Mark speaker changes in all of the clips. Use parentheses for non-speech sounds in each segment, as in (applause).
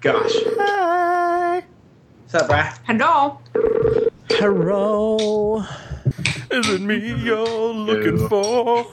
Speaker 1: Gosh.
Speaker 2: Hi.
Speaker 1: What's up, brah?
Speaker 3: Hello.
Speaker 2: Hello.
Speaker 4: Is it me you're looking
Speaker 1: No.
Speaker 4: for?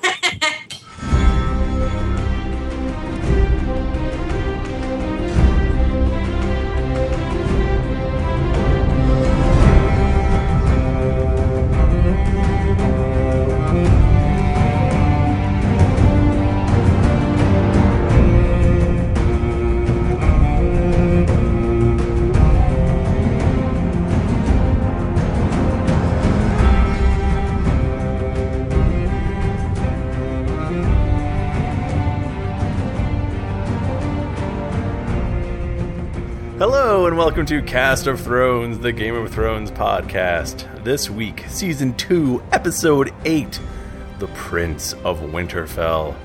Speaker 4: Hello, and welcome to Cast of Thrones, the Game of Thrones podcast. This week, Season 2, Episode 8 The Prince of Winterfell.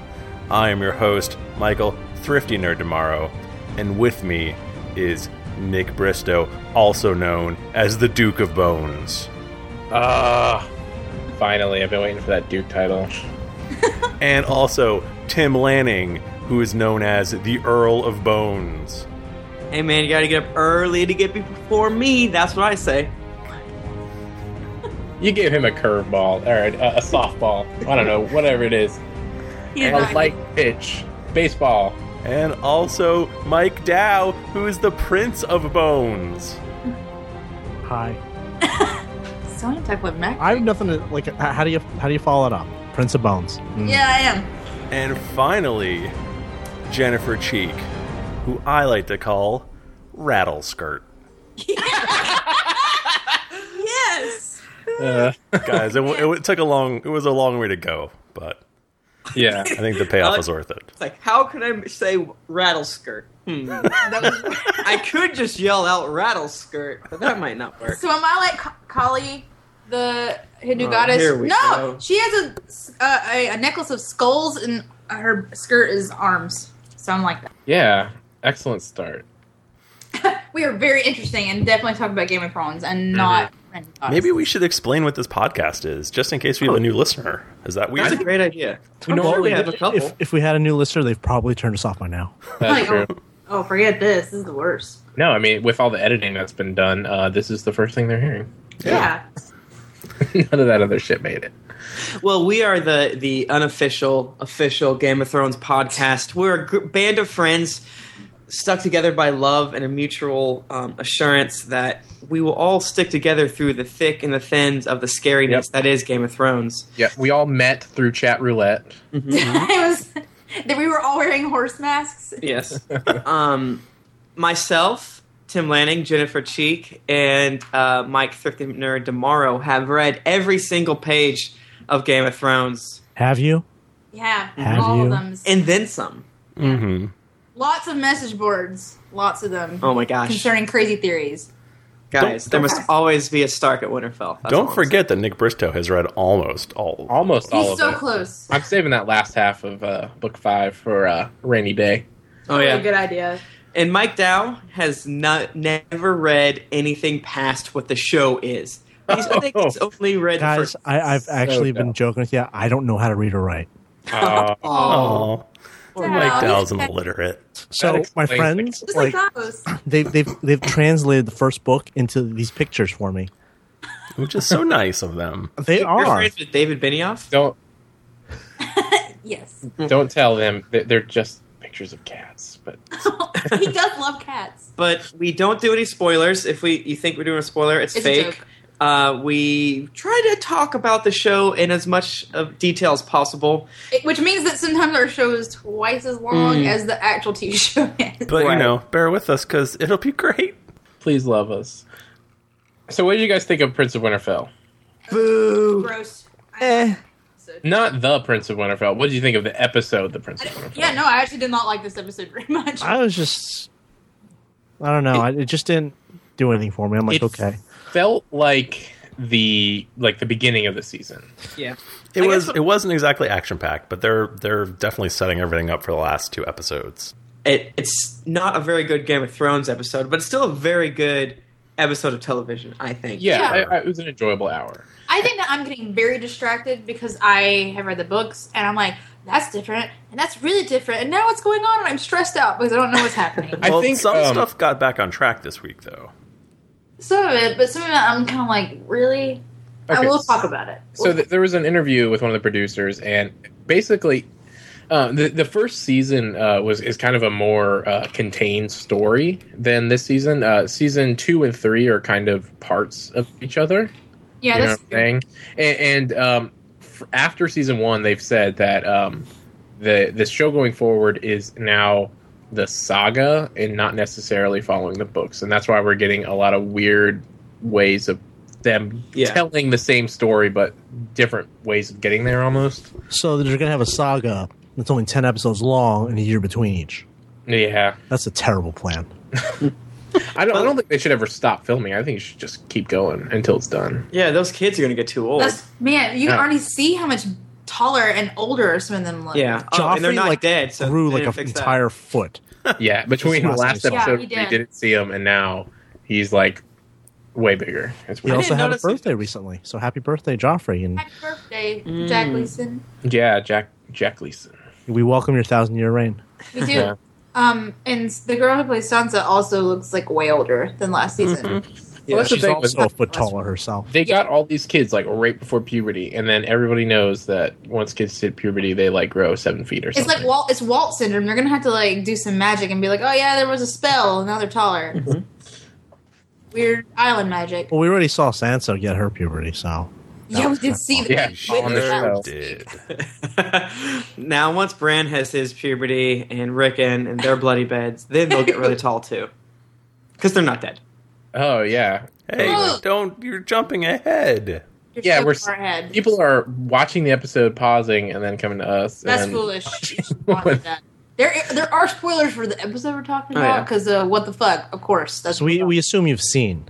Speaker 4: I am your host, Michael Thrifty Nerd Tomorrow, and with me is Nick Bristow, also known as the Duke of Bones.
Speaker 1: Ah, finally, I've been waiting for that Duke title.
Speaker 4: And also Tim Lanning, who is known as the Earl of Bones.
Speaker 5: Hey man, you gotta get up early to get before me. That's what I say.
Speaker 1: You gave him a curveball, or a, a softball. I don't know, whatever
Speaker 3: (laughs)
Speaker 1: it is.
Speaker 3: He's
Speaker 1: A
Speaker 3: not
Speaker 1: light pitch. Baseball.
Speaker 4: And also Mike Dow, who is the Prince of Bones.
Speaker 2: Hi.
Speaker 3: some type of Mac.
Speaker 2: I have nothing to like. h- How do you how do you follow it up? Prince of Bones. Mm.
Speaker 3: Yeah, I am.
Speaker 4: And finally, Jennifer Cheek, who I like to call Rattle Skirt.
Speaker 3: Yes. (laughs)
Speaker 1: Uh,
Speaker 4: Guys, it, w- it took a long, it was a long way to go, but
Speaker 1: yeah.
Speaker 4: I think the payoff was worth it.
Speaker 5: It's like, how can I say rattle skirt?
Speaker 1: (laughs)
Speaker 5: Hmm. That was- (laughs) I could just yell out rattle skirt, but that might not work.
Speaker 3: So am I like Ka- Kali, the Hindu
Speaker 5: Oh,
Speaker 3: goddess?
Speaker 5: here we
Speaker 3: no,
Speaker 5: go.
Speaker 3: she has a, uh, a a necklace of skulls, and her skirt is arms. So I'm like that.
Speaker 1: Yeah. Excellent start.
Speaker 3: We are very interesting, and definitely talk about Game of Thrones and not. random thoughts.
Speaker 4: Maybe we should explain what this podcast is, just in case we have a new listener. Is that
Speaker 5: That's a
Speaker 4: weird?
Speaker 5: great idea.
Speaker 1: We
Speaker 5: I'm sure we
Speaker 1: normally
Speaker 5: have a
Speaker 1: do-
Speaker 5: couple.
Speaker 2: If if we had a new listener, they've probably turned us off by now.
Speaker 1: That's
Speaker 3: Like, oh.
Speaker 1: true.
Speaker 3: Oh, forget this. This is the worst.
Speaker 1: No, I mean, with all the editing that's been done, uh, this is the first thing they're hearing. (laughs)
Speaker 3: Yeah.
Speaker 1: None of that other shit made it.
Speaker 5: Well, we are the the unofficial official Game of Thrones podcast. We're a gr- band of friends stuck together by love and a mutual um, assurance that we will all stick together through the thick and the thins of the scariness
Speaker 1: Yep.
Speaker 5: that is Game of Thrones.
Speaker 1: Yeah. We all met through chat roulette. (laughs)
Speaker 5: (laughs) Mm-hmm.
Speaker 3: (laughs) it was that we were all wearing horse masks.
Speaker 5: Yes. (laughs) um, myself, Tim Lanning, Jennifer Cheek, and uh, Mike Thrifty Nerd Tomorrow have read every single page of Game of Thrones
Speaker 2: Have you?
Speaker 3: Yeah,
Speaker 2: Have
Speaker 3: all
Speaker 2: you?
Speaker 3: of them.
Speaker 5: and then some.
Speaker 4: Mm-hmm.
Speaker 3: lots of message boards, lots of them
Speaker 5: Oh my gosh,
Speaker 3: concerning crazy theories.
Speaker 5: guys!
Speaker 4: Don't-
Speaker 5: there must always be a Stark at Winterfell. That's all
Speaker 4: Don't
Speaker 5: I'm
Speaker 4: forget that Nick Bristow has read almost all.
Speaker 1: Almost all
Speaker 3: He's
Speaker 1: of
Speaker 3: so
Speaker 1: it.
Speaker 3: close.
Speaker 1: I'm saving that last half of uh, book five for uh,
Speaker 3: (laughs)
Speaker 1: rainy day.
Speaker 5: saying. Oh yeah.
Speaker 3: good idea.
Speaker 5: And Mike Dow has not never read anything past what the show is. He's, I think he's only read the
Speaker 2: Oh. Guys,
Speaker 5: first-
Speaker 2: I, I've actually been
Speaker 1: dumb.
Speaker 2: joking with you. I don't know how to read or write.
Speaker 1: Uh,
Speaker 5: Oh,
Speaker 4: Oh,
Speaker 3: Poor
Speaker 4: Mike Dow's
Speaker 5: (laughs)
Speaker 4: an illiterate.
Speaker 2: So my
Speaker 1: explains
Speaker 2: friends,
Speaker 3: Just
Speaker 2: like
Speaker 3: like, those.
Speaker 2: they, they've they've translated the first book into these pictures for me.
Speaker 4: which is so nice of them.
Speaker 2: They
Speaker 5: you're
Speaker 2: are.
Speaker 5: friends with David Benioff.
Speaker 1: don't
Speaker 3: (laughs) Yes, (laughs)
Speaker 1: don't tell them that they're just pictures of cats. But
Speaker 3: he does love cats.
Speaker 5: but we don't do any spoilers. If we you think we're doing a spoiler, it's,
Speaker 3: It's a
Speaker 5: fake.
Speaker 3: joke.
Speaker 5: Uh, we try to talk about the show in as much of detail as possible.
Speaker 3: It- which means that sometimes our show is twice as long as the actual TV show (laughs) is.
Speaker 4: But
Speaker 5: Right.
Speaker 4: you know, bear with us because it'll be great.
Speaker 1: please love us. So, what did you guys think of Prince of Winterfell?
Speaker 5: Boo!
Speaker 3: Gross.
Speaker 2: Eh.
Speaker 1: Not the Prince of Winterfell. What did you think of the episode, The Prince
Speaker 3: I
Speaker 1: of
Speaker 3: don't-
Speaker 1: Winterfell?
Speaker 3: yeah, no, I actually did not like this episode very much.
Speaker 2: I was just, I don't know. I, it just didn't do anything for me. I'm like,
Speaker 5: It-
Speaker 2: okay.
Speaker 1: felt like the like the beginning of the season.
Speaker 5: Yeah, I
Speaker 4: It
Speaker 5: guess
Speaker 4: was.
Speaker 5: what-
Speaker 4: it wasn't exactly action packed, but they're they're definitely setting everything up for the last two episodes.
Speaker 5: it, it's not a very good Game of Thrones episode, but it's still a very good episode of television. I think.
Speaker 1: Yeah,
Speaker 3: Yeah.
Speaker 1: I, I, it was an enjoyable hour.
Speaker 3: I think that I'm getting very distracted because I have read the books and I'm like, that's different, and that's really different, and now what's going on? And I'm stressed out because I don't know what's happening.
Speaker 1: I
Speaker 4: well,
Speaker 1: think,
Speaker 4: some
Speaker 1: um,
Speaker 4: stuff got back on track this week, though.
Speaker 3: some of it, but some of it, I'm kind of like, really. I
Speaker 1: Okay.
Speaker 3: will talk about it.
Speaker 1: So th- there was an interview with one of the producers, and basically, uh, the the first season uh, was is kind of a more uh, contained story than this season. Uh, season two and three are kind of parts of each other.
Speaker 3: yeah,
Speaker 1: you know
Speaker 3: that's
Speaker 1: what I'm saying? And, and um, f- after season one, they've said that um, the the show going forward is now the saga and not necessarily following the books, and that's why we're getting a lot of weird ways of them
Speaker 5: Yeah.
Speaker 1: telling the same story but different ways of getting there almost.
Speaker 2: So they're going to have a saga that's only 10 episodes long and a year between each.
Speaker 1: Yeah,
Speaker 2: That's a terrible plan.
Speaker 1: I don't. I don't think they should ever stop filming. I think you should just keep going until it's done.
Speaker 5: Yeah, those kids are gonna get too old.
Speaker 3: that's man. You can
Speaker 1: Yeah.
Speaker 3: already see how much taller and older some of them look.
Speaker 5: yeah, oh, and they're
Speaker 2: Joffrey,
Speaker 5: not
Speaker 2: like,
Speaker 5: dead. So
Speaker 2: grew
Speaker 5: they
Speaker 2: like
Speaker 5: didn't
Speaker 2: an
Speaker 5: fix that.
Speaker 2: entire foot.
Speaker 1: Yeah, between the
Speaker 2: Just
Speaker 1: last
Speaker 2: last
Speaker 1: episode,
Speaker 3: episode.
Speaker 1: we
Speaker 3: Yeah, he did.
Speaker 1: didn't see him, and now he's like way bigger. It's
Speaker 2: He
Speaker 1: weird.
Speaker 2: also had a
Speaker 5: notice it.
Speaker 2: birthday recently. So happy birthday, Joffrey. And
Speaker 3: Happy birthday, Jack Leeson.
Speaker 1: Yeah, Jack Jack Leeson.
Speaker 2: we welcome your thousand year reign.
Speaker 3: We do.
Speaker 1: Yeah.
Speaker 3: Um, and the girl who plays Sansa also looks like way older than last season.
Speaker 5: Yeah.
Speaker 1: Well, that's the
Speaker 2: She's
Speaker 1: thing. with-
Speaker 2: also a foot taller herself.
Speaker 1: they got all these kids like right before puberty, and then everybody knows that once kids hit puberty, they like grow seven feet or
Speaker 3: It's
Speaker 1: something.
Speaker 3: like Walt. It's Walt syndrome. They're gonna have to like do some magic and be like, oh yeah, there was a spell. Now they're taller.
Speaker 1: Mm-hmm.
Speaker 3: Weird island
Speaker 1: Oh,
Speaker 3: magic.
Speaker 2: Well, we already saw Sansa get her puberty, so.
Speaker 3: yeah, we did see that.
Speaker 1: Yeah,
Speaker 3: we
Speaker 1: on the
Speaker 3: witnessed that.
Speaker 1: show.
Speaker 4: did.
Speaker 5: (laughs) now, once Bran has his puberty and Rickon and their bloody beds, then they'll get really tall too, (laughs) because they're not dead.
Speaker 1: oh yeah,
Speaker 4: Hey,
Speaker 3: Look.
Speaker 4: don't! You're jumping ahead.
Speaker 3: You're
Speaker 1: Yeah,
Speaker 3: so
Speaker 1: we're
Speaker 3: far ahead.
Speaker 1: people are watching the episode, pausing, and then coming to us.
Speaker 3: That's
Speaker 1: and
Speaker 3: foolish. You should want that. There, there are spoilers for the episode we're talking
Speaker 5: Oh,
Speaker 3: about
Speaker 5: yeah.
Speaker 3: because uh, what the fuck? Of course. That's
Speaker 2: So we,
Speaker 3: what-
Speaker 2: we assume you've seen.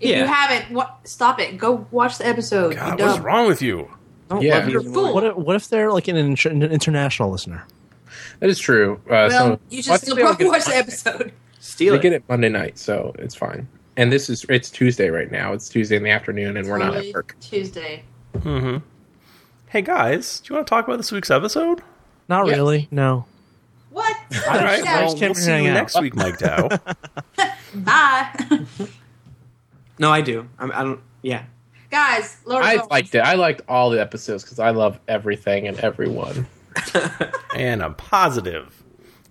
Speaker 3: if
Speaker 5: Yeah.
Speaker 3: you haven't, what, stop it. Go watch the episode. you
Speaker 4: God,
Speaker 3: dumb.
Speaker 4: what's wrong with you?
Speaker 5: Don't
Speaker 1: Yeah.
Speaker 5: love you
Speaker 3: You're
Speaker 5: anymore.
Speaker 3: full.
Speaker 2: What if, what if they're like an, inter- an international listener?
Speaker 1: That is true. Uh,
Speaker 3: Well,
Speaker 1: some-
Speaker 3: you
Speaker 1: I
Speaker 3: should
Speaker 1: think
Speaker 3: still
Speaker 1: they all
Speaker 3: probably
Speaker 1: get-
Speaker 3: watch the episode.
Speaker 5: Steal
Speaker 1: They
Speaker 5: it.
Speaker 1: get it Monday night, so it's fine. And this is it's Tuesday right now. It's Tuesday in the afternoon, and we're not at
Speaker 3: Totally
Speaker 1: work.
Speaker 3: Tuesday.
Speaker 4: Mm-hmm. Hey guys, do you want to talk about this week's episode?
Speaker 2: Not
Speaker 1: Yeah.
Speaker 2: really. No.
Speaker 3: What?
Speaker 4: All right,
Speaker 3: Yeah.
Speaker 4: well,
Speaker 2: Can't
Speaker 4: we'll see
Speaker 2: hang
Speaker 4: you
Speaker 2: out.
Speaker 4: next week, Mike Dow.
Speaker 3: Bye. (laughs)
Speaker 5: No, I do. I'm, I don't. Yeah. (laughs)
Speaker 3: Guys, Lord
Speaker 1: I
Speaker 3: of
Speaker 1: liked it. I liked all the episodes because I love everything and everyone.
Speaker 4: and I'm positive.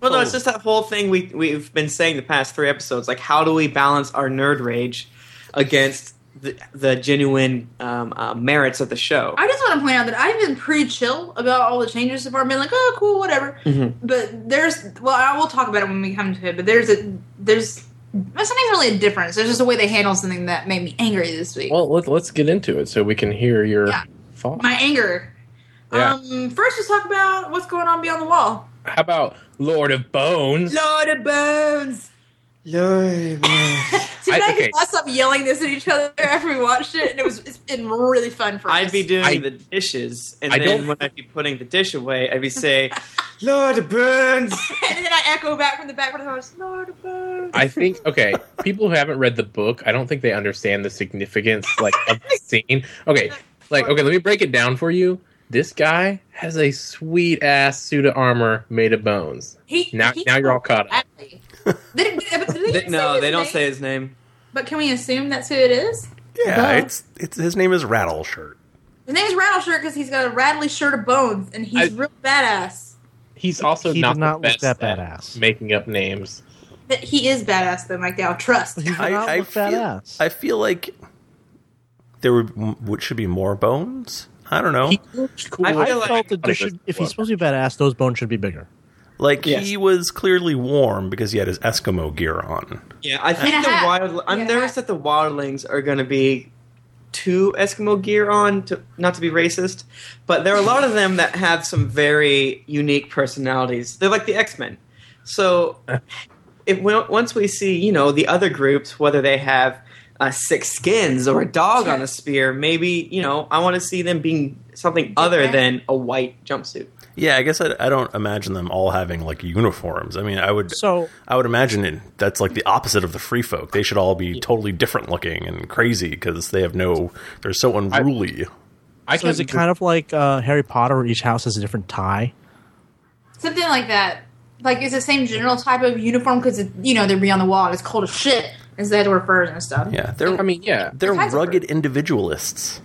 Speaker 5: Well, no, it's just that whole thing we we've been saying the past three episodes. Like, how do we balance our nerd rage against the, the genuine um, uh, merits of the show?
Speaker 3: I just want to point out that I've been pretty chill about all the changes so far. I've been like, oh, cool, whatever.
Speaker 1: Mm-hmm.
Speaker 3: But there's, well, I will talk about it when we come to it. But there's a, there's, there's something really a difference. There's just a way they handle something that made me angry this week.
Speaker 1: Well, let, let's get into it so we can hear your
Speaker 3: Yeah.
Speaker 1: thoughts.
Speaker 3: My anger.
Speaker 1: Yeah.
Speaker 3: Um, first, let's talk about what's going on beyond the wall. (laughs)
Speaker 1: How about Lord of Bones?
Speaker 3: Lord of Bones.
Speaker 5: Lord,
Speaker 3: Did
Speaker 1: I-
Speaker 3: I,
Speaker 1: okay.
Speaker 3: just us up yelling this at each other after we watched it? And it was it's been really fun for us.
Speaker 5: I'd be doing
Speaker 1: I-
Speaker 5: the dishes, and
Speaker 1: I
Speaker 5: then
Speaker 1: don't-
Speaker 5: when I'd be putting the dish away, I'd be
Speaker 1: (laughs)
Speaker 5: saying, "Lord
Speaker 3: (laughs)
Speaker 5: Burns."
Speaker 3: and then I echo back from the back of the house. Lord of Bones.
Speaker 1: I think okay. People who haven't read the book, I don't think they understand the significance like of
Speaker 3: (laughs)
Speaker 1: the scene. Okay, like okay, let me break it down for you. This guy has a sweet ass suit of armor made of bones.
Speaker 3: He,
Speaker 1: Now,
Speaker 3: he-
Speaker 1: now you're all caught up.
Speaker 3: Exactly. They didn't- they- but they didn't
Speaker 5: Th-
Speaker 3: say
Speaker 5: no, (laughs)
Speaker 3: his
Speaker 5: they don't
Speaker 3: name,
Speaker 5: say his name.
Speaker 3: But can we assume that's who it is?
Speaker 4: Yeah,
Speaker 1: Duh.
Speaker 4: it's it's his name is Rattle Shirt.
Speaker 3: His name is Rattle Shirt because he's got a rattly shirt of bones, and he's
Speaker 1: I-
Speaker 3: real badass.
Speaker 1: He's also
Speaker 2: He
Speaker 1: not,
Speaker 2: did
Speaker 1: the
Speaker 2: not look
Speaker 1: best
Speaker 2: that
Speaker 1: at
Speaker 2: badass.
Speaker 1: Making up names.
Speaker 3: But he is badass though, Mike Dow. Trust.
Speaker 2: He did
Speaker 4: I-
Speaker 2: not
Speaker 4: I
Speaker 2: look
Speaker 4: feel-
Speaker 2: badass.
Speaker 4: I feel like there would would- should be more bones. I don't know.
Speaker 1: He looked cool.
Speaker 5: I feel
Speaker 2: I
Speaker 5: like-
Speaker 2: felt that there should, if he's supposed to be badass, those bones should be bigger.
Speaker 4: like
Speaker 5: Yes.
Speaker 4: he was clearly warm because he had his Eskimo gear on.
Speaker 5: Yeah, I think
Speaker 3: And a
Speaker 5: the
Speaker 3: hat.
Speaker 5: wild. I'm
Speaker 3: And a
Speaker 5: nervous
Speaker 3: hat.
Speaker 5: that the wildlings are going to be too Eskimo gear on. To, not to be racist, but there are a lot of them that have some very unique personalities. They're like the X Men. So, if we, once we see, you know, the other groups, whether they have uh, six skins or a dog on a spear, maybe you know, I want to see them being something other than a white jumpsuit.
Speaker 4: Yeah, I guess I, I don't imagine them all having like uniforms. I mean, I would
Speaker 2: So
Speaker 4: I would imagine it, that's like the opposite of the free folk. They should all be totally different looking and crazy because they have no. They're so unruly.
Speaker 1: I
Speaker 2: So is it kind of like uh, Harry Potter, where each house has a different tie?
Speaker 3: something like that. Like it's the same general type of uniform because you know they'd be on the wall and it's cold as shit. Is that or furs and stuff?
Speaker 4: Yeah, they're
Speaker 1: I mean, yeah.
Speaker 4: they're
Speaker 3: Kaiser
Speaker 4: rugged
Speaker 3: Permanente.
Speaker 4: individualists.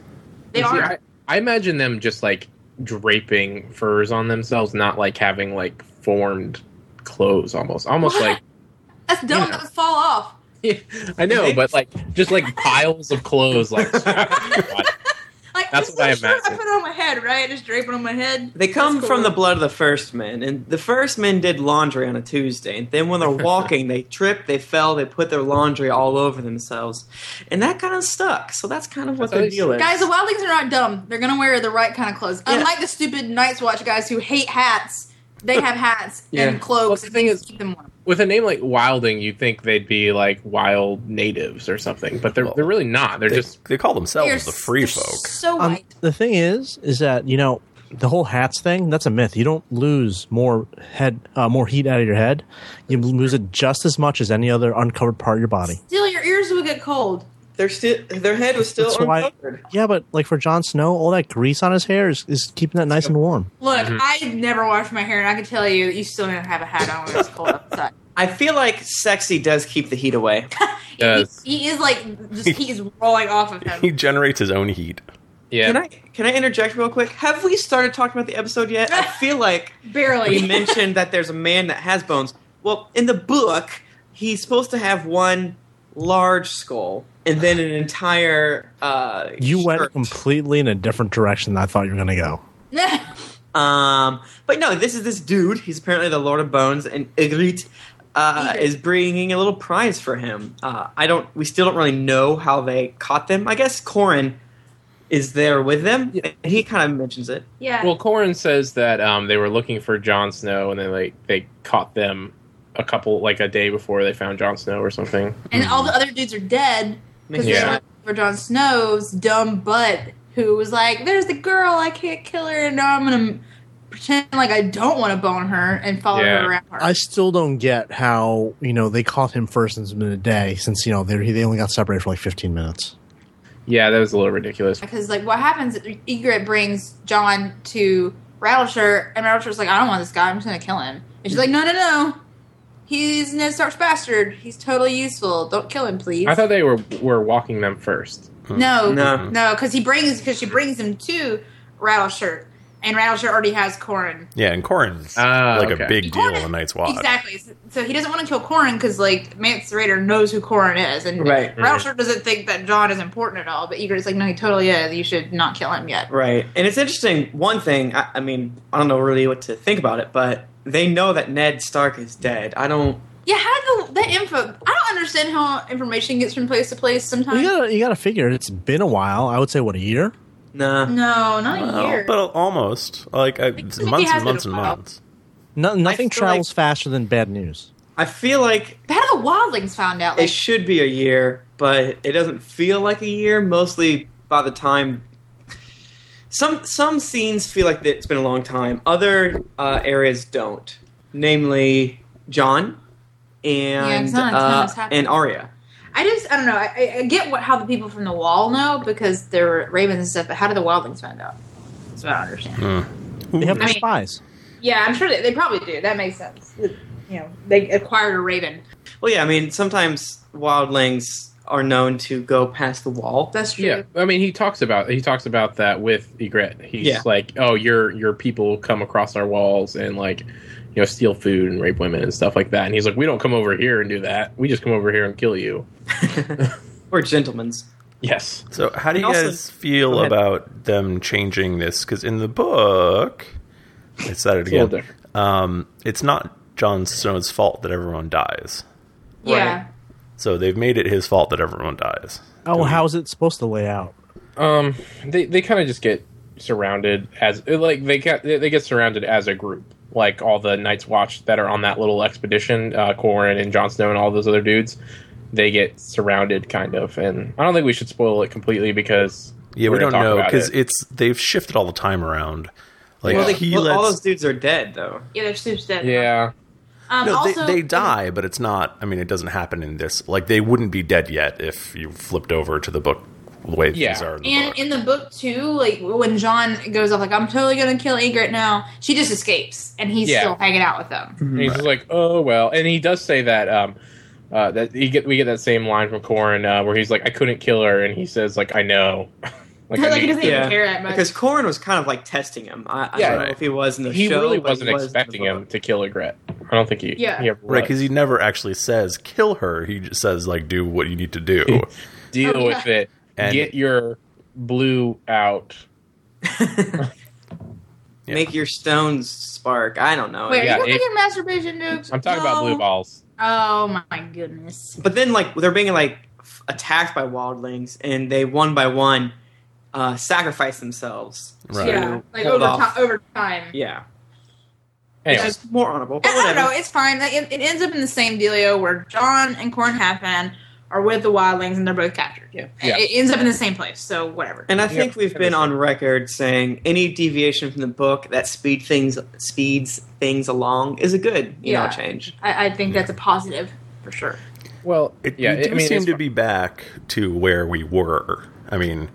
Speaker 3: they
Speaker 1: See,
Speaker 3: are.
Speaker 1: I, I imagine them just like draping furs on themselves, not like having like formed clothes almost. Almost
Speaker 3: What?
Speaker 1: like
Speaker 3: That's dumb.
Speaker 1: you know.
Speaker 3: That would fall off.
Speaker 1: I know, but like just like piles of clothes
Speaker 4: (laughs)
Speaker 1: like
Speaker 3: Like
Speaker 1: That's
Speaker 3: this
Speaker 1: what I
Speaker 3: little shirt I
Speaker 1: imagine.
Speaker 3: put on my head, right? Just draping on my head.
Speaker 5: They come
Speaker 3: That's
Speaker 5: from
Speaker 3: cool.
Speaker 5: the blood of the first men, and the first men did laundry on a Tuesday, and then when they're walking, they trip, they fell, they put their laundry all over themselves, and that kind of stuck. So that's kind of what
Speaker 1: That's
Speaker 5: their
Speaker 1: nice.
Speaker 5: deal is.
Speaker 3: Guys, the wildlings are not dumb. They're gonna wear the right kind of clothes.
Speaker 5: Yeah.
Speaker 3: Unlike the stupid Night's Watch guys who hate hats, they have hats
Speaker 5: Yeah.
Speaker 3: and cloaks.
Speaker 1: Well, the
Speaker 3: and
Speaker 1: thing
Speaker 3: things
Speaker 1: is-
Speaker 3: to keep them warm.
Speaker 1: with a name like Wilding, you'd think they'd be like wild natives or something, but they're
Speaker 4: Well,
Speaker 1: they're really not. They're
Speaker 4: They,
Speaker 1: just
Speaker 4: they call themselves
Speaker 3: They're
Speaker 4: the free
Speaker 3: s- they're
Speaker 4: folk.
Speaker 3: So
Speaker 2: Um,
Speaker 3: white.
Speaker 2: the thing is, is that you know the whole hats thing. That's a myth. You don't lose more head, uh, more heat out of your head. You lose it just as much as any other uncovered part of your body.
Speaker 3: Still, your ears will get cold.
Speaker 5: Their sti- their head was still
Speaker 2: That's why-
Speaker 5: uncovered.
Speaker 2: Yeah, but like for Jon Snow, all that grease on his hair is, is keeping that nice and warm.
Speaker 3: Look,
Speaker 4: Mm-hmm.
Speaker 3: I've never washed my hair, and I can tell you, you still didn't have a hat on when it's cold
Speaker 4: (laughs)
Speaker 3: outside.
Speaker 5: I feel like sexy does keep the heat away.
Speaker 1: Yes.
Speaker 3: He, he is like just heat is rolling off of
Speaker 4: (laughs) He
Speaker 3: him.
Speaker 4: generates his own heat.
Speaker 1: yeah.
Speaker 5: Can I can I interject real quick? Have we started talking about the episode yet? I feel like we
Speaker 3: Barely. (laughs)
Speaker 5: mentioned that there's a man that has bones. Well, in the book, he's supposed to have one large skull and then an entire. Uh,
Speaker 2: You went
Speaker 5: shirt.
Speaker 2: completely in a different direction than I thought you were going to go.
Speaker 5: Um, but no, this is this dude. He's apparently the Lord of Bones, and Igrit uh,
Speaker 3: Ygritte.
Speaker 5: is bringing a little prize for him. Uh, I don't. We still don't really know how they caught them. I guess Corin is there with them, and he kind of mentions it.
Speaker 3: yeah.
Speaker 1: Well, Corin says that um, they were looking for Jon Snow, and then like they caught them a couple like a day before they found Jon Snow or something.
Speaker 3: and all the other dudes are dead because
Speaker 5: Makes
Speaker 1: Yeah.
Speaker 3: they're
Speaker 5: sense.
Speaker 3: not for Jon Snow's dumb butt who was like, "There's the girl, I can't kill her, and now I'm gonna pretend like I don't want to bone her and follow
Speaker 1: Yeah.
Speaker 3: her around." Her.
Speaker 2: I still don't get how you know they caught him first and it's been a day since you know they they only got separated for like fifteen minutes.
Speaker 1: Yeah, that was a little ridiculous.
Speaker 3: because like what happens? Egret brings John to Rattleshirt, and Rattleshirt's like, "I don't want this guy. I'm just gonna kill him." And she's like, "No, no, no." He's Ned Stark's bastard. He's totally useful. Don't kill him, please.
Speaker 1: I thought they were were walking them first.
Speaker 5: No.
Speaker 3: No, no, no, because he brings because she brings him to Rattleshirt, and Rattleshirt already has Corin.
Speaker 4: Yeah, and Corin's
Speaker 1: Ah,
Speaker 4: like a
Speaker 1: okay.
Speaker 4: big deal
Speaker 3: Corin-
Speaker 4: in Night's Watch.
Speaker 3: Exactly. So- So he doesn't want to kill Corin because like Mance Raider knows who Corin is, and
Speaker 5: Right.
Speaker 3: Rattleshirt doesn't think that John is important at all. But Egret's like, no, he totally is. You should not kill him yet.
Speaker 5: Right. And it's interesting. One thing, I, I mean, I don't know really what to think about it, but they know that Ned Stark is dead. I don't.
Speaker 3: Yeah, how did the, that info? I don't understand how information gets from place to place
Speaker 2: Well,
Speaker 3: sometimes.
Speaker 2: you gotta you gotta figure it's been a while. I would say what a year.
Speaker 5: Nah.
Speaker 3: No, not
Speaker 4: Well,
Speaker 3: a year.
Speaker 4: but almost like uh, it's
Speaker 3: Mickey
Speaker 4: months
Speaker 3: has
Speaker 4: and
Speaker 3: it
Speaker 4: months and
Speaker 3: a while.
Speaker 4: months.
Speaker 2: No, nothing
Speaker 5: feel like-
Speaker 2: travels faster than bad news.
Speaker 5: I feel like
Speaker 3: how did the wildlings found out?
Speaker 5: it
Speaker 3: Like,
Speaker 5: should be a year, but it doesn't feel like a year. Mostly by the time. Some some scenes feel like it's been a long time. Other uh, areas don't, namely John and
Speaker 3: it's not a ton that's
Speaker 5: uh,
Speaker 3: happened.
Speaker 5: and Arya.
Speaker 3: I just, I don't know. I, I- I get what how the people from the wall know because they were ravens and stuff. But how did the wildlings find out? That's what I don't understand.
Speaker 2: They have
Speaker 3: I mean-
Speaker 2: spies.
Speaker 3: Yeah, I'm sure they, they probably do. That makes sense. You know, they acquired a raven.
Speaker 5: Well, yeah, I mean, sometimes wildlings are known to go past the wall.
Speaker 3: That's true.
Speaker 1: Yeah, I mean, he talks about he talks about that with Egret. He's
Speaker 5: Yeah.
Speaker 1: like, "Oh, your your people come across our walls and like, you know, steal food and rape women and stuff like that." And he's like, "We don't come over here and do that. We just come over here and kill you."
Speaker 5: We're gentlemen's.
Speaker 1: Yes,
Speaker 4: So, how do you
Speaker 5: And also-
Speaker 4: guys feel
Speaker 5: Go ahead.
Speaker 4: about them changing this? Because in the book, I said it
Speaker 1: It's a little
Speaker 4: again.
Speaker 1: different.
Speaker 4: Um, it's not Jon Snow's fault that everyone dies.
Speaker 3: Yeah.
Speaker 5: Right.
Speaker 4: So they've made it his fault that everyone dies.
Speaker 2: Oh, well, how is it supposed to lay out?
Speaker 1: Um, they they kind of just get surrounded as like they get they get surrounded as a group, like all the Night's Watch that are on that little expedition, uh, Corin and Jon Snow and all those other dudes. They get surrounded, kind of, and I don't think we should spoil it completely because
Speaker 4: Yeah, we
Speaker 1: we're
Speaker 4: don't
Speaker 1: gonna talk
Speaker 4: know
Speaker 1: about
Speaker 4: because
Speaker 1: it.
Speaker 4: it's they've shifted all the time around. Like
Speaker 5: Well, they,
Speaker 4: he
Speaker 5: well, all
Speaker 4: lets
Speaker 5: those dudes are dead, though.
Speaker 3: Yeah, they're Snoop's dead.
Speaker 1: yeah.
Speaker 3: Um,
Speaker 4: no,
Speaker 3: also,
Speaker 4: they, they die, but it's not. I mean, it doesn't happen in this. Like they wouldn't be dead yet if you flipped over to the book the way
Speaker 1: Yeah.
Speaker 4: things are. In the
Speaker 3: And
Speaker 4: book.
Speaker 3: in the book too, like when John goes off, like I'm totally gonna kill Egret now. She just escapes, and he's
Speaker 1: Yeah.
Speaker 3: still hanging out with them.
Speaker 1: And he's just like, oh well. And he does say that um, uh, that he get we get that same line from Corin uh, where he's like, I couldn't kill her, and he says like, I know. like, I
Speaker 3: Like, he
Speaker 1: knew-
Speaker 3: doesn't
Speaker 5: Yeah.
Speaker 3: even care that much.
Speaker 5: Because Corin was kind of like testing him. I, I
Speaker 1: Yeah.
Speaker 5: don't know if he was in the
Speaker 1: he
Speaker 5: show.
Speaker 1: really
Speaker 5: but he
Speaker 1: wasn't
Speaker 5: was in the
Speaker 1: expecting
Speaker 5: book.
Speaker 1: him to kill Egret. I don't think he.
Speaker 3: Yeah.
Speaker 1: He ever
Speaker 4: Right,
Speaker 1: was.
Speaker 4: because he never actually says kill her. He just says like do what you need to
Speaker 1: (laughs)
Speaker 4: do.
Speaker 1: deal
Speaker 3: Oh, yeah.
Speaker 1: with it.
Speaker 4: And-
Speaker 1: get your blue out.
Speaker 5: (laughs)
Speaker 4: (laughs) Yeah.
Speaker 5: Make your stones spark. I don't know.
Speaker 3: Wait,
Speaker 1: oh, Yeah,
Speaker 3: are you
Speaker 1: it-
Speaker 3: making masturbation jokes?
Speaker 1: I'm talking about
Speaker 3: No.
Speaker 1: blue balls.
Speaker 3: Oh my goodness.
Speaker 5: But then, like, they're being like f- attacked by wildlings, and they one by one uh, sacrifice themselves.
Speaker 4: Right.
Speaker 3: Yeah, like
Speaker 5: Hold
Speaker 3: over,
Speaker 5: off.
Speaker 3: ti- over time.
Speaker 5: Yeah,
Speaker 1: Anyway,
Speaker 5: it's more honorable. But
Speaker 3: I don't
Speaker 5: whatever.
Speaker 3: know. It's fine. Like, It, it ends up in the same dealio where John and Corn Halfman are with the wildlings and they're both captured. Yeah.
Speaker 1: Yeah.
Speaker 3: It ends up in the same place. So whatever.
Speaker 5: And I think
Speaker 1: Yep.
Speaker 5: we've been on record saying any deviation from the book that speed things speeds things along is a good you
Speaker 3: Yeah.
Speaker 5: know change.
Speaker 3: I, I think that's a positive for sure.
Speaker 1: well,
Speaker 4: It,
Speaker 1: yeah,
Speaker 4: we do
Speaker 1: I mean,
Speaker 4: seem
Speaker 1: it's
Speaker 4: to
Speaker 1: fine.
Speaker 4: be back to where we were. I mean,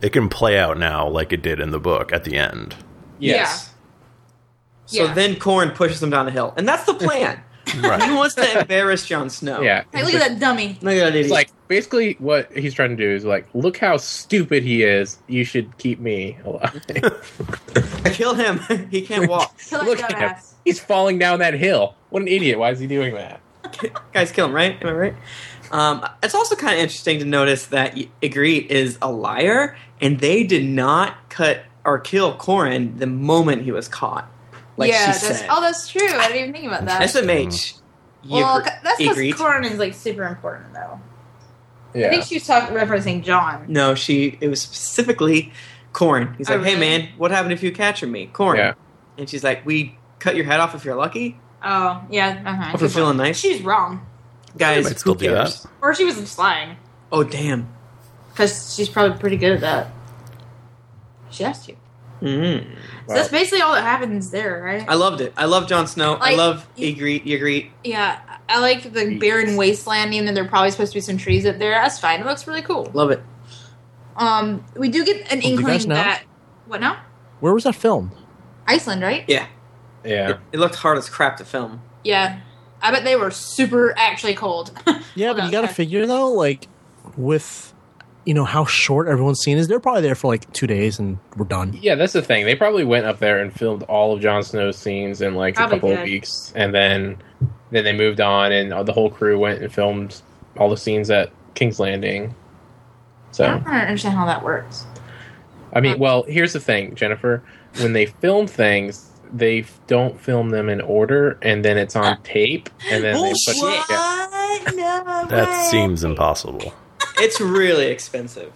Speaker 4: it can play out now like it did in the book at the end.
Speaker 1: Yes.
Speaker 5: So
Speaker 3: Yeah.
Speaker 5: then Corn pushes them down a hill, and that's the
Speaker 1: (laughs)
Speaker 5: plan. he
Speaker 4: Right.
Speaker 5: wants to embarrass Jon Snow. Oh
Speaker 1: Yeah.
Speaker 3: Hey, look Oh. at that dummy.
Speaker 5: look at that idiot. (laughs)
Speaker 1: It's like basically what he's trying to do is like, look how stupid he is. You should keep me alive.
Speaker 5: I killed him. (laughs) he can't
Speaker 1: (laughs)
Speaker 5: walk.
Speaker 3: Kill
Speaker 1: look
Speaker 3: that
Speaker 1: at him.
Speaker 3: dumbass.
Speaker 1: He's falling down that hill. What an idiot! Why is he doing that?
Speaker 5: Guys, kill him. Right? Am I right? Um, it's also kind of interesting to notice that Ygritte is a liar, and they did not cut or kill Corin the moment he was caught. Like
Speaker 3: yeah,
Speaker 5: she
Speaker 3: that's,
Speaker 5: said.
Speaker 3: oh, that's true. I didn't even think about that.
Speaker 5: SMH.
Speaker 3: well,
Speaker 5: Ygr-
Speaker 3: c- that's because
Speaker 5: Ygritte.
Speaker 3: Corn is like super important though. I
Speaker 1: Yeah.
Speaker 3: think she was talking referencing John.
Speaker 5: No, she. It was specifically Corn. He's
Speaker 3: Oh,
Speaker 5: like, "Hey,
Speaker 3: really?
Speaker 5: man, what happened if you capture me, Corn?"
Speaker 1: Yeah.
Speaker 5: And she's like, "We cut your head off if you're lucky,
Speaker 3: Oh yeah,
Speaker 5: Hope you're
Speaker 3: okay.
Speaker 5: feeling nice.
Speaker 3: She's wrong,
Speaker 5: guys."
Speaker 4: might
Speaker 5: who
Speaker 4: still do
Speaker 5: cares?
Speaker 3: or she was just lying
Speaker 5: Oh, damn.
Speaker 3: because she's probably pretty good at that. She has to.
Speaker 5: Mm.
Speaker 3: So that's basically all that happens there, right?
Speaker 5: I loved it. I love Jon Snow. I
Speaker 3: Like,
Speaker 5: love
Speaker 3: you-
Speaker 5: Ygritte. Ygritte.
Speaker 3: yeah, I like the barren wasteland, even though there are probably supposed to be some trees up there. That's fine. It looks really cool.
Speaker 5: Love it.
Speaker 3: Um, we do get an
Speaker 2: you guys
Speaker 3: inkling
Speaker 2: know?
Speaker 3: that what now?
Speaker 2: Where was that filmed?
Speaker 3: Iceland, right?
Speaker 1: yeah.
Speaker 5: it. It looked hard as crap to film.
Speaker 3: Yeah. I bet they were super actually cold.
Speaker 2: Yeah,
Speaker 3: Hold
Speaker 2: but
Speaker 3: on,
Speaker 2: you got to
Speaker 3: sorry.
Speaker 2: figure though, like with you know how short everyone's scene is, they're probably there for like two days and we're done.
Speaker 1: Yeah, that's the thing. They probably went up there and filmed all of Jon Snow's scenes in like
Speaker 3: Probably
Speaker 1: a couple of
Speaker 3: did.
Speaker 1: weeks, and then then they moved on, and the whole crew went and filmed all the scenes at King's Landing. So
Speaker 3: I don't understand how that works.
Speaker 1: I mean, well, here's the thing, Jennifer. When they film things, they f- don't film them in order, and then it's on tape, and then they put it
Speaker 5: Bullshit.
Speaker 1: together.
Speaker 5: No
Speaker 4: That
Speaker 5: way.
Speaker 4: seems impossible.
Speaker 5: It's really expensive.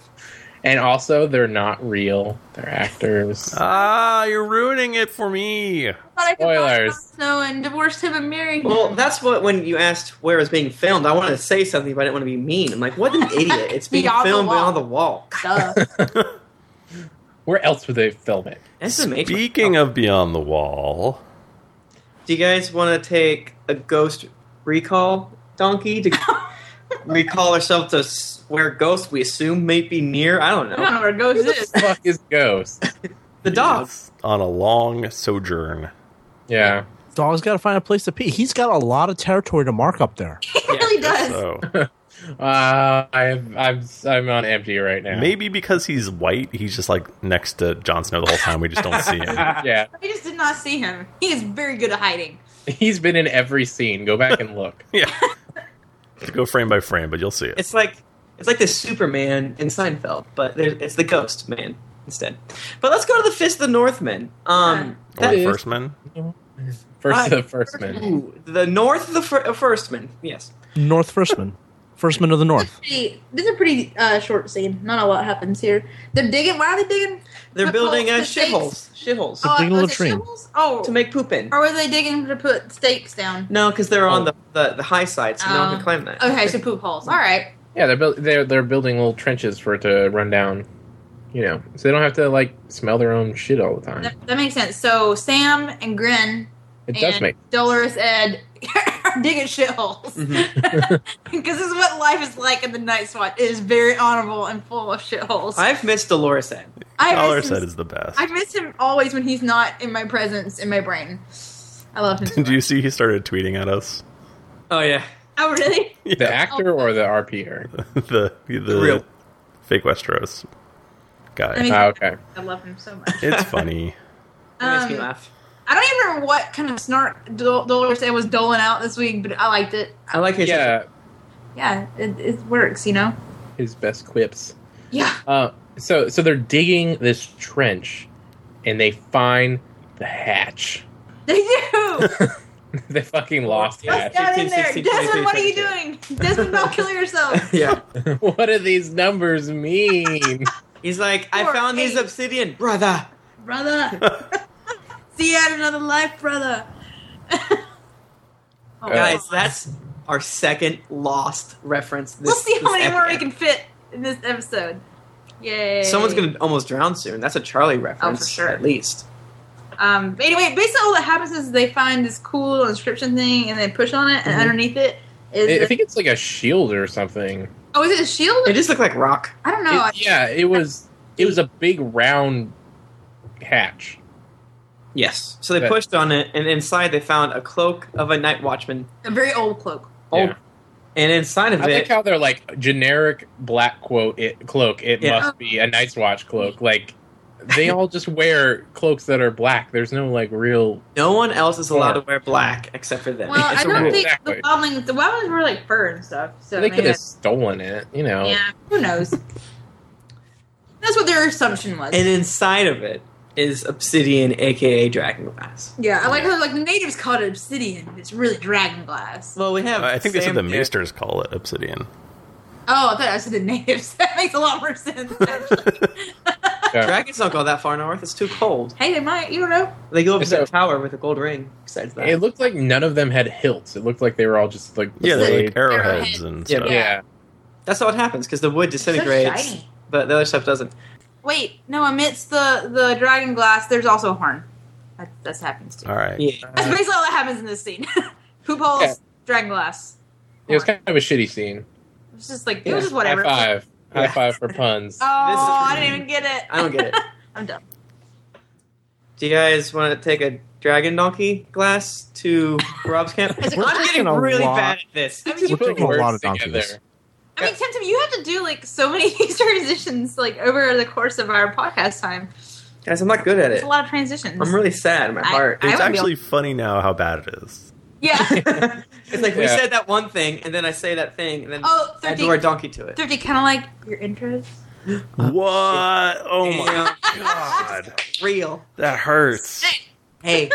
Speaker 1: And also, they're not real; they're actors.
Speaker 4: Ah, you're ruining it for me.
Speaker 3: But I could watch
Speaker 1: Spoilers.
Speaker 3: Jon Snow and divorced him and married him.
Speaker 5: Well, that's what when you asked where it was being filmed, I wanted to say something, but I didn't want to be mean. I'm like,
Speaker 3: (laughs)
Speaker 5: what an idiot! It's being
Speaker 3: Beyond the
Speaker 5: filmed
Speaker 3: wall.
Speaker 5: on the wall.
Speaker 3: Duh.
Speaker 1: (laughs) Where else would they film it?
Speaker 5: SMH.
Speaker 4: Speaking of Beyond the Wall,
Speaker 5: Do you guys want to take a ghost recall donkey
Speaker 3: (laughs)
Speaker 5: to recall ourselves to s- where ghost we assume may be near? I don't
Speaker 3: I don't
Speaker 5: know.
Speaker 3: know where Ghost
Speaker 1: (laughs)
Speaker 3: is.
Speaker 1: Fuck is Ghost?
Speaker 5: The dog.
Speaker 4: on a long sojourn.
Speaker 1: Yeah,
Speaker 2: Dog's got to find a place to pee. He's got a lot of territory to mark up there.
Speaker 3: He really does.
Speaker 4: (laughs) So
Speaker 1: uh, I'm I'm I'm on empty right now.
Speaker 4: maybe because he's white, he's just like next to Jon Snow the whole time. We just don't see him. (laughs)
Speaker 1: Yeah,
Speaker 3: I just did not see him. He is very good at hiding.
Speaker 1: he's been in every scene. Go back and look.
Speaker 4: Yeah. Go frame by frame, but you'll see it.
Speaker 5: It's like it's like the Superman in Seinfeld, but there's, it's the ghost man instead. But let's go to the Fist of the Northman. Um,
Speaker 4: Or
Speaker 5: that-
Speaker 4: the first man.
Speaker 1: First
Speaker 5: Hi.
Speaker 1: the first man.
Speaker 5: ooh, the North of the fir- uh, Firstman. Yes.
Speaker 2: North Firstman, Firstman of the North.
Speaker 3: Hey, this is a pretty uh, short scene. Not a lot happens here. They're digging. Why are they digging?
Speaker 5: They're
Speaker 3: But
Speaker 5: building uh,
Speaker 3: both the
Speaker 5: shitholes, shitholes
Speaker 2: To dig a
Speaker 3: was it
Speaker 2: latrine.
Speaker 3: shovels? Oh,
Speaker 5: to make poop in.
Speaker 3: or were they digging to put stakes down?
Speaker 5: No, because they're on
Speaker 1: Oh.
Speaker 5: the, the, the high side, so no one
Speaker 3: Oh.
Speaker 5: can climb that.
Speaker 3: Okay, so poop holes. All right.
Speaker 1: Yeah, they're buil- they're they're building little trenches for it to run down. You know, so they don't have to like smell their own shit all the time.
Speaker 3: That, that makes sense. So Sam and Grin
Speaker 1: It
Speaker 3: and
Speaker 1: does make
Speaker 3: Dolores Ed (laughs) start digging shitholes because (laughs) this is what life is like in the Night SWAT. It is very honorable and full of shitholes.
Speaker 5: I've missed Dolores Ed.
Speaker 3: I
Speaker 4: Dollar
Speaker 3: miss him-
Speaker 4: said is the best.
Speaker 3: I miss him always when he's not in my presence in my brain. I love him. so
Speaker 4: (laughs) Did you
Speaker 3: much.
Speaker 4: see he started tweeting at us?
Speaker 5: Oh yeah.
Speaker 3: Oh really?
Speaker 1: The actor or the RPer?
Speaker 4: (laughs) the the
Speaker 5: real.
Speaker 4: fake Westeros guy.
Speaker 3: I mean-
Speaker 1: Ah, okay.
Speaker 3: I love him so much.
Speaker 4: it's
Speaker 5: (laughs)
Speaker 4: funny.
Speaker 5: It makes me
Speaker 3: Um,
Speaker 5: laugh.
Speaker 3: I don't even remember what kind of snark Dol- Dolores Day was doling out this week, but I liked it.
Speaker 5: I like his
Speaker 1: Yeah,
Speaker 3: Yeah, it, it works, you know.
Speaker 1: his best quips.
Speaker 3: Yeah, (laughs)
Speaker 1: Uh, so so they're digging this trench, and they find the hatch. (laughs)
Speaker 3: they do.
Speaker 1: they fucking lost the
Speaker 3: Let's
Speaker 1: hatch.
Speaker 3: get in there,
Speaker 5: 15, 16,
Speaker 3: Desmond. What are you
Speaker 5: 22.
Speaker 3: doing, Desmond? Don't
Speaker 5: (laughs)
Speaker 3: kill
Speaker 5: (laughs)
Speaker 3: yourself.
Speaker 5: Yeah.
Speaker 1: (laughs) what do these numbers mean?
Speaker 5: He's like, I
Speaker 3: Four,
Speaker 5: found these
Speaker 3: eight.
Speaker 5: obsidian, brother.
Speaker 3: brother. See you at another life, brother. oh,
Speaker 5: Guys,
Speaker 3: wow.
Speaker 5: that's our second lost reference. This,
Speaker 3: we'll see
Speaker 5: this
Speaker 3: how many more we
Speaker 5: epi-
Speaker 3: can fit in this episode. Yay!
Speaker 5: Someone's gonna almost drown soon. That's a Charlie reference,
Speaker 3: Oh, sure.
Speaker 5: At least.
Speaker 3: Um, but anyway, basically, all that happens is they find this cool inscription thing and they push on it, and
Speaker 5: Mhm.
Speaker 3: underneath it (laughs) is
Speaker 1: I I think it's like a shield or something.
Speaker 3: oh, is it a shield?
Speaker 5: It just looked like rock.
Speaker 3: I don't know.
Speaker 1: It- yeah, it was. It was a big round hatch.
Speaker 5: Yes. So they
Speaker 1: That-
Speaker 5: pushed on it, and inside they found a cloak of a night watchman.
Speaker 3: a very old cloak.
Speaker 5: Oh,
Speaker 1: Yeah.
Speaker 5: and inside of
Speaker 1: I like
Speaker 5: it,
Speaker 1: how they're like generic black quote it, cloak. It
Speaker 5: Yeah.
Speaker 1: must be a Night's Watch cloak. Like
Speaker 3: (laughs)
Speaker 1: they all just wear cloaks that are black. There's no like real.
Speaker 5: no one else is allowed
Speaker 1: Or-
Speaker 5: to wear black except for them.
Speaker 3: Well,
Speaker 5: It's
Speaker 3: I
Speaker 5: a
Speaker 3: don't
Speaker 5: rule.
Speaker 3: think
Speaker 1: Exactly.
Speaker 3: the wildlings. The wildlings were like fur and stuff. So
Speaker 1: they
Speaker 3: maybe
Speaker 1: could have
Speaker 3: that's-
Speaker 1: stolen it. You know.
Speaker 3: Yeah, who knows? That's what their assumption was.
Speaker 5: And inside of it is obsidian, aka dragon glass.
Speaker 3: yeah, I like how like the natives called it obsidian. but It's really dragon glass.
Speaker 5: Well, we have.
Speaker 4: I think they
Speaker 5: Sam
Speaker 4: said the
Speaker 5: there.
Speaker 4: Maesters call
Speaker 3: (laughs)
Speaker 4: it obsidian.
Speaker 3: Oh, I thought I said the natives. (laughs) that makes a lot more sense. Actually. (laughs)
Speaker 1: Yeah.
Speaker 5: Dragons don't go that far north. It's too cold.
Speaker 3: hey, they might. You don't know.
Speaker 5: They go up to
Speaker 1: So-
Speaker 5: the tower with a gold ring. Besides that,
Speaker 1: It looked like none of them had hilts. It looked like they were all just like
Speaker 4: Yeah,
Speaker 1: blade-
Speaker 4: they're like arrowheads
Speaker 3: Arrowheads.
Speaker 4: and
Speaker 5: Yeah,
Speaker 4: stuff.
Speaker 1: yeah.
Speaker 5: that's how it happens because the wood
Speaker 3: It's so
Speaker 5: disintegrates,
Speaker 3: shiny.
Speaker 5: but the other stuff doesn't.
Speaker 3: Wait, no. Amidst the the dragon glass, there's also a horn. That that's happens too.
Speaker 4: All right.
Speaker 5: Yeah.
Speaker 3: That's basically all that happens in this scene. (laughs) Poop holes,
Speaker 1: Yeah.
Speaker 3: dragon glass.
Speaker 1: It was
Speaker 3: Horn.
Speaker 1: kind of a shitty scene.
Speaker 3: It was just like it
Speaker 5: Yeah.
Speaker 3: was just whatever.
Speaker 1: High five.
Speaker 5: Yeah.
Speaker 1: High five
Speaker 3: (laughs)
Speaker 1: for puns.
Speaker 3: Oh, I didn't even get it.
Speaker 5: I don't get it.
Speaker 3: (laughs) I'm done.
Speaker 5: Do you guys want to take a dragon donkey glass to Rob's camp?
Speaker 3: It's a-
Speaker 5: I'm getting
Speaker 2: taking a
Speaker 5: really
Speaker 2: lot.
Speaker 5: bad at this.
Speaker 3: I mean, you
Speaker 2: We're
Speaker 1: Put
Speaker 2: taking a
Speaker 1: words
Speaker 2: lot of
Speaker 1: together.
Speaker 2: donkeys.
Speaker 3: I mean, Tim, Tim, you have to do like so many (laughs) transitions like over the course of our podcast time.
Speaker 5: Guys, I'm not good at
Speaker 3: It's
Speaker 5: it.
Speaker 3: a lot of transitions.
Speaker 5: I'm really sad in my
Speaker 3: I-
Speaker 5: heart.
Speaker 3: I (laughs)
Speaker 4: It's
Speaker 3: wouldn't be
Speaker 4: actually funny now how bad it is.
Speaker 3: yeah.
Speaker 5: (laughs) it's like we
Speaker 1: Yeah.
Speaker 5: said that one thing, and then I say that thing, and then
Speaker 3: Oh,
Speaker 5: I add the word
Speaker 3: 30,
Speaker 5: donkey to it.
Speaker 3: Thirty, kind of like your intros.
Speaker 4: What? Oh my
Speaker 5: Damn,
Speaker 4: god.
Speaker 5: real.
Speaker 4: That hurts.
Speaker 5: Hey,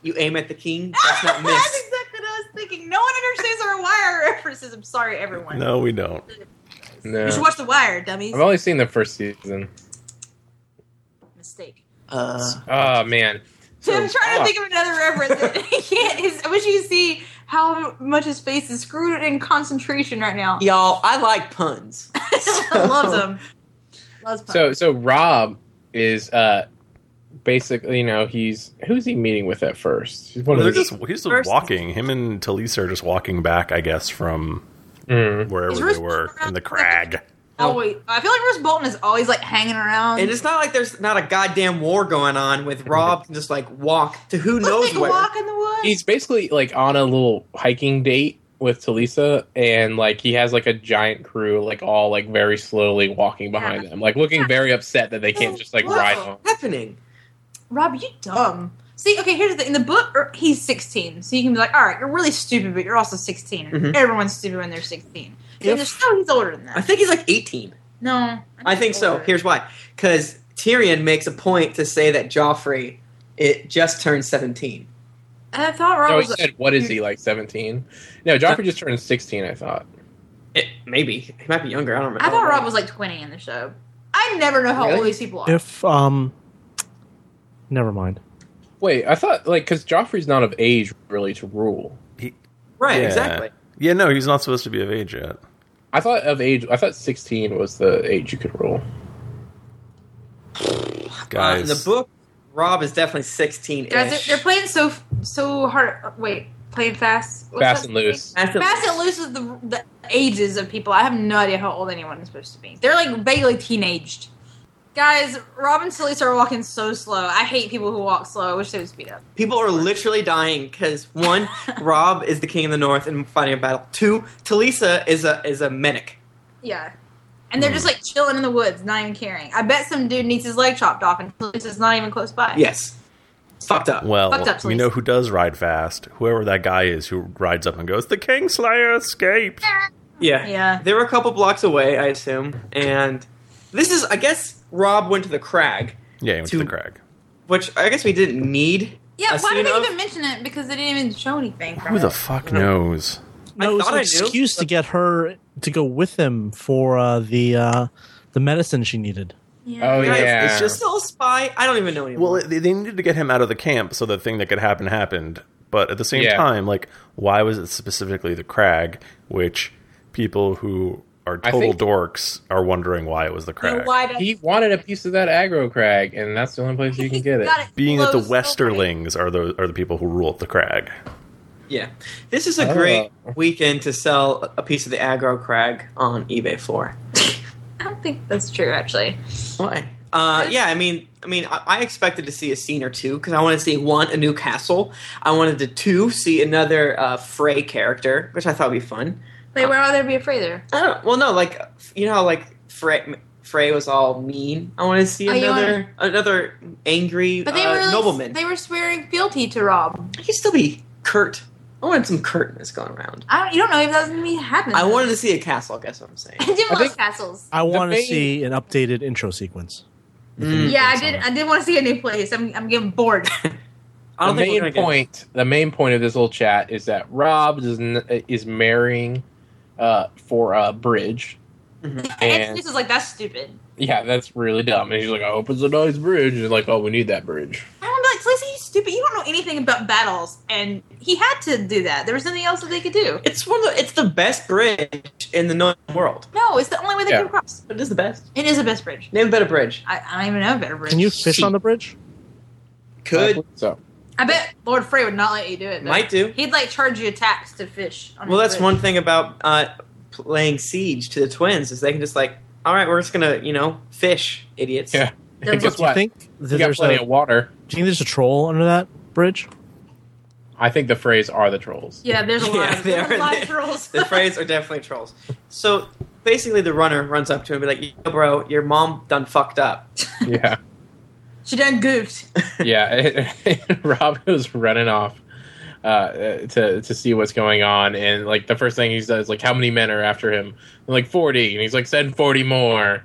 Speaker 5: you aim at the king. That's
Speaker 3: (laughs)
Speaker 5: not
Speaker 3: That's
Speaker 5: miss.
Speaker 3: exactly what I was thinking. No one understands our Wire references. I'm sorry, everyone.
Speaker 4: No, we don't.
Speaker 3: You should
Speaker 1: No.
Speaker 3: watch The Wire, dummies.
Speaker 1: I've only seen the first season.
Speaker 3: Mistake. (laughs)
Speaker 5: Uh,
Speaker 1: Oh man.
Speaker 3: So I'm
Speaker 1: So-
Speaker 3: trying to
Speaker 1: oh.
Speaker 3: think of another reference. (laughs) he can't. His, I wish you could see how much his face is screwed in concentration right now. (laughs)
Speaker 5: y'all, I like puns.
Speaker 3: Loves him. Loves puns.
Speaker 1: So so Rob is uh basically you know he's who's he meeting with at first? He's one
Speaker 4: They're
Speaker 1: of the
Speaker 4: just he's just
Speaker 5: First-
Speaker 4: walking. Him and Talisa are just walking back, I guess, from
Speaker 1: Mm.
Speaker 3: Is
Speaker 4: wherever
Speaker 3: Roose
Speaker 4: they were
Speaker 3: around
Speaker 4: in
Speaker 3: the
Speaker 4: the crag.
Speaker 3: Oh wait, I feel like Bruce Bolton is always like hanging around.
Speaker 5: And it's not like there's not a goddamn war going on with Rob can just like walk to who
Speaker 3: Let's
Speaker 5: knows
Speaker 3: take a
Speaker 5: where.
Speaker 3: walk in the woods.
Speaker 1: He's basically like on a little hiking date with Talisa, and like he has like a giant crew, like all like very slowly walking behind them, like looking very upset that they can't just like
Speaker 5: What's
Speaker 1: ride on.
Speaker 4: Oh.
Speaker 5: happening?
Speaker 3: Rob, you dumb. See, okay, here's the thing. In the book, er, he's 16, so you can be like, all right, you're really stupid, but you're also 16. and
Speaker 1: Mm-hmm.
Speaker 5: Mhm.
Speaker 3: Everyone's stupid when they're 16. In the
Speaker 5: If-
Speaker 3: show, he's older than that.
Speaker 5: I think he's like 18.
Speaker 3: no,
Speaker 5: I think
Speaker 3: he's
Speaker 5: so.
Speaker 3: older.
Speaker 5: Here's why. Because Tyrion makes a point to say that Joffrey it just turned 17.
Speaker 3: I thought Rob
Speaker 1: No, he
Speaker 3: was.
Speaker 1: said, "What is he like? 17? No, Joffrey just turned sixteen. I thought.
Speaker 5: It, maybe. He might be younger. I don't remember.
Speaker 3: I thought Rob was like 20 in the show. I never know how
Speaker 5: Really?
Speaker 3: old these people are.
Speaker 2: If um, never mind.
Speaker 1: Wait, I thought like because Joffrey's not of age really to rule.
Speaker 5: Right,
Speaker 4: Yeah.
Speaker 5: exactly.
Speaker 4: Yeah, no, he's not supposed to be of age yet.
Speaker 1: I thought of age. I thought sixteen was the age you could rule.
Speaker 5: Uh,
Speaker 4: Guys,
Speaker 5: in the book, Rob is definitely 16
Speaker 3: Guys, they're, they're playing so so hard. Wait, playing fast. what's
Speaker 1: Fast
Speaker 3: that
Speaker 1: and loose.
Speaker 5: That's
Speaker 3: name?
Speaker 5: a-
Speaker 3: Fast and loose is the, the ages of people. I have no idea how old anyone is supposed to be. They're like vaguely teenaged. Guys, Rob and Silly are walking so slow. I hate people who walk slow. I wish they would speed up.
Speaker 5: People are literally dying because
Speaker 3: (laughs)
Speaker 5: one, Rob is the king of the north and fighting a battle. Two, Talisa is a is a medic.
Speaker 3: Yeah. And they're just
Speaker 1: Hmm.
Speaker 3: like chilling in the woods, not even caring. I bet some dude needs his leg chopped off and Talisa's not even close by.
Speaker 5: Yes, It's fucked up.
Speaker 4: Well,
Speaker 3: Fucked up,
Speaker 4: we
Speaker 3: please.
Speaker 4: know who does ride fast. Whoever that guy is who rides up and goes, "The Kingslayer escaped."
Speaker 5: Yeah,
Speaker 3: Yeah.
Speaker 5: They were a couple blocks away, I assume. And this is, I guess, Rob went to the crag,
Speaker 4: Yeah, he went to
Speaker 5: To-
Speaker 4: the crag.
Speaker 5: which I guess we didn't need.
Speaker 3: Yeah,
Speaker 5: a
Speaker 3: why
Speaker 5: scene
Speaker 3: did they
Speaker 5: of-
Speaker 3: even mention it? Because they didn't even show anything. From
Speaker 4: Who the
Speaker 3: it.
Speaker 4: fuck knows?
Speaker 5: I
Speaker 2: No, it was
Speaker 5: thought
Speaker 2: an
Speaker 5: I knew.
Speaker 2: excuse to get her to go with him for uh, the uh, the medicine she needed.
Speaker 3: Yeah.
Speaker 1: Oh
Speaker 5: Guys,
Speaker 1: yeah,
Speaker 4: it's just-
Speaker 5: Still a spy? I don't even know anymore.
Speaker 4: Well, it- they they needed to get him out of the camp so the thing that could happen happened. But at the same
Speaker 1: Yeah.
Speaker 4: time, like, why was it specifically the crag? Which people who are
Speaker 1: I
Speaker 4: total
Speaker 1: think-
Speaker 4: dorks are wondering why it was the crag.
Speaker 3: Yeah, why does-
Speaker 1: he wanted a piece of that aggro crag, and that's the only place
Speaker 3: (laughs)
Speaker 1: you can get it.
Speaker 3: Got
Speaker 4: Being that the
Speaker 3: close, so funny.
Speaker 4: Westerlings are the are the people who rule the crag.
Speaker 5: yeah, this is a
Speaker 1: Oh.
Speaker 5: great weekend to sell a piece of the aggro crag on eBay for.
Speaker 3: I don't think that's true, actually.
Speaker 5: Why? Uh, yeah, I mean, I mean, I, I expected to see a scene or two because I wanted to see one a new castle. I wanted to two see another uh, Frey character, which I thought would be fun.
Speaker 3: Like, why would there be a fray there?
Speaker 5: I don't. Well, no, like you know, how, like Frey, Frey was all mean. I want to see
Speaker 3: Oh, you
Speaker 5: another another angry
Speaker 3: But they
Speaker 5: uh,
Speaker 3: were really,
Speaker 5: nobleman.
Speaker 3: They were swearing fealty to Rob.
Speaker 5: I could still be Kurt. I wanted some Kurt in this going around.
Speaker 3: I don't, you don't know if that's gonna be happening.
Speaker 5: I wanted to see a castle. I guess what I'm saying.
Speaker 3: (laughs) I did
Speaker 1: I
Speaker 3: want
Speaker 1: think-
Speaker 3: castles.
Speaker 2: I want to
Speaker 1: main-
Speaker 2: see an updated intro sequence.
Speaker 4: Hmm.
Speaker 5: Mm,
Speaker 3: yeah, I
Speaker 2: that's
Speaker 3: did.
Speaker 2: all
Speaker 3: I did want to see a new place. I'm, I'm getting bored. (laughs)
Speaker 5: I
Speaker 1: the
Speaker 5: don't think we're
Speaker 1: main
Speaker 5: gonna get-
Speaker 1: point the main point of this little chat is that rob is, n- is marrying uh, for a bridge
Speaker 3: and
Speaker 1: And-
Speaker 3: this is like that's stupid.
Speaker 1: yeah that's really dumb and he's like i hope it's a nice bridge and he's like oh we need that bridge
Speaker 3: I don't know, like Lisa, you stupid. You don't know anything about battles, and he had to do that. There was nothing else that they could do.
Speaker 5: It's one of the. It's the best bridge in the known world.
Speaker 3: No, it's the only way they
Speaker 1: Yeah.
Speaker 3: could cross.
Speaker 5: It is the best.
Speaker 3: It is a best bridge.
Speaker 5: Name a better bridge.
Speaker 3: I, I don't even know a better bridge.
Speaker 2: Can you fish on the bridge?
Speaker 5: Could
Speaker 1: so
Speaker 3: I bet Lord Frey would not let you do it. though.
Speaker 5: Might do.
Speaker 3: He'd like charge you a tax to fish. On
Speaker 5: Well,
Speaker 3: his
Speaker 5: that's
Speaker 3: bridge.
Speaker 5: one thing about uh, playing Siege to the twins is they can just like, all right, we're just gonna, you know, fish, idiots.
Speaker 1: yeah
Speaker 3: There was-
Speaker 1: And guess
Speaker 2: Do you
Speaker 1: what
Speaker 2: think
Speaker 1: you
Speaker 2: that
Speaker 1: got
Speaker 2: there's
Speaker 1: plenty
Speaker 2: a,
Speaker 1: of water
Speaker 2: do you think there's a troll under that bridge?
Speaker 1: i think the phrase are the trolls
Speaker 3: Yeah, there's a lot.
Speaker 5: Yeah,
Speaker 3: of,
Speaker 5: they
Speaker 3: there's a
Speaker 5: are-
Speaker 3: lot
Speaker 5: they-
Speaker 3: of trolls.
Speaker 5: The Freys are definitely trolls. So basically, the runner runs up to him and be like, "Yo, bro, your mom done fucked up."
Speaker 1: yeah
Speaker 3: (laughs) she done goofed.
Speaker 1: (laughs)
Speaker 3: (laughs)
Speaker 5: (laughs)
Speaker 1: yeah (laughs) rob was running off uh, to to see what's going on, and like the first thing he says, like how many men are after him? They're like forty, and he's like send forty more.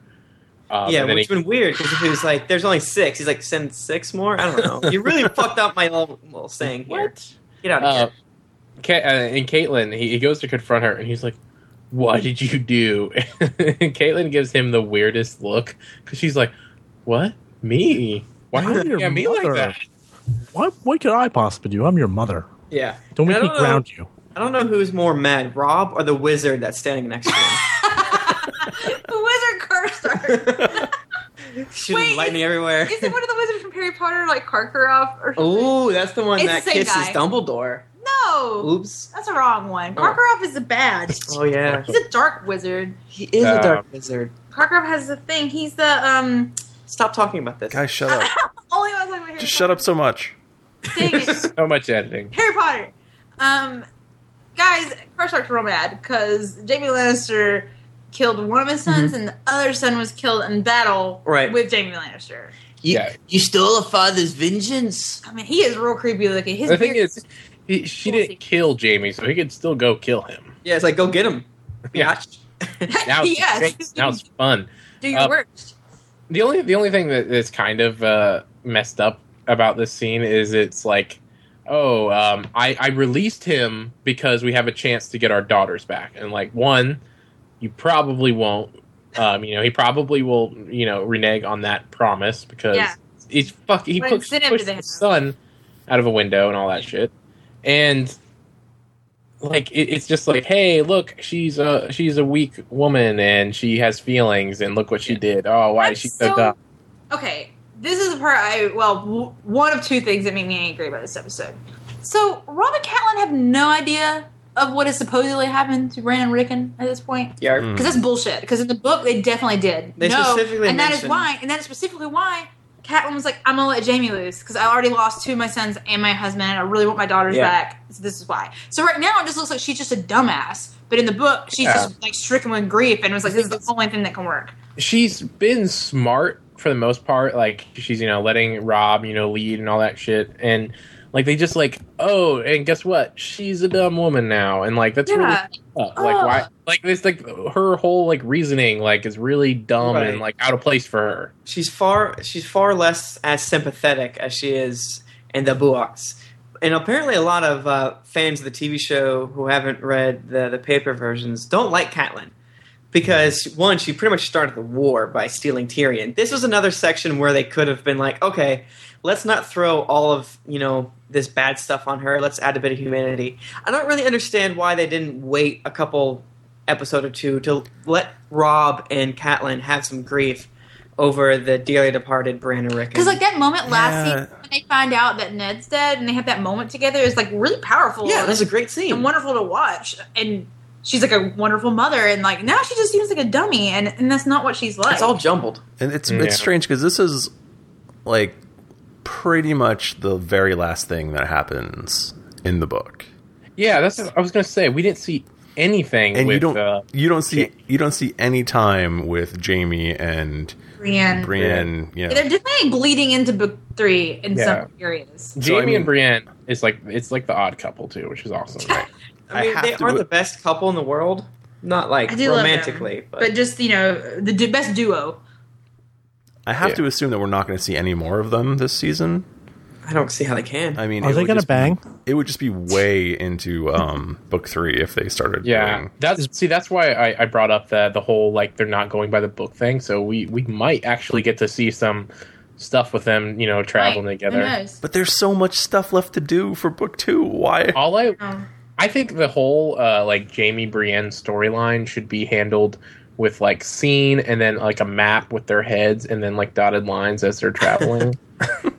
Speaker 1: Um,
Speaker 5: yeah,
Speaker 1: and then
Speaker 5: which
Speaker 1: he-
Speaker 5: been weird because if he was like, "There's only six, he's like, "Send six more." I don't know. You
Speaker 1: (laughs)
Speaker 5: really fucked up my little, little saying here.
Speaker 1: what?
Speaker 5: Get out of
Speaker 1: uh,
Speaker 5: here.
Speaker 1: Ka- uh, and Caitlin, he, he goes to confront her, and he's like, "What did you do?" (laughs) and Caitlin gives him the weirdest look because she's like, "What me? Why
Speaker 2: I'm
Speaker 1: are you
Speaker 2: your
Speaker 1: at me like
Speaker 2: mother.
Speaker 1: that?"
Speaker 2: What what could I possibly do? I'm your mother.
Speaker 5: Yeah.
Speaker 2: Don't
Speaker 5: I
Speaker 2: make me
Speaker 5: don't know.
Speaker 2: ground you.
Speaker 5: I don't know who's more mad, Rob or the wizard that's standing next to him.
Speaker 3: the wizard cursed
Speaker 5: (laughs)
Speaker 3: her.
Speaker 1: (laughs)
Speaker 5: Shooting
Speaker 3: Wait,
Speaker 5: lightning everywhere.
Speaker 3: Is
Speaker 5: (laughs)
Speaker 3: it one of the wizards from Harry Potter, like Karkaroff or something?
Speaker 5: Ooh, that's the one
Speaker 3: It's
Speaker 5: that
Speaker 3: the same
Speaker 5: kisses
Speaker 3: guy.
Speaker 5: Dumbledore.
Speaker 3: No,
Speaker 5: Oops.
Speaker 3: that's a wrong one.
Speaker 5: Oh.
Speaker 3: Karkaroff is a bad.
Speaker 5: Oh yeah,
Speaker 3: He's a dark wizard.
Speaker 5: he is
Speaker 1: Uh,
Speaker 5: a dark wizard.
Speaker 3: Karkaroff has the thing. He's the um.
Speaker 5: Stop talking about this.
Speaker 4: Guys, shut
Speaker 3: (laughs)
Speaker 4: up!
Speaker 3: Only one talking about Harry
Speaker 4: Just shut up so much.
Speaker 3: Potter. Dang
Speaker 4: (laughs)
Speaker 3: it, (laughs)
Speaker 1: So much editing.
Speaker 3: Harry Potter. Um, guys, Karstark's real mad because Jamie Lannister killed one of his sons,
Speaker 1: Mm-hmm.
Speaker 3: and the other son was killed in battle
Speaker 5: (laughs) Right.
Speaker 3: with Jamie Lannister.
Speaker 5: You,
Speaker 1: Yeah.
Speaker 5: you stole a father's vengeance.
Speaker 3: I mean, he is real creepy looking. His
Speaker 1: The thing
Speaker 3: beard-
Speaker 1: is, he, she
Speaker 3: We'll see.
Speaker 1: didn't kill Jamie, so he could still go kill him.
Speaker 5: Yeah, it's like go get him.
Speaker 1: Yeah.
Speaker 5: biatch.
Speaker 3: (laughs)
Speaker 1: Now it's,
Speaker 3: yes,
Speaker 1: now it's fun.
Speaker 3: do your
Speaker 1: uh,
Speaker 3: worst.
Speaker 1: The only the only thing that is kind of uh, messed up about this scene is it's like, oh, um, I, I released him because we have a chance to get our daughters back, and like one, you probably won't. Um, you know, he probably will. You know, renege on that promise because
Speaker 3: Yeah.
Speaker 1: he's fuck. He
Speaker 3: What
Speaker 1: pushed,
Speaker 3: incentive do
Speaker 1: pushed
Speaker 3: they
Speaker 1: his
Speaker 3: have?
Speaker 1: son out of a window and all that shit, and like it, it's just like, hey, look, she's a she's a weak woman and she has feelings, and look what she did. Oh, why
Speaker 3: I'm
Speaker 1: is she so,
Speaker 3: so-
Speaker 1: dumb?
Speaker 3: Okay, this is the part I well, w- one of two things that make me angry about this episode. So Rob and Catelyn have no idea of what has supposedly happened to Bran and Rickon at this point.
Speaker 5: Yeah.
Speaker 4: Mm.
Speaker 3: Because that's bullshit. Because in the book, they definitely did.
Speaker 5: Hmm. They
Speaker 3: no,
Speaker 5: specifically
Speaker 3: and that is
Speaker 5: mentioned-
Speaker 3: why, and that is specifically why Catelyn was like, "I'm gonna let Jamie lose because I already lost two of my sons and my husband, and I really want my daughters
Speaker 5: Yeah.
Speaker 3: back. So this is why." So right now, it just looks like she's just a dumbass. But in the book, she's
Speaker 1: Yeah.
Speaker 3: just like stricken with grief and was like, "This is the only thing that can work."
Speaker 1: she's been smart for the most part. Like she's you know letting Rob you know lead and all that shit, and like they just like oh and guess what? She's a dumb woman now, and like that's really
Speaker 3: Yeah,
Speaker 1: fucked up. like
Speaker 3: Oh.
Speaker 1: why like this like her whole like reasoning like is really dumb
Speaker 5: Right.
Speaker 1: and like out of place for her.
Speaker 5: she's far she's far less as sympathetic as she is in the Buoks. And apparently, a lot of uh, fans of the TV show who haven't read the, the paper versions don't like Catelyn because one, she pretty much started the war by stealing Tyrion. This was another section where they could have been like, okay, let's not throw all of you know this bad stuff on her. Let's add a bit of humanity. I don't really understand why they didn't wait a couple episode or two to let Rob and Catelyn have some grief over the dearly departed Bran and Rickon.
Speaker 3: because like that moment last
Speaker 4: Yeah.
Speaker 3: season when they find out that Ned's dead and they have that moment together is like really powerful.
Speaker 5: yeah, that's a great scene.
Speaker 3: and wonderful to watch. And she's like a wonderful mother, and like now she just seems like a dummy, and and that's not what she's like.
Speaker 5: It's all jumbled.
Speaker 4: And it's
Speaker 1: Yeah.
Speaker 4: it's strange because this is like pretty much the very last thing that happens in the book,
Speaker 1: Yeah, that's I was gonna say we didn't see anything
Speaker 4: and
Speaker 1: with
Speaker 4: you don't
Speaker 1: uh,
Speaker 4: you don't see you don't see any time with Jamie and
Speaker 3: Brienne.
Speaker 4: Brienne. You know,
Speaker 3: They're definitely bleeding into book three in
Speaker 1: Yeah.
Speaker 3: some areas.
Speaker 1: Jamie
Speaker 4: mean-
Speaker 1: and Brienne is like it's like the odd couple too, which
Speaker 3: (laughs)
Speaker 1: is awesome. Right?
Speaker 5: I
Speaker 4: I
Speaker 5: mean,
Speaker 4: have
Speaker 5: they
Speaker 4: to
Speaker 5: are
Speaker 4: w-
Speaker 5: the best couple in the world. Not like
Speaker 3: I do love them,
Speaker 5: romantically, but,
Speaker 3: But just you know, the du- best duo.
Speaker 4: I have
Speaker 1: Yeah.
Speaker 4: to assume that we're not going to see any more of them this season.
Speaker 5: I don't see how they can.
Speaker 4: I mean,
Speaker 2: Are
Speaker 4: it
Speaker 2: they
Speaker 4: would
Speaker 2: gonna
Speaker 4: just be-
Speaker 2: bang?
Speaker 4: it would just be way into um, book three if they started.
Speaker 1: Yeah,
Speaker 4: doing-
Speaker 1: that's see. That's why I, I brought up the the whole like they're not going by the book thing. So we we might actually get to see some stuff with them. You know, traveling
Speaker 3: Right. Who
Speaker 1: together.
Speaker 3: knows?
Speaker 4: but there's so much stuff left to do for book two. Why?
Speaker 1: All I
Speaker 3: Um,
Speaker 1: I think the whole uh, like Jamie Brienne storyline should be handled with like scene and then like a map with their heads and then like dotted lines as
Speaker 3: (laughs)
Speaker 1: they're traveling.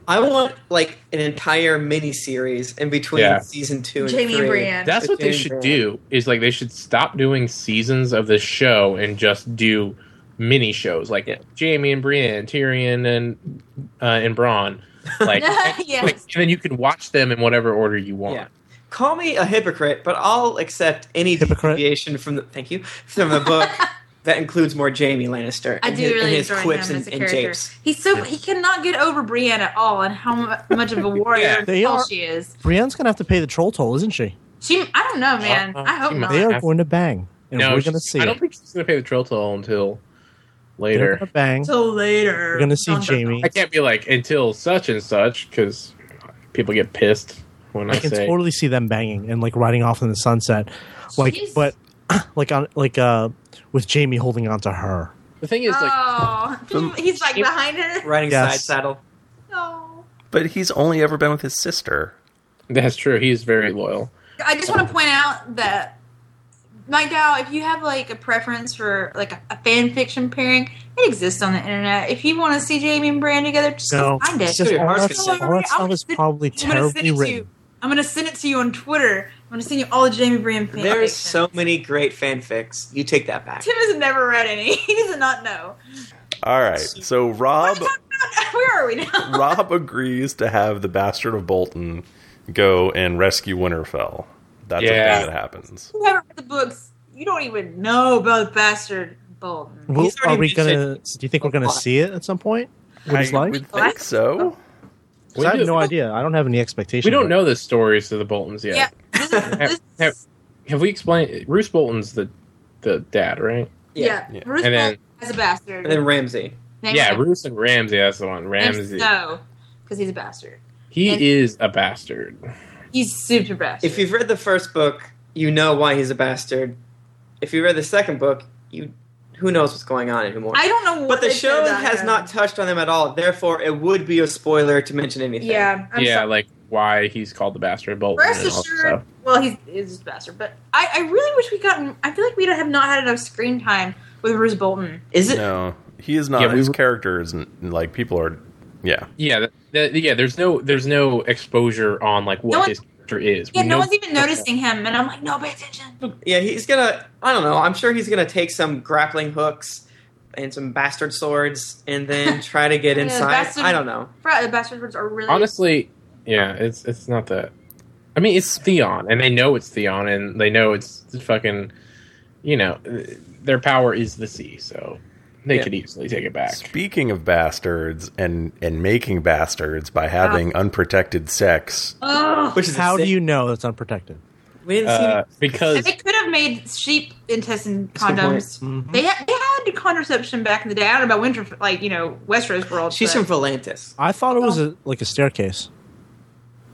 Speaker 5: I want like an entire mini series in between
Speaker 1: Yeah.
Speaker 5: season two and
Speaker 3: Jamie
Speaker 5: three.
Speaker 3: and Brienne.
Speaker 1: that's what they
Speaker 5: Jamie
Speaker 1: should
Speaker 5: Brienne.
Speaker 1: do. Is like they should stop doing seasons of this show and just do mini shows like
Speaker 5: Yeah.
Speaker 1: Jamie and Brienne, Tyrion and uh, and Braun.
Speaker 2: (laughs)
Speaker 1: Like
Speaker 3: yes.
Speaker 1: Like, and then you can watch them in whatever order you want.
Speaker 5: Yeah. Call me a hypocrite, but I'll accept any
Speaker 2: Hypocrite?
Speaker 5: deviation from the thank you from the
Speaker 3: (laughs)
Speaker 5: book that includes more Jamie Lannister.
Speaker 3: I
Speaker 5: and
Speaker 3: do
Speaker 5: his, and
Speaker 3: really
Speaker 5: his
Speaker 3: enjoy
Speaker 5: quips
Speaker 3: him
Speaker 5: and,
Speaker 3: as a
Speaker 5: and
Speaker 3: character.
Speaker 5: japes.
Speaker 3: He's so he cannot get over Brienne at all, and how mu- much of a warrior
Speaker 1: Yeah.
Speaker 3: and
Speaker 2: They
Speaker 3: tall
Speaker 2: are-
Speaker 3: she is.
Speaker 2: Brienne's gonna have to pay the troll toll, isn't she?
Speaker 3: She, I don't know, man.
Speaker 1: Uh,
Speaker 3: I hope
Speaker 1: she
Speaker 3: not.
Speaker 1: might.
Speaker 2: They
Speaker 1: I-
Speaker 2: are going to bang, and
Speaker 1: No,
Speaker 2: we're
Speaker 1: she's-
Speaker 2: gonna see.
Speaker 1: I
Speaker 2: it.
Speaker 1: don't think she's gonna pay the troll toll until
Speaker 2: They're
Speaker 1: later.
Speaker 2: gonna bang.
Speaker 3: Till later.
Speaker 2: We're gonna see
Speaker 3: Dun, dun, dun.
Speaker 2: Jamie.
Speaker 1: I can't be like until such and such because people get pissed when I,
Speaker 2: I can
Speaker 1: say.
Speaker 2: totally see them banging and like riding off in the sunset, like
Speaker 3: Jeez.
Speaker 2: but (clears throat) like on like uh with Jamie holding on to her.
Speaker 1: The thing is, like,
Speaker 3: oh,
Speaker 4: the-
Speaker 3: (laughs) he's like behind
Speaker 2: (laughs)
Speaker 3: her.
Speaker 5: Riding
Speaker 2: Yes.
Speaker 5: side saddle.
Speaker 3: Oh.
Speaker 4: But he's only ever been with his sister.
Speaker 1: that's true. He's very loyal.
Speaker 3: I just want to point out that Mike Dow, if you have like a preference for like a, a fan fiction pairing, it exists on the internet. If you want to see Jamie and Brand together, just go
Speaker 2: No,
Speaker 3: find it.
Speaker 2: it's just
Speaker 5: Dude,
Speaker 2: all
Speaker 5: ours
Speaker 2: that,
Speaker 5: could
Speaker 2: all
Speaker 5: say-
Speaker 2: that stuff is probably
Speaker 3: I'm gonna send
Speaker 2: terribly
Speaker 3: it to
Speaker 2: written.
Speaker 3: you. I'm gonna send it to you on Twitter. I'm gonna send you all the Jamie Brand fan
Speaker 5: There's so
Speaker 3: fiction.
Speaker 5: many great fanfics. You take that back.
Speaker 3: Tim has never read any. (laughs) He does not know.
Speaker 4: All right. So Rob
Speaker 3: (laughs) Where are we now? (laughs)
Speaker 4: Rob agrees to have the bastard of Bolton go and rescue Winterfell. That's
Speaker 1: Yeah.
Speaker 4: a thing that happens.
Speaker 3: You haven't read the books. You don't even know about Bastard Bolton.
Speaker 2: Well,
Speaker 5: He's already
Speaker 2: are we gonna?
Speaker 5: mentioned-
Speaker 2: Do you think we're gonna see it at some point? What it's like?
Speaker 4: would
Speaker 3: Well, I-
Speaker 4: think so.
Speaker 2: 'Cause I have no idea. I don't have any expectations.
Speaker 1: We don't know the stories of the Boltons yet.
Speaker 3: Yeah. This is, this
Speaker 1: Yeah.
Speaker 3: is,
Speaker 1: Have we explained? Bruce Bolton's the the dad, right?
Speaker 3: yeah.
Speaker 4: Yeah.
Speaker 3: Bruce
Speaker 1: And then-
Speaker 3: Bolton is a bastard.
Speaker 5: And then Ramsey.
Speaker 3: Name
Speaker 1: yeah,
Speaker 3: him.
Speaker 1: Bruce and Ramsey. That's the one. Ramsey.
Speaker 3: No, because he's a bastard.
Speaker 1: He
Speaker 3: And-
Speaker 1: is a bastard.
Speaker 3: He's super bastard.
Speaker 5: If you've read the first book, you know why he's a bastard. If you read the second book, you who knows what's going on anymore.
Speaker 3: I don't know. What
Speaker 5: but the
Speaker 3: they said
Speaker 5: show
Speaker 3: about
Speaker 5: has
Speaker 3: him.
Speaker 5: not touched on them at all. Therefore, it would be a spoiler to mention anything.
Speaker 3: Yeah, I'm
Speaker 1: yeah,
Speaker 3: sorry.
Speaker 1: like why he's called the bastard of Bolton.
Speaker 3: Rest
Speaker 1: and all that
Speaker 3: assured.
Speaker 1: stuff.
Speaker 3: Well, he's, he's just a bastard. But I, I really wish we gotten. I feel like we don't- have not had enough screen time with Bruce Bolton.
Speaker 5: Is it?
Speaker 4: No, he is not.
Speaker 1: Yeah, we
Speaker 4: his
Speaker 1: were-
Speaker 4: character isn't like people are. Yeah,
Speaker 1: Yeah, th- th- yeah. There's no there's no exposure on like what
Speaker 3: No one-
Speaker 1: his character is.
Speaker 3: Yeah,
Speaker 1: We
Speaker 3: no
Speaker 1: know-
Speaker 3: one's even noticing him, and I'm like, no, pay attention.
Speaker 5: Yeah, he's gonna. I don't know. I'm sure he's gonna take some grappling hooks and some bastard swords, and
Speaker 3: (laughs)
Speaker 5: then try to get
Speaker 3: Yeah,
Speaker 5: inside.
Speaker 3: bastard-
Speaker 5: I don't know.
Speaker 3: Frat- uh, Bastard words are really
Speaker 1: Honestly, yeah, it's it's not that. I mean, it's Theon, and they know it's Theon, and they know it's the fucking. You know, their power is the sea, so they
Speaker 5: Yeah.
Speaker 1: could easily take it back.
Speaker 4: Speaking of bastards and and making bastards by having
Speaker 3: Ah.
Speaker 4: unprotected sex,
Speaker 3: Ugh.
Speaker 5: Which is a
Speaker 2: How do
Speaker 5: sin-
Speaker 2: you know that's unprotected?
Speaker 5: We didn't see.
Speaker 1: Uh, because
Speaker 3: They could have made sheep intestine
Speaker 5: That's a good
Speaker 3: condoms.
Speaker 1: Mm-hmm.
Speaker 2: Mhm.
Speaker 3: They had, they had contraception back in the day. I don't know about winter, like you know, Westeros world.
Speaker 5: She's
Speaker 3: but-
Speaker 5: from Volantis.
Speaker 2: I thought it was a, like a staircase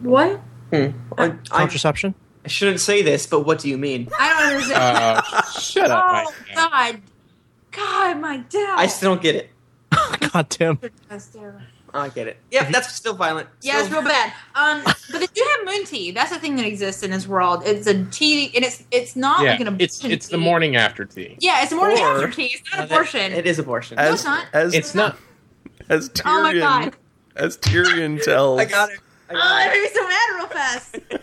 Speaker 3: what?
Speaker 5: I, I (laughs)
Speaker 2: contraception.
Speaker 5: shouldn't say this, but what do you mean?
Speaker 3: I don't understand.
Speaker 1: uh, shut up.
Speaker 3: oh
Speaker 1: Mike.
Speaker 3: God, God, my dad.
Speaker 5: I still don't get it.
Speaker 2: God damn.
Speaker 5: I get it. Yep, that's still violent.
Speaker 3: Yeah, it's
Speaker 5: Still-
Speaker 3: real bad. Um, but they do have moon tea. That's a thing that exists in this world. It's a tea, and it's it's not
Speaker 1: Yeah,
Speaker 3: like an
Speaker 1: it's
Speaker 3: abortion
Speaker 1: it's the
Speaker 3: tea.
Speaker 1: morning after tea.
Speaker 3: Yeah, it's a morning
Speaker 5: Or-
Speaker 3: after tea. It's not
Speaker 5: No, that-
Speaker 3: abortion.
Speaker 5: It is abortion.
Speaker 3: Uh,
Speaker 4: as
Speaker 3: it's not.
Speaker 4: as
Speaker 1: It's not.
Speaker 4: as
Speaker 3: Oh my
Speaker 4: Tyrion
Speaker 3: God. (laughs)
Speaker 4: as Tyrion tells
Speaker 5: I got it. (laughs) I
Speaker 3: Oh,
Speaker 5: got
Speaker 3: I
Speaker 5: it.
Speaker 3: made me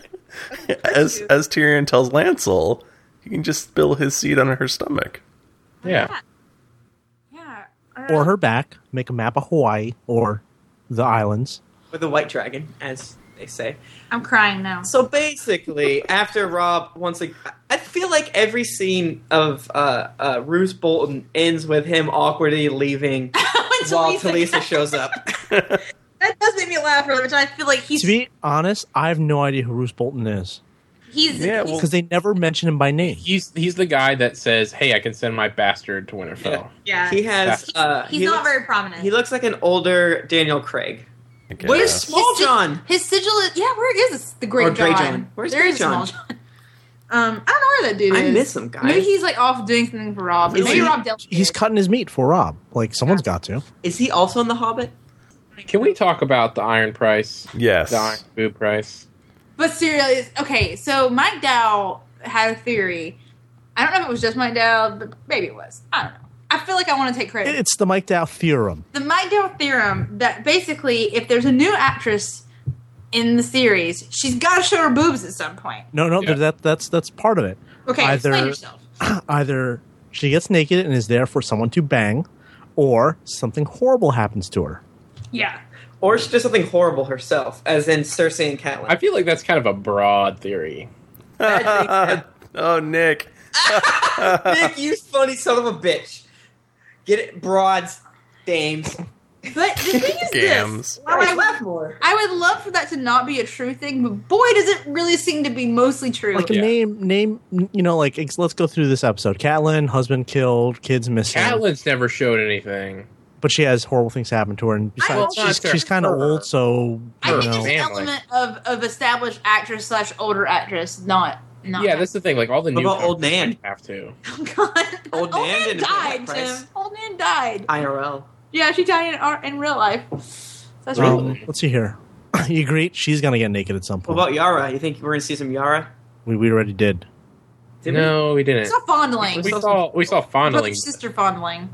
Speaker 3: so mad real fast.
Speaker 4: as as Tyrion tells Lancel, he can just spill his seed on her stomach.
Speaker 1: (laughs)
Speaker 4: (laughs)
Speaker 1: Yeah.
Speaker 3: Yeah.
Speaker 2: Or her back. Make a map of Hawaii or the islands.
Speaker 5: With the white dragon, as they say.
Speaker 3: I'm crying now. (laughs)
Speaker 5: So basically, after Rob once again, I feel like every scene of uh, uh, Roose Bolton ends with him awkwardly leaving while Talisa shows up.
Speaker 3: That does make me laugh really much. I feel like he's
Speaker 2: To be honest, I have no idea who Roose Bolton is
Speaker 3: he's
Speaker 4: Yeah,
Speaker 3: he's-
Speaker 4: well-
Speaker 2: because they never mention him by name.
Speaker 1: He's he's the guy that says, "Hey, I can send my bastard to Winterfell."
Speaker 3: (laughs) yeah.
Speaker 5: He has.
Speaker 1: He's-
Speaker 5: Uh,
Speaker 3: he's
Speaker 5: he
Speaker 3: not
Speaker 5: looks,
Speaker 3: very prominent.
Speaker 5: He looks like an older Daniel Craig.
Speaker 4: I
Speaker 5: Where's
Speaker 4: guess.
Speaker 5: Small
Speaker 3: sig-
Speaker 5: John?
Speaker 3: His sigil is yeah. Where is the Great
Speaker 5: Or Grey
Speaker 3: John?
Speaker 5: Oh, John. Where's
Speaker 3: There
Speaker 5: Grey
Speaker 3: is a small
Speaker 5: John?
Speaker 3: John? Um, I don't know where that dude
Speaker 5: I
Speaker 3: is.
Speaker 5: miss him, guys.
Speaker 3: Maybe he's like off doing something for Rob.
Speaker 5: Is
Speaker 3: Maybe
Speaker 5: he-
Speaker 3: Rob Del.
Speaker 2: He's cutting his meat for Rob. Like someone's got to.
Speaker 5: Is he also in The Hobbit?
Speaker 1: Can we talk about the Iron Price,
Speaker 4: Yes.
Speaker 1: the Iron Food Price?
Speaker 3: But seriously, okay. So Mike Dow had a theory. I don't know if it was just Mike Dow, but maybe it was. I don't know. I feel like I want to take credit.
Speaker 2: It's the Mike Dow theorem.
Speaker 3: the Mydell theorem that basically if there's a new actress in the series, she's got to show her boobs at some point.
Speaker 2: No, no,
Speaker 1: Yeah.
Speaker 2: that that's that's part of it.
Speaker 3: Okay, explain
Speaker 2: Either-
Speaker 3: yourself.
Speaker 2: (clears throat) Either she gets naked and is there for someone to bang, or something horrible happens to her.
Speaker 3: Yeah.
Speaker 5: Or is she just something horrible herself, as in Cersei and Catelyn?
Speaker 1: I feel like that's kind of a broad theory.
Speaker 4: (laughs) oh, Nick.
Speaker 5: Nick, you funny son of a bitch. Get it, broads, dames.
Speaker 3: But the thing
Speaker 5: (laughs)
Speaker 3: is
Speaker 4: Gams.
Speaker 3: this. I would,
Speaker 5: more.
Speaker 3: I would love for that to not be a true thing, but boy, does it really seem to be mostly true.
Speaker 2: Like
Speaker 1: Yeah.
Speaker 2: name, name, you know, like ex- let's go through this episode. Catelyn, husband killed, kids missing,
Speaker 1: Catelyn's never showed anything.
Speaker 2: but she has horrible things happen to her, and
Speaker 3: Well,
Speaker 2: besides, she's,
Speaker 1: it's not
Speaker 2: she's kind of
Speaker 1: fair.
Speaker 2: old, so
Speaker 3: I
Speaker 2: you
Speaker 3: think it's
Speaker 2: know.
Speaker 3: an
Speaker 1: Family.
Speaker 3: element of, of established actress slash older actress, not not.
Speaker 1: Yeah, that's the thing. Like all the
Speaker 5: What
Speaker 1: new
Speaker 5: about old Nan?
Speaker 1: have to.
Speaker 3: Oh, (laughs) God.
Speaker 5: Old Nan didn't pay that
Speaker 3: died,
Speaker 5: price.
Speaker 3: Tim. Old Nan died.
Speaker 5: IRL.
Speaker 3: Yeah, she died in, our- in real life. That's
Speaker 1: Well,
Speaker 3: really
Speaker 2: Um, let's see here. (clears throat) you agree? She's gonna get naked at some
Speaker 5: What
Speaker 2: point.
Speaker 5: about Yara? You think we're gonna see some Yara?
Speaker 2: we we already did.
Speaker 5: Didn't
Speaker 1: no, we didn't.
Speaker 3: It's not fondling.
Speaker 1: We saw we saw fondling.
Speaker 3: Brother sister fondling.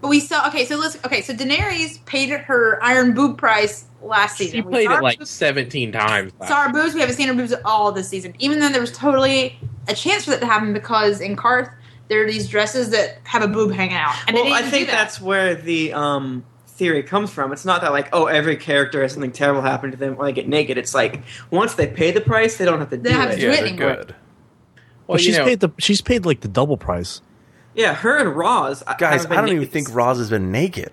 Speaker 3: But we saw okay, so let's okay, so Daenerys paid her iron boob price last season.
Speaker 1: She
Speaker 3: We
Speaker 1: played
Speaker 3: saw
Speaker 1: it
Speaker 3: her
Speaker 1: like
Speaker 3: boobs-
Speaker 1: seventeen times. last-
Speaker 3: saw her boobs. We haven't seen her boobs at all this season. Even though there was totally a chance for that to happen because in Karth there are these dresses that have a boob hanging out. And they
Speaker 5: well, I
Speaker 3: didn't do
Speaker 5: think
Speaker 3: that.
Speaker 5: that's where the um, theory comes from. It's not that like, oh, every character has something terrible happen to them or they get naked. It's like once they pay the price, they don't have to
Speaker 3: They
Speaker 5: do
Speaker 3: have
Speaker 5: it.
Speaker 3: to-
Speaker 4: Yeah, they're
Speaker 3: Whitney work.
Speaker 4: good.
Speaker 1: Well,
Speaker 2: but
Speaker 1: you
Speaker 2: she's
Speaker 1: know,
Speaker 2: paid the she's paid like the double price.
Speaker 5: Yeah, her and Roz.
Speaker 4: Guys,
Speaker 5: haven't
Speaker 4: I
Speaker 5: been
Speaker 4: don't even
Speaker 5: naked.
Speaker 4: think Roz has been naked.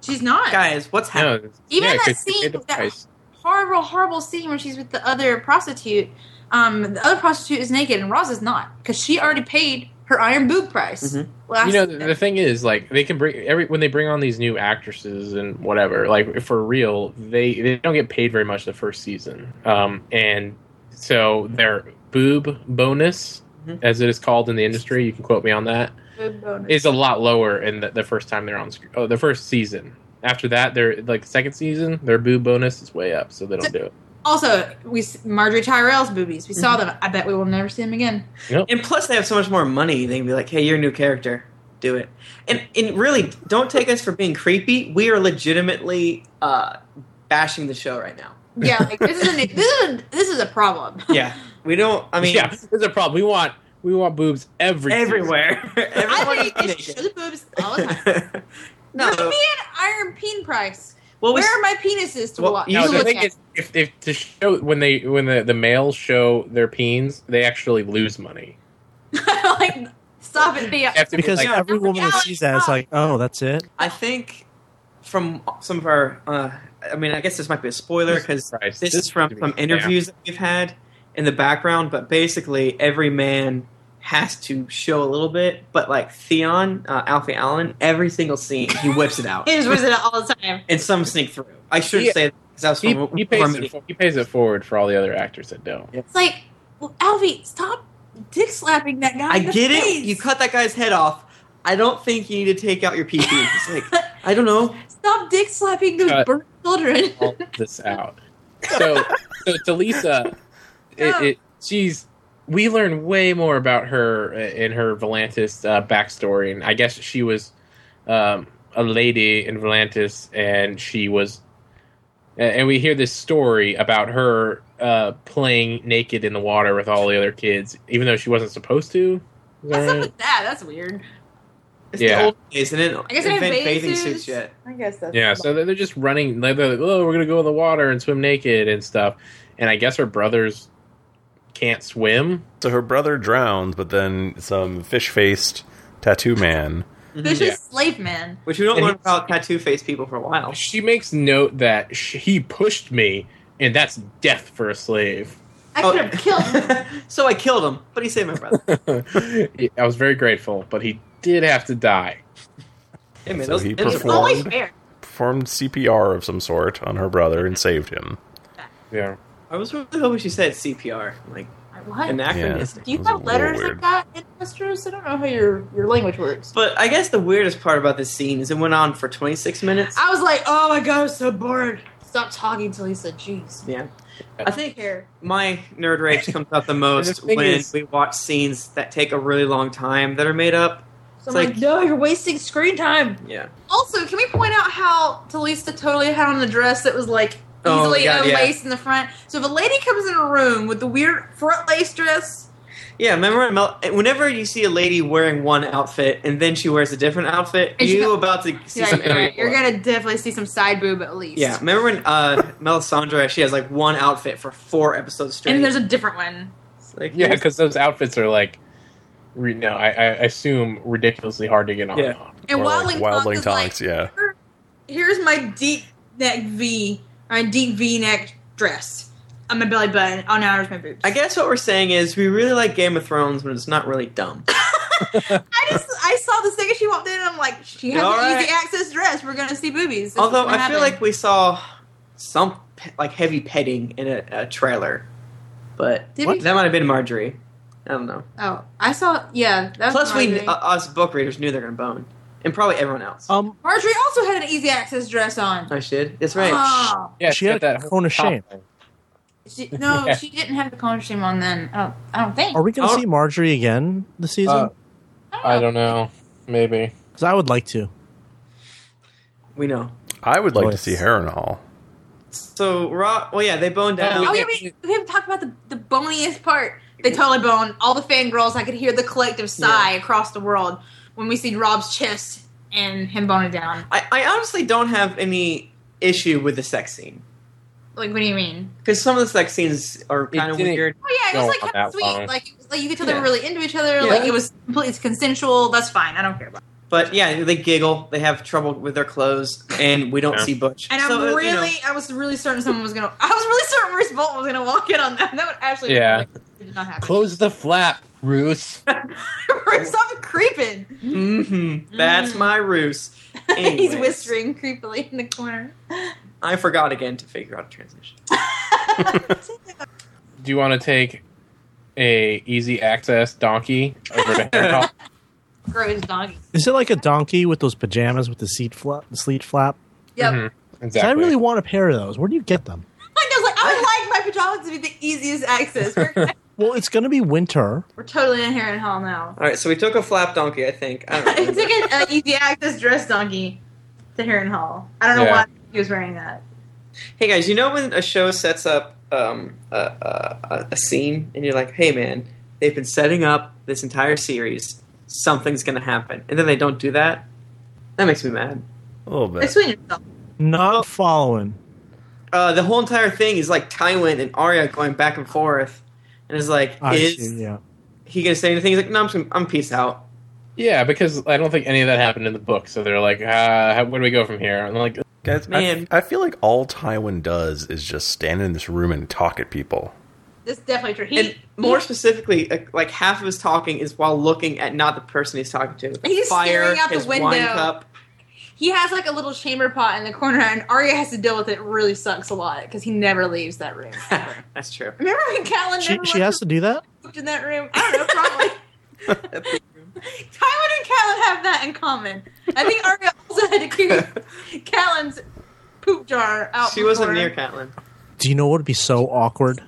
Speaker 3: she's not.
Speaker 5: Guys, what's
Speaker 1: no,
Speaker 5: happening?
Speaker 3: Even
Speaker 1: yeah,
Speaker 3: that
Speaker 1: 'cause she
Speaker 3: scene
Speaker 1: paid the
Speaker 3: with that-
Speaker 1: price.
Speaker 3: Horrible, horrible scene where she's with the other prostitute. Um, the other prostitute is naked and Roz is not because she already paid her iron boob price.
Speaker 5: Mhm.
Speaker 3: Last
Speaker 1: you know the,
Speaker 3: season.
Speaker 1: the thing is like they can bring every when they bring on these new actresses and whatever like for real they they don't get paid very much the first season um and so their boob bonus
Speaker 5: Mhm.
Speaker 1: as it is called in the industry you can quote me on that
Speaker 3: Boob bonus.
Speaker 1: is a lot lower in the, the first time they're on sc- oh the first season after that they're like the second season their boob bonus is way up so they don't do it
Speaker 3: Also, we s- Marjorie Tyrell's boobies. We
Speaker 5: Mm-hmm.
Speaker 3: saw them. I bet we will never see them again.
Speaker 5: And plus, they have so much more money. They can be like, "Hey, you're a new character. Do it." And and really, don't take us for being creepy. We are legitimately uh, bashing the show right now.
Speaker 3: Yeah, like, this is a (laughs) this is a, this is a problem.
Speaker 5: Yeah, (laughs) we don't. I mean,
Speaker 1: (laughs) yeah, there's a problem. We want we want boobs every
Speaker 5: (laughs) everywhere.
Speaker 3: I
Speaker 5: Everyone
Speaker 3: think they should show the boobs all the time.
Speaker 5: (laughs) no.
Speaker 3: Put me an Iron Peen Price.
Speaker 5: Well, we,
Speaker 3: Where are my penises to
Speaker 5: Well,
Speaker 3: watch?
Speaker 5: you
Speaker 1: No,
Speaker 3: to
Speaker 1: the
Speaker 5: look
Speaker 3: look at?
Speaker 1: thing is, if, if to show when they when the, the males show their peens, they actually lose money.
Speaker 3: (laughs) like, stop it, Thea.
Speaker 1: They have to be
Speaker 2: because
Speaker 1: like,
Speaker 5: Yeah.
Speaker 2: every woman that sees that is like, oh, that's it.
Speaker 5: I think from some of our, uh, I mean, I guess this might be a spoiler because
Speaker 1: Christ,
Speaker 5: this is from
Speaker 1: could be
Speaker 5: some
Speaker 1: spam.
Speaker 5: interviews that we've had in the background, but basically every man has to show a little bit. But like Theon, uh, Alfie Allen, every single scene he whips it out,
Speaker 3: (laughs) His was it all the time.
Speaker 5: and some sneak through. I should
Speaker 1: Yeah.
Speaker 5: say that because I was
Speaker 1: He,
Speaker 5: from
Speaker 1: he pays
Speaker 5: from-
Speaker 1: it, for- he pays it forward for all the other actors that don't.
Speaker 3: It's like, well, Alfie, stop dick slapping that guy.
Speaker 5: I
Speaker 3: in the
Speaker 5: get
Speaker 3: face.
Speaker 5: it. You cut that guy's head off. I don't think you need to take out your PP. It's
Speaker 3: (laughs)
Speaker 5: like I don't know.
Speaker 3: Stop dick slapping those
Speaker 1: Cut.
Speaker 3: burnt children.
Speaker 1: all this out. So, so to Lisa, it, it, she's we learn way more about her uh, in her Volantis uh, backstory, and I guess she was um, a lady in Volantis, and she was, a- and we hear this story about her uh, playing naked in the water with all the other kids, even though she wasn't supposed to.
Speaker 3: (laughs)
Speaker 1: Is that
Speaker 3: What's up
Speaker 1: right?
Speaker 3: with that? That's weird.
Speaker 5: It's
Speaker 1: Yeah.
Speaker 5: the old days, and it
Speaker 3: I guess I have
Speaker 5: invent
Speaker 3: bathing
Speaker 5: bathing
Speaker 3: suits.
Speaker 5: suits yet.
Speaker 3: I guess that's
Speaker 1: Yeah, so they're they're just running. Like, they're like, oh, we're gonna go in the water and swim naked and stuff. And I guess her brothers can't swim.
Speaker 4: So her brother drowns, but then some fish faced tattoo man.
Speaker 3: Vicious
Speaker 1: Yeah.
Speaker 3: slave man.
Speaker 5: Mm-hmm. Which we don't
Speaker 1: And
Speaker 5: learn
Speaker 1: he-
Speaker 5: about tattoo face people for a while.
Speaker 1: She makes note that sh he pushed me, and that's death for a (laughs) slave.
Speaker 3: I
Speaker 5: Oh.
Speaker 3: could have killed him.
Speaker 5: (laughs) so I killed him, but he saved my brother.
Speaker 1: I was very grateful, but he did have to die.
Speaker 5: Hey, man,
Speaker 4: So
Speaker 5: those,
Speaker 4: he
Speaker 5: those are
Speaker 3: It's only
Speaker 4: Performed.
Speaker 3: fair.
Speaker 4: Performed CPR of some sort on her brother and saved him.
Speaker 1: Yeah,
Speaker 5: I was really hoping she said CPR, like
Speaker 3: What?
Speaker 5: anachronistic.
Speaker 3: Do you
Speaker 4: It was a
Speaker 3: have
Speaker 4: little
Speaker 3: letters
Speaker 4: weird.
Speaker 3: like that in Westeros? I don't know how your, your language works.
Speaker 5: But I guess the weirdest part about this scene is it went on for 26 minutes.
Speaker 3: I was like, oh my god, I'm so bored. Stop talking till he said, jeez.
Speaker 5: Yeah, I
Speaker 3: I
Speaker 5: think
Speaker 3: care.
Speaker 5: my nerd rage comes out the
Speaker 1: And
Speaker 5: most
Speaker 1: the thing
Speaker 5: when
Speaker 1: is-
Speaker 5: we watch scenes that take a really long time that are made up.
Speaker 3: So I'm like,
Speaker 5: like-
Speaker 3: no, you're wasting screen time.
Speaker 5: Yeah,
Speaker 3: Also, can we point out how Talisa totally had on a dress that was like
Speaker 5: Oh,
Speaker 3: easily
Speaker 5: God, yeah.
Speaker 3: unlaced in the front? So if a lady comes in a room with the weird front lace dress,
Speaker 5: yeah. Remember, when Mel- whenever you see a lady wearing one outfit and then she wears a different outfit,
Speaker 3: And she
Speaker 5: you
Speaker 3: got-
Speaker 5: about to see
Speaker 3: you're, like,
Speaker 5: something.
Speaker 3: "All right, you're
Speaker 5: unusual."
Speaker 3: gonna definitely see some side boob at least.
Speaker 5: Yeah, remember when uh, Melisandre she has like one outfit for four episodes straight?
Speaker 3: and there's a different one.
Speaker 5: It's like,
Speaker 1: yeah, because those outfits are like, re- no, I, I assume ridiculously hard to get on.
Speaker 5: Yeah.
Speaker 3: And
Speaker 4: Or
Speaker 3: Wildling,
Speaker 4: like Wildling
Speaker 3: Fox is like,
Speaker 4: Tonics, yeah.
Speaker 3: "Here- Here's my deep neck V, my deep V neck dress. On my belly button. Oh, now there's my boobs.
Speaker 5: I guess what we're saying is we really like Game of Thrones when it's not really dumb.
Speaker 3: I just I saw this thing and she walked in and I'm like, she has
Speaker 5: All
Speaker 3: an
Speaker 5: right.
Speaker 3: easy access dress. We're gonna see boobies. This
Speaker 5: Although
Speaker 3: is what
Speaker 5: I feel
Speaker 3: happened.
Speaker 5: like we saw some pe- like heavy petting in a, a trailer, but
Speaker 3: Did
Speaker 5: What?
Speaker 3: we?
Speaker 5: that might have been Marjorie. I don't know.
Speaker 3: oh, I saw yeah. That was
Speaker 5: Plus, we
Speaker 3: Marjorie.
Speaker 5: uh, us book readers knew they're gonna bone, and probably everyone else.
Speaker 1: Uh,
Speaker 2: Um,
Speaker 3: Marjorie also had an easy access dress on.
Speaker 5: I should. That's right.
Speaker 3: Oh,
Speaker 1: Yeah,
Speaker 2: She
Speaker 1: it's
Speaker 2: had
Speaker 1: got
Speaker 2: a
Speaker 1: that
Speaker 2: cone of
Speaker 1: top
Speaker 2: shame.
Speaker 1: thing.
Speaker 3: she,
Speaker 5: (laughs)
Speaker 3: no,
Speaker 1: Yeah.
Speaker 3: she didn't have the cone shame on then. I don't. I don't think.
Speaker 2: are we going to
Speaker 5: Oh.
Speaker 2: see Marjorie again this
Speaker 1: Uh,
Speaker 2: season?
Speaker 1: I don't know. Maybe.
Speaker 2: Because I would like to.
Speaker 5: We know.
Speaker 4: I would like to
Speaker 2: Yes.
Speaker 4: see Harrenhal.
Speaker 5: So, Ra- well, yeah, they boned
Speaker 1: Oh,
Speaker 5: down.
Speaker 3: Oh yeah, we, we haven't talked about the the boniest part. They totally bone all the fangirls. I could hear the collective sigh across the world when we see Rob's chest and him boning down.
Speaker 5: I, I honestly don't have any issue with the sex scene
Speaker 3: Like, what do you mean?
Speaker 5: because some of the sex scenes are kind of
Speaker 1: didn't-
Speaker 5: weird.
Speaker 3: Oh yeah, it
Speaker 1: Go
Speaker 3: was like
Speaker 1: on
Speaker 3: kind of
Speaker 1: that
Speaker 3: sweet.
Speaker 1: long.
Speaker 3: Like, it was, like you could tell they
Speaker 5: Yeah.
Speaker 3: were really into each other.
Speaker 5: Yeah.
Speaker 3: Like it was completely it's consensual. That's fine. I don't care about. it.
Speaker 5: But yeah, they giggle. They have trouble with their clothes, and we don't
Speaker 1: Yeah.
Speaker 5: see Butch.
Speaker 3: And
Speaker 5: So, uh,
Speaker 3: I'm
Speaker 5: you
Speaker 3: really,
Speaker 5: know.
Speaker 3: I was really certain someone was gonna. I was really certain Bruce Bolton was gonna walk in on that. (laughs) That would actually,
Speaker 1: Yeah.
Speaker 3: like, it did not happen.
Speaker 1: Close the flap, Ruth.
Speaker 3: (laughs) Stop creeping. (laughs)
Speaker 5: Mm-hmm. That's
Speaker 3: Mm.
Speaker 5: my ruse.
Speaker 3: He's
Speaker 5: Anyways,
Speaker 3: whispering creepily in the corner. (laughs)
Speaker 5: I forgot again to figure out a translation.
Speaker 1: Do you want to take a easy access donkey over to Harrenhal?
Speaker 3: Gross doggy.
Speaker 2: Is it like a donkey with those pajamas with the seat flap, the sleeve flap?
Speaker 3: Yep.
Speaker 1: Mhm,
Speaker 2: 'Cause
Speaker 1: Exactly.
Speaker 2: I really want a pair of those. Where do you get them?
Speaker 3: I was like, I would like my pajamas to be the easiest access. We're, (laughs)
Speaker 2: Well, it's going to be winter.
Speaker 3: we're totally in here in hall now.
Speaker 5: All right, so we took a flap donkey. I think.
Speaker 3: (laughs)
Speaker 5: I don't
Speaker 3: I
Speaker 5: remember.
Speaker 3: took an uh, easy access dress donkey to Heron Hall. I don't know
Speaker 1: Yeah.
Speaker 3: why he was wearing that.
Speaker 5: Hey guys, you know when a show sets up um, a, a, a scene and you're like, hey man, they've been setting up this entire series, something's going to happen, and then they don't do that? That makes me mad.
Speaker 4: A little bit.
Speaker 3: Explain yourself.
Speaker 2: Not following.
Speaker 5: Uh, the whole entire thing is like Tywin and Arya going back and forth, and it's like,
Speaker 2: I
Speaker 5: is
Speaker 2: see, yeah.
Speaker 5: he going to say anything? He's like, no, I'm, just gonna, I'm peace out.
Speaker 1: Yeah, because I don't think any of that happened in the book. So they're like, uh, how, where do we go from here? And I'm like,
Speaker 4: Guys, I-
Speaker 5: Man.
Speaker 4: I, feel like all Tywin does is just stand in this room and talk at people.
Speaker 3: That's definitely true. He,
Speaker 5: And more specifically, uh, like half of his talking is while looking at not the person he's talking to. The
Speaker 3: He's
Speaker 5: fire,
Speaker 3: staring out the
Speaker 5: his wine
Speaker 3: window.
Speaker 5: cup. (laughs)
Speaker 3: he has like a little chamber pot in the corner, and Arya has to deal with it. Really sucks a lot because he never leaves that room.
Speaker 5: That's true.
Speaker 3: Remember when Catelyn
Speaker 2: She,
Speaker 3: never
Speaker 2: she
Speaker 3: left
Speaker 2: has to do that?
Speaker 3: her in that room? I don't know, probably. (laughs) Tywin and Catelyn have that in common. I think Arya also had to keep Catelyn's poop jar out.
Speaker 5: she wasn't
Speaker 3: before.
Speaker 5: near Catelyn.
Speaker 2: Do you know what would be so awkward?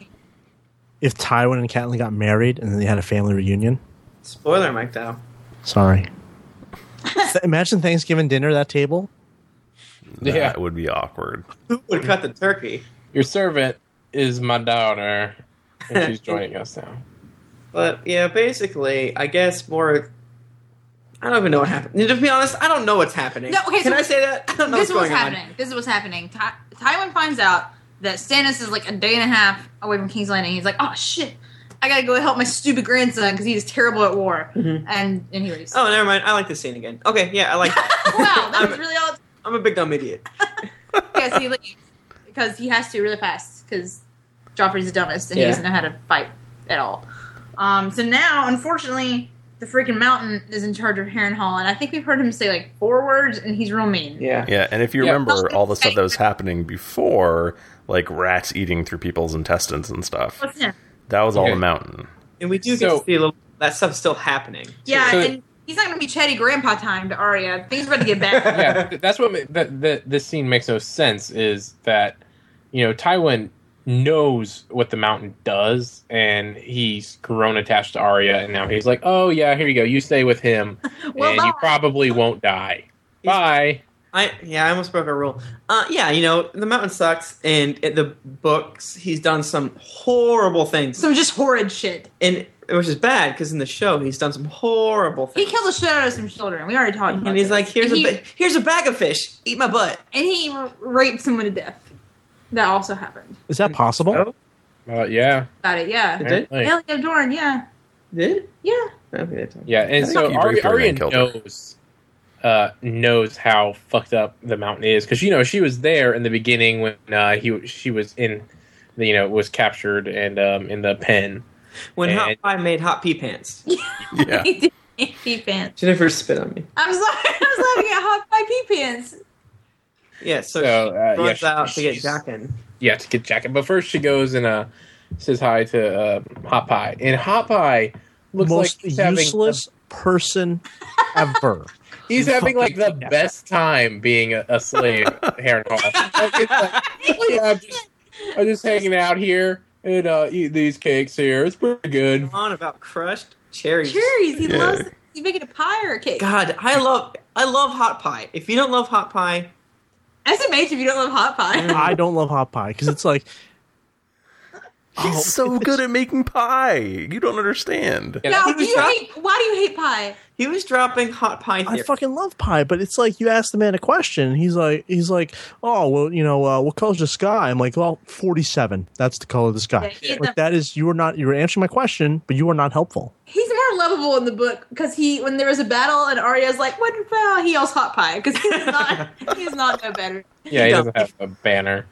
Speaker 2: If Tywin and Catelyn got married and then they had a family reunion?
Speaker 5: Spoiler, Mike. Though
Speaker 2: Sorry. Th- Imagine Thanksgiving dinner, that table.
Speaker 4: That
Speaker 1: Yeah.
Speaker 4: would be awkward.
Speaker 5: who would cut the turkey?
Speaker 1: your servant is my daughter, and she's joining us now.
Speaker 5: But yeah, basically, I guess more. I don't even know what happened. To be honest, I don't know what's happening.
Speaker 3: No, okay,
Speaker 5: Can
Speaker 3: so
Speaker 5: I say that? I don't know
Speaker 3: this is
Speaker 5: what's
Speaker 3: what's
Speaker 5: going
Speaker 3: happening. This is what's happening. Ty- Tywin finds out that Stannis is like a day and a half away from King's Landing. He's like, oh shit, I gotta go help my stupid grandson because he's terrible at war.
Speaker 5: Mhm.
Speaker 3: And and he leaves.
Speaker 5: on. Oh, never mind. I like this scene again. Okay, yeah, I like. That.
Speaker 3: (laughs)
Speaker 5: (laughs)
Speaker 3: wow, that
Speaker 5: I'm-
Speaker 3: was really all. it
Speaker 5: I'm a big dumb idiot.
Speaker 3: took. Yes, he leaves because he has to really fast because Joffrey's the dumbest and
Speaker 5: Yeah.
Speaker 3: he doesn't know how to fight at all. Um, so now, unfortunately, the freaking mountain is in charge of Harrenhal, and I think we've heard him say like four words, and he's real mean.
Speaker 5: Yeah.
Speaker 4: Yeah, and if you
Speaker 1: Yeah.
Speaker 4: remember all the stuff that
Speaker 3: (laughs)
Speaker 4: was happening before, like rats eating through people's intestines and stuff,
Speaker 3: What's him?
Speaker 4: that was all
Speaker 1: Okay.
Speaker 4: the mountain.
Speaker 5: And we do get
Speaker 1: So-
Speaker 5: to see a little. That stuff's still happening.
Speaker 3: Yeah,
Speaker 1: So-
Speaker 3: and he's not gonna be chatty grandpa time to Arya. Things are about to get bad.
Speaker 1: yeah, th- that's what ma- that that this scene makes no sense is that you know Tywin knows what the mountain does, and he's grown attached to Arya, and now he's like, oh yeah, here you go, you stay with him,
Speaker 3: Well,
Speaker 1: and you
Speaker 3: bye.
Speaker 1: probably won't die.
Speaker 5: He's-
Speaker 1: Bye.
Speaker 5: I yeah, I almost broke a rule. Uh, yeah, you know the mountain sucks, and in the books he's done some horrible things,
Speaker 3: Some just horrid shit.
Speaker 5: and which is bad because in the show he's done some horrible
Speaker 3: He
Speaker 5: things.
Speaker 3: killed the shit out of some children. We already talked about
Speaker 5: and he's
Speaker 3: this.
Speaker 5: like, here's
Speaker 3: and
Speaker 5: a
Speaker 3: he,
Speaker 5: ba- here's a bag of fish, eat my butt.
Speaker 3: and he r- raped someone to death. That also happened.
Speaker 2: Is that possible?
Speaker 5: Oh.
Speaker 1: Uh, yeah.
Speaker 3: About it, yeah.
Speaker 5: It did?
Speaker 1: apparently.
Speaker 3: Ellie of Dorne, yeah,
Speaker 5: Did?
Speaker 3: yeah.
Speaker 5: I don't think they told me.
Speaker 1: Yeah, and
Speaker 4: I
Speaker 1: so
Speaker 4: think he raped
Speaker 1: Arya,
Speaker 4: her and
Speaker 1: Arya
Speaker 4: then killed her.
Speaker 1: knows uh, knows how fucked up the mountain is because you know she was there in the beginning when uh, he she was in you know was captured and um, in the pen.
Speaker 5: When Hot
Speaker 1: And-
Speaker 5: Pie made hot pee pants,
Speaker 4: Yeah.
Speaker 3: (laughs) he did make pee pants.
Speaker 5: Jennifer spit on me.
Speaker 3: I'm sorry, (laughs) I was laughing at hot pie pee pants.
Speaker 5: Yeah, so,
Speaker 1: So, uh,
Speaker 5: she runs
Speaker 1: yeah, she-
Speaker 5: out to get
Speaker 1: she's-
Speaker 5: Jack in.
Speaker 1: yeah to get jacket. But first she goes and uh, says hi to uh, Hot Pie, and Hot Pie looks
Speaker 2: Most
Speaker 1: like he's having,
Speaker 2: useless person
Speaker 1: (laughs)
Speaker 2: ever.
Speaker 1: he's having like the
Speaker 2: Yeah.
Speaker 1: best time being a, a (laughs) slave here in Hall. Like, it's like, yeah, I'm just, I'm just hanging out here and uh, eating these cakes here. It's pretty good.
Speaker 5: on about crushed cherries.
Speaker 3: Cherries, he
Speaker 4: Yeah.
Speaker 3: loves. He's making a pie or a cake.
Speaker 5: God, I love I love hot pie. If you don't love hot pie,
Speaker 3: SMH, if you don't love hot pie, (laughs)
Speaker 2: I don't love hot pie because it's like
Speaker 4: He's so good at making pie. You don't understand.
Speaker 1: Yeah,
Speaker 3: now
Speaker 5: that's-
Speaker 3: do you hate? Why do you hate pie?
Speaker 5: he was dropping hot pie.
Speaker 2: I
Speaker 5: Theory.
Speaker 2: fucking love pie, but it's like you ask the man a question, and he's like, he's like, oh well, you know, uh, what color's the sky? I'm like, well, forty seven. That's the color of the
Speaker 3: Yeah,
Speaker 2: sky.
Speaker 3: he is
Speaker 2: Like that is you are not you are answering my question, but you are not helpful.
Speaker 3: He's more lovable in the book because he, when there was a battle and Arya's like, "What about?" He yells "hot pie" because he's
Speaker 4: (laughs)
Speaker 3: not, he's not no better.
Speaker 1: yeah, he doesn't have a banner.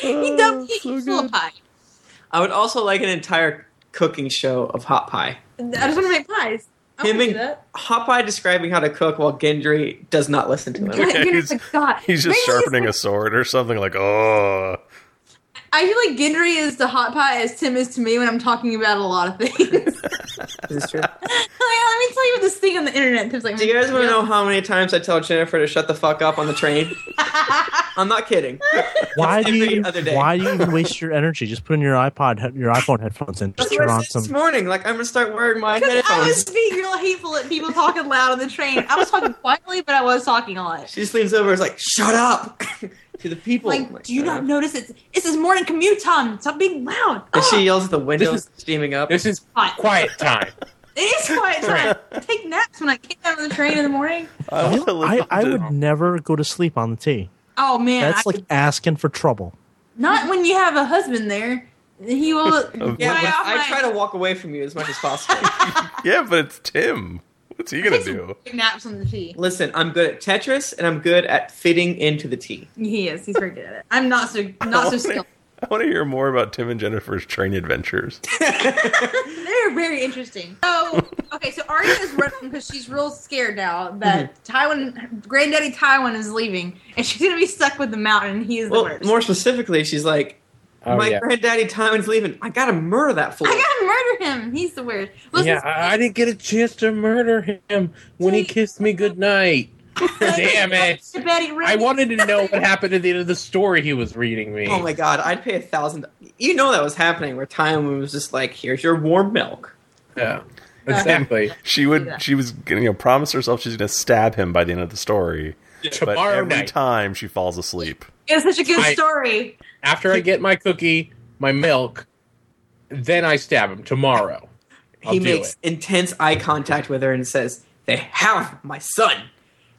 Speaker 3: He
Speaker 4: Oh,
Speaker 3: dumped he
Speaker 4: so
Speaker 3: eats full
Speaker 4: good.
Speaker 3: of pie.
Speaker 5: I would also like an entire cooking show of hot pie.
Speaker 3: I just want to make pies. I
Speaker 5: Him
Speaker 3: want to do
Speaker 5: and (laughs)
Speaker 3: that.
Speaker 5: hot pie describing how to cook while Gendry does not listen to him.
Speaker 3: God,
Speaker 4: Okay,
Speaker 3: Gendry's
Speaker 4: he's-
Speaker 3: like, God.
Speaker 4: He's just
Speaker 3: Maybe
Speaker 4: sharpening a sword or something like, oh.
Speaker 3: I feel like Gendry is to hot pie as Tim is to me when I'm talking about a lot of things. (laughs) like, let me
Speaker 5: This is
Speaker 3: (laughs)
Speaker 5: true.
Speaker 3: tell you this thing on the internet. Tim's like,
Speaker 5: Do you guys want to know how many times I tell Jennifer to shut the fuck up on the
Speaker 3: (laughs)
Speaker 5: train? I'm not kidding.
Speaker 2: Why do
Speaker 5: every
Speaker 2: you
Speaker 5: other day.
Speaker 2: why do you even waste your energy? Just put in your iPod, he- your iPhone headphones, and just
Speaker 5: That's what
Speaker 2: turn
Speaker 5: I
Speaker 2: on
Speaker 5: said this
Speaker 2: some.
Speaker 5: morning. Like I'm gonna start wearing my
Speaker 3: Because I was
Speaker 5: headphones.
Speaker 3: being real hateful at people talking loud on the train. I was talking quietly, but I was talking a lot.
Speaker 5: She just leans over. and is like, "Shut up." (laughs) to the people.
Speaker 3: Like, do you
Speaker 5: uh,
Speaker 3: not notice it's it's his morning commute time? Stop being loud.
Speaker 5: And
Speaker 3: Ah,
Speaker 5: she yells at the window,
Speaker 1: This
Speaker 5: steaming up.
Speaker 1: This is
Speaker 3: Hot.
Speaker 1: quiet time.
Speaker 3: It is quiet time. I Take naps when I get down on the train in the morning.
Speaker 4: I, want to
Speaker 2: I,
Speaker 4: listen
Speaker 2: I
Speaker 4: to-
Speaker 2: would never go to sleep on the T.
Speaker 3: Oh man,
Speaker 2: That's
Speaker 3: I-
Speaker 2: like asking for trouble.
Speaker 3: not when you have a husband there. He will.
Speaker 5: Yeah,
Speaker 3: buy
Speaker 5: but
Speaker 3: off
Speaker 5: I
Speaker 3: my-
Speaker 5: try to walk away from you as much as possible.
Speaker 3: (laughs)
Speaker 4: Yeah, but it's Tim. What's he gonna
Speaker 3: Take some
Speaker 4: do?
Speaker 3: big naps on the tea.
Speaker 5: Listen, I'm good at Tetris and I'm good at fitting into the
Speaker 3: (laughs)
Speaker 5: T.
Speaker 3: He is. He's very good at it. I'm not so
Speaker 4: I
Speaker 3: not so
Speaker 4: wanna-
Speaker 3: skilled.
Speaker 4: I want to hear more about Tim and Jennifer's train adventures.
Speaker 3: (laughs) They're very interesting. So okay, so Arya is running because she's real scared now that Tywin, Granddaddy Tywin, is leaving, and she's gonna be stuck with the mountain. and He is the
Speaker 5: Well,
Speaker 3: worst.
Speaker 5: more specifically, she's like,
Speaker 1: (laughs) Oh
Speaker 5: "My
Speaker 1: yeah,
Speaker 5: granddaddy Tywin's leaving. I gotta murder that fool."
Speaker 3: I gotta murder him. He's the worst. Listen,
Speaker 1: yeah. I, I didn't get a chance to murder him when he kissed me goodnight.
Speaker 3: (laughs)
Speaker 1: Damn it!
Speaker 3: I bet he really-
Speaker 1: I wanted to know
Speaker 3: (laughs)
Speaker 1: what happened at the end of the story he was reading me.
Speaker 5: Oh my god, I'd pay a thousand. You know that was happening where Tywin was just like, "Here's your warm milk."
Speaker 1: Yeah, exactly.
Speaker 4: She
Speaker 3: Yeah.
Speaker 4: would. She was gonna you know, promise herself she's gonna stab him by the end of the story. But
Speaker 1: Tomorrow
Speaker 4: every
Speaker 1: night.
Speaker 4: time she falls asleep.
Speaker 3: It's such a good
Speaker 1: I-
Speaker 3: story.
Speaker 1: after I get my cookie, my milk, then I stab him tomorrow. I'll
Speaker 5: he
Speaker 1: do
Speaker 5: makes
Speaker 1: it.
Speaker 5: intense eye contact with her and says, "They have my son,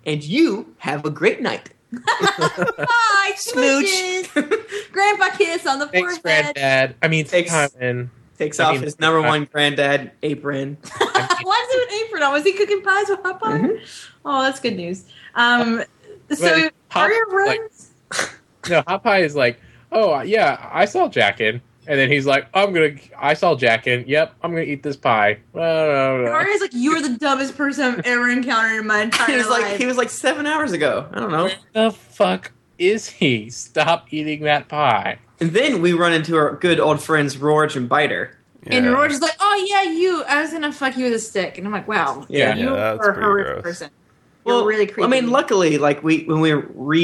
Speaker 5: and you have a great night."
Speaker 3: Bye,
Speaker 5: (laughs) Smooch.
Speaker 3: smooches. Grandpa kiss on the
Speaker 1: Thanks,
Speaker 3: forehead.
Speaker 1: Granddad. I mean,
Speaker 5: Thanks.
Speaker 1: Simon.
Speaker 5: (laughs) Takes
Speaker 1: I
Speaker 5: off
Speaker 1: mean,
Speaker 5: his number
Speaker 1: I-
Speaker 5: one granddad apron.
Speaker 3: (laughs) Why is he an apron on? Was he cooking pies with hot butter?
Speaker 5: Mm-hmm.
Speaker 3: Oh, that's good news. Um, so
Speaker 1: But Hot-
Speaker 3: Arya runs.
Speaker 1: like- No, Hot Pie is like, oh yeah, I saw Jackin, and then he's like, I'm gonna, I saw Jackin. Yep, I'm gonna eat this pie. Uh,
Speaker 3: And Arya's like, "You are the dumbest person I've ever encountered in
Speaker 5: (laughs)
Speaker 3: my entire
Speaker 5: he was
Speaker 3: life."
Speaker 5: like, he was like seven hours ago. I don't know.
Speaker 1: the fuck is he? Stop eating that pie.
Speaker 5: And then we run into our good old friends Rorge and Biter.
Speaker 3: And
Speaker 4: Yeah.
Speaker 3: Roger's like, "Oh yeah, you. I was gonna fuck you with a stick." And I'm like, "Wow,
Speaker 5: Yeah.
Speaker 3: you
Speaker 4: Yeah, that's
Speaker 3: are a
Speaker 4: pretty
Speaker 3: horrific
Speaker 4: gross.
Speaker 3: person. You're really creepy."
Speaker 5: I mean, luckily, like we when we're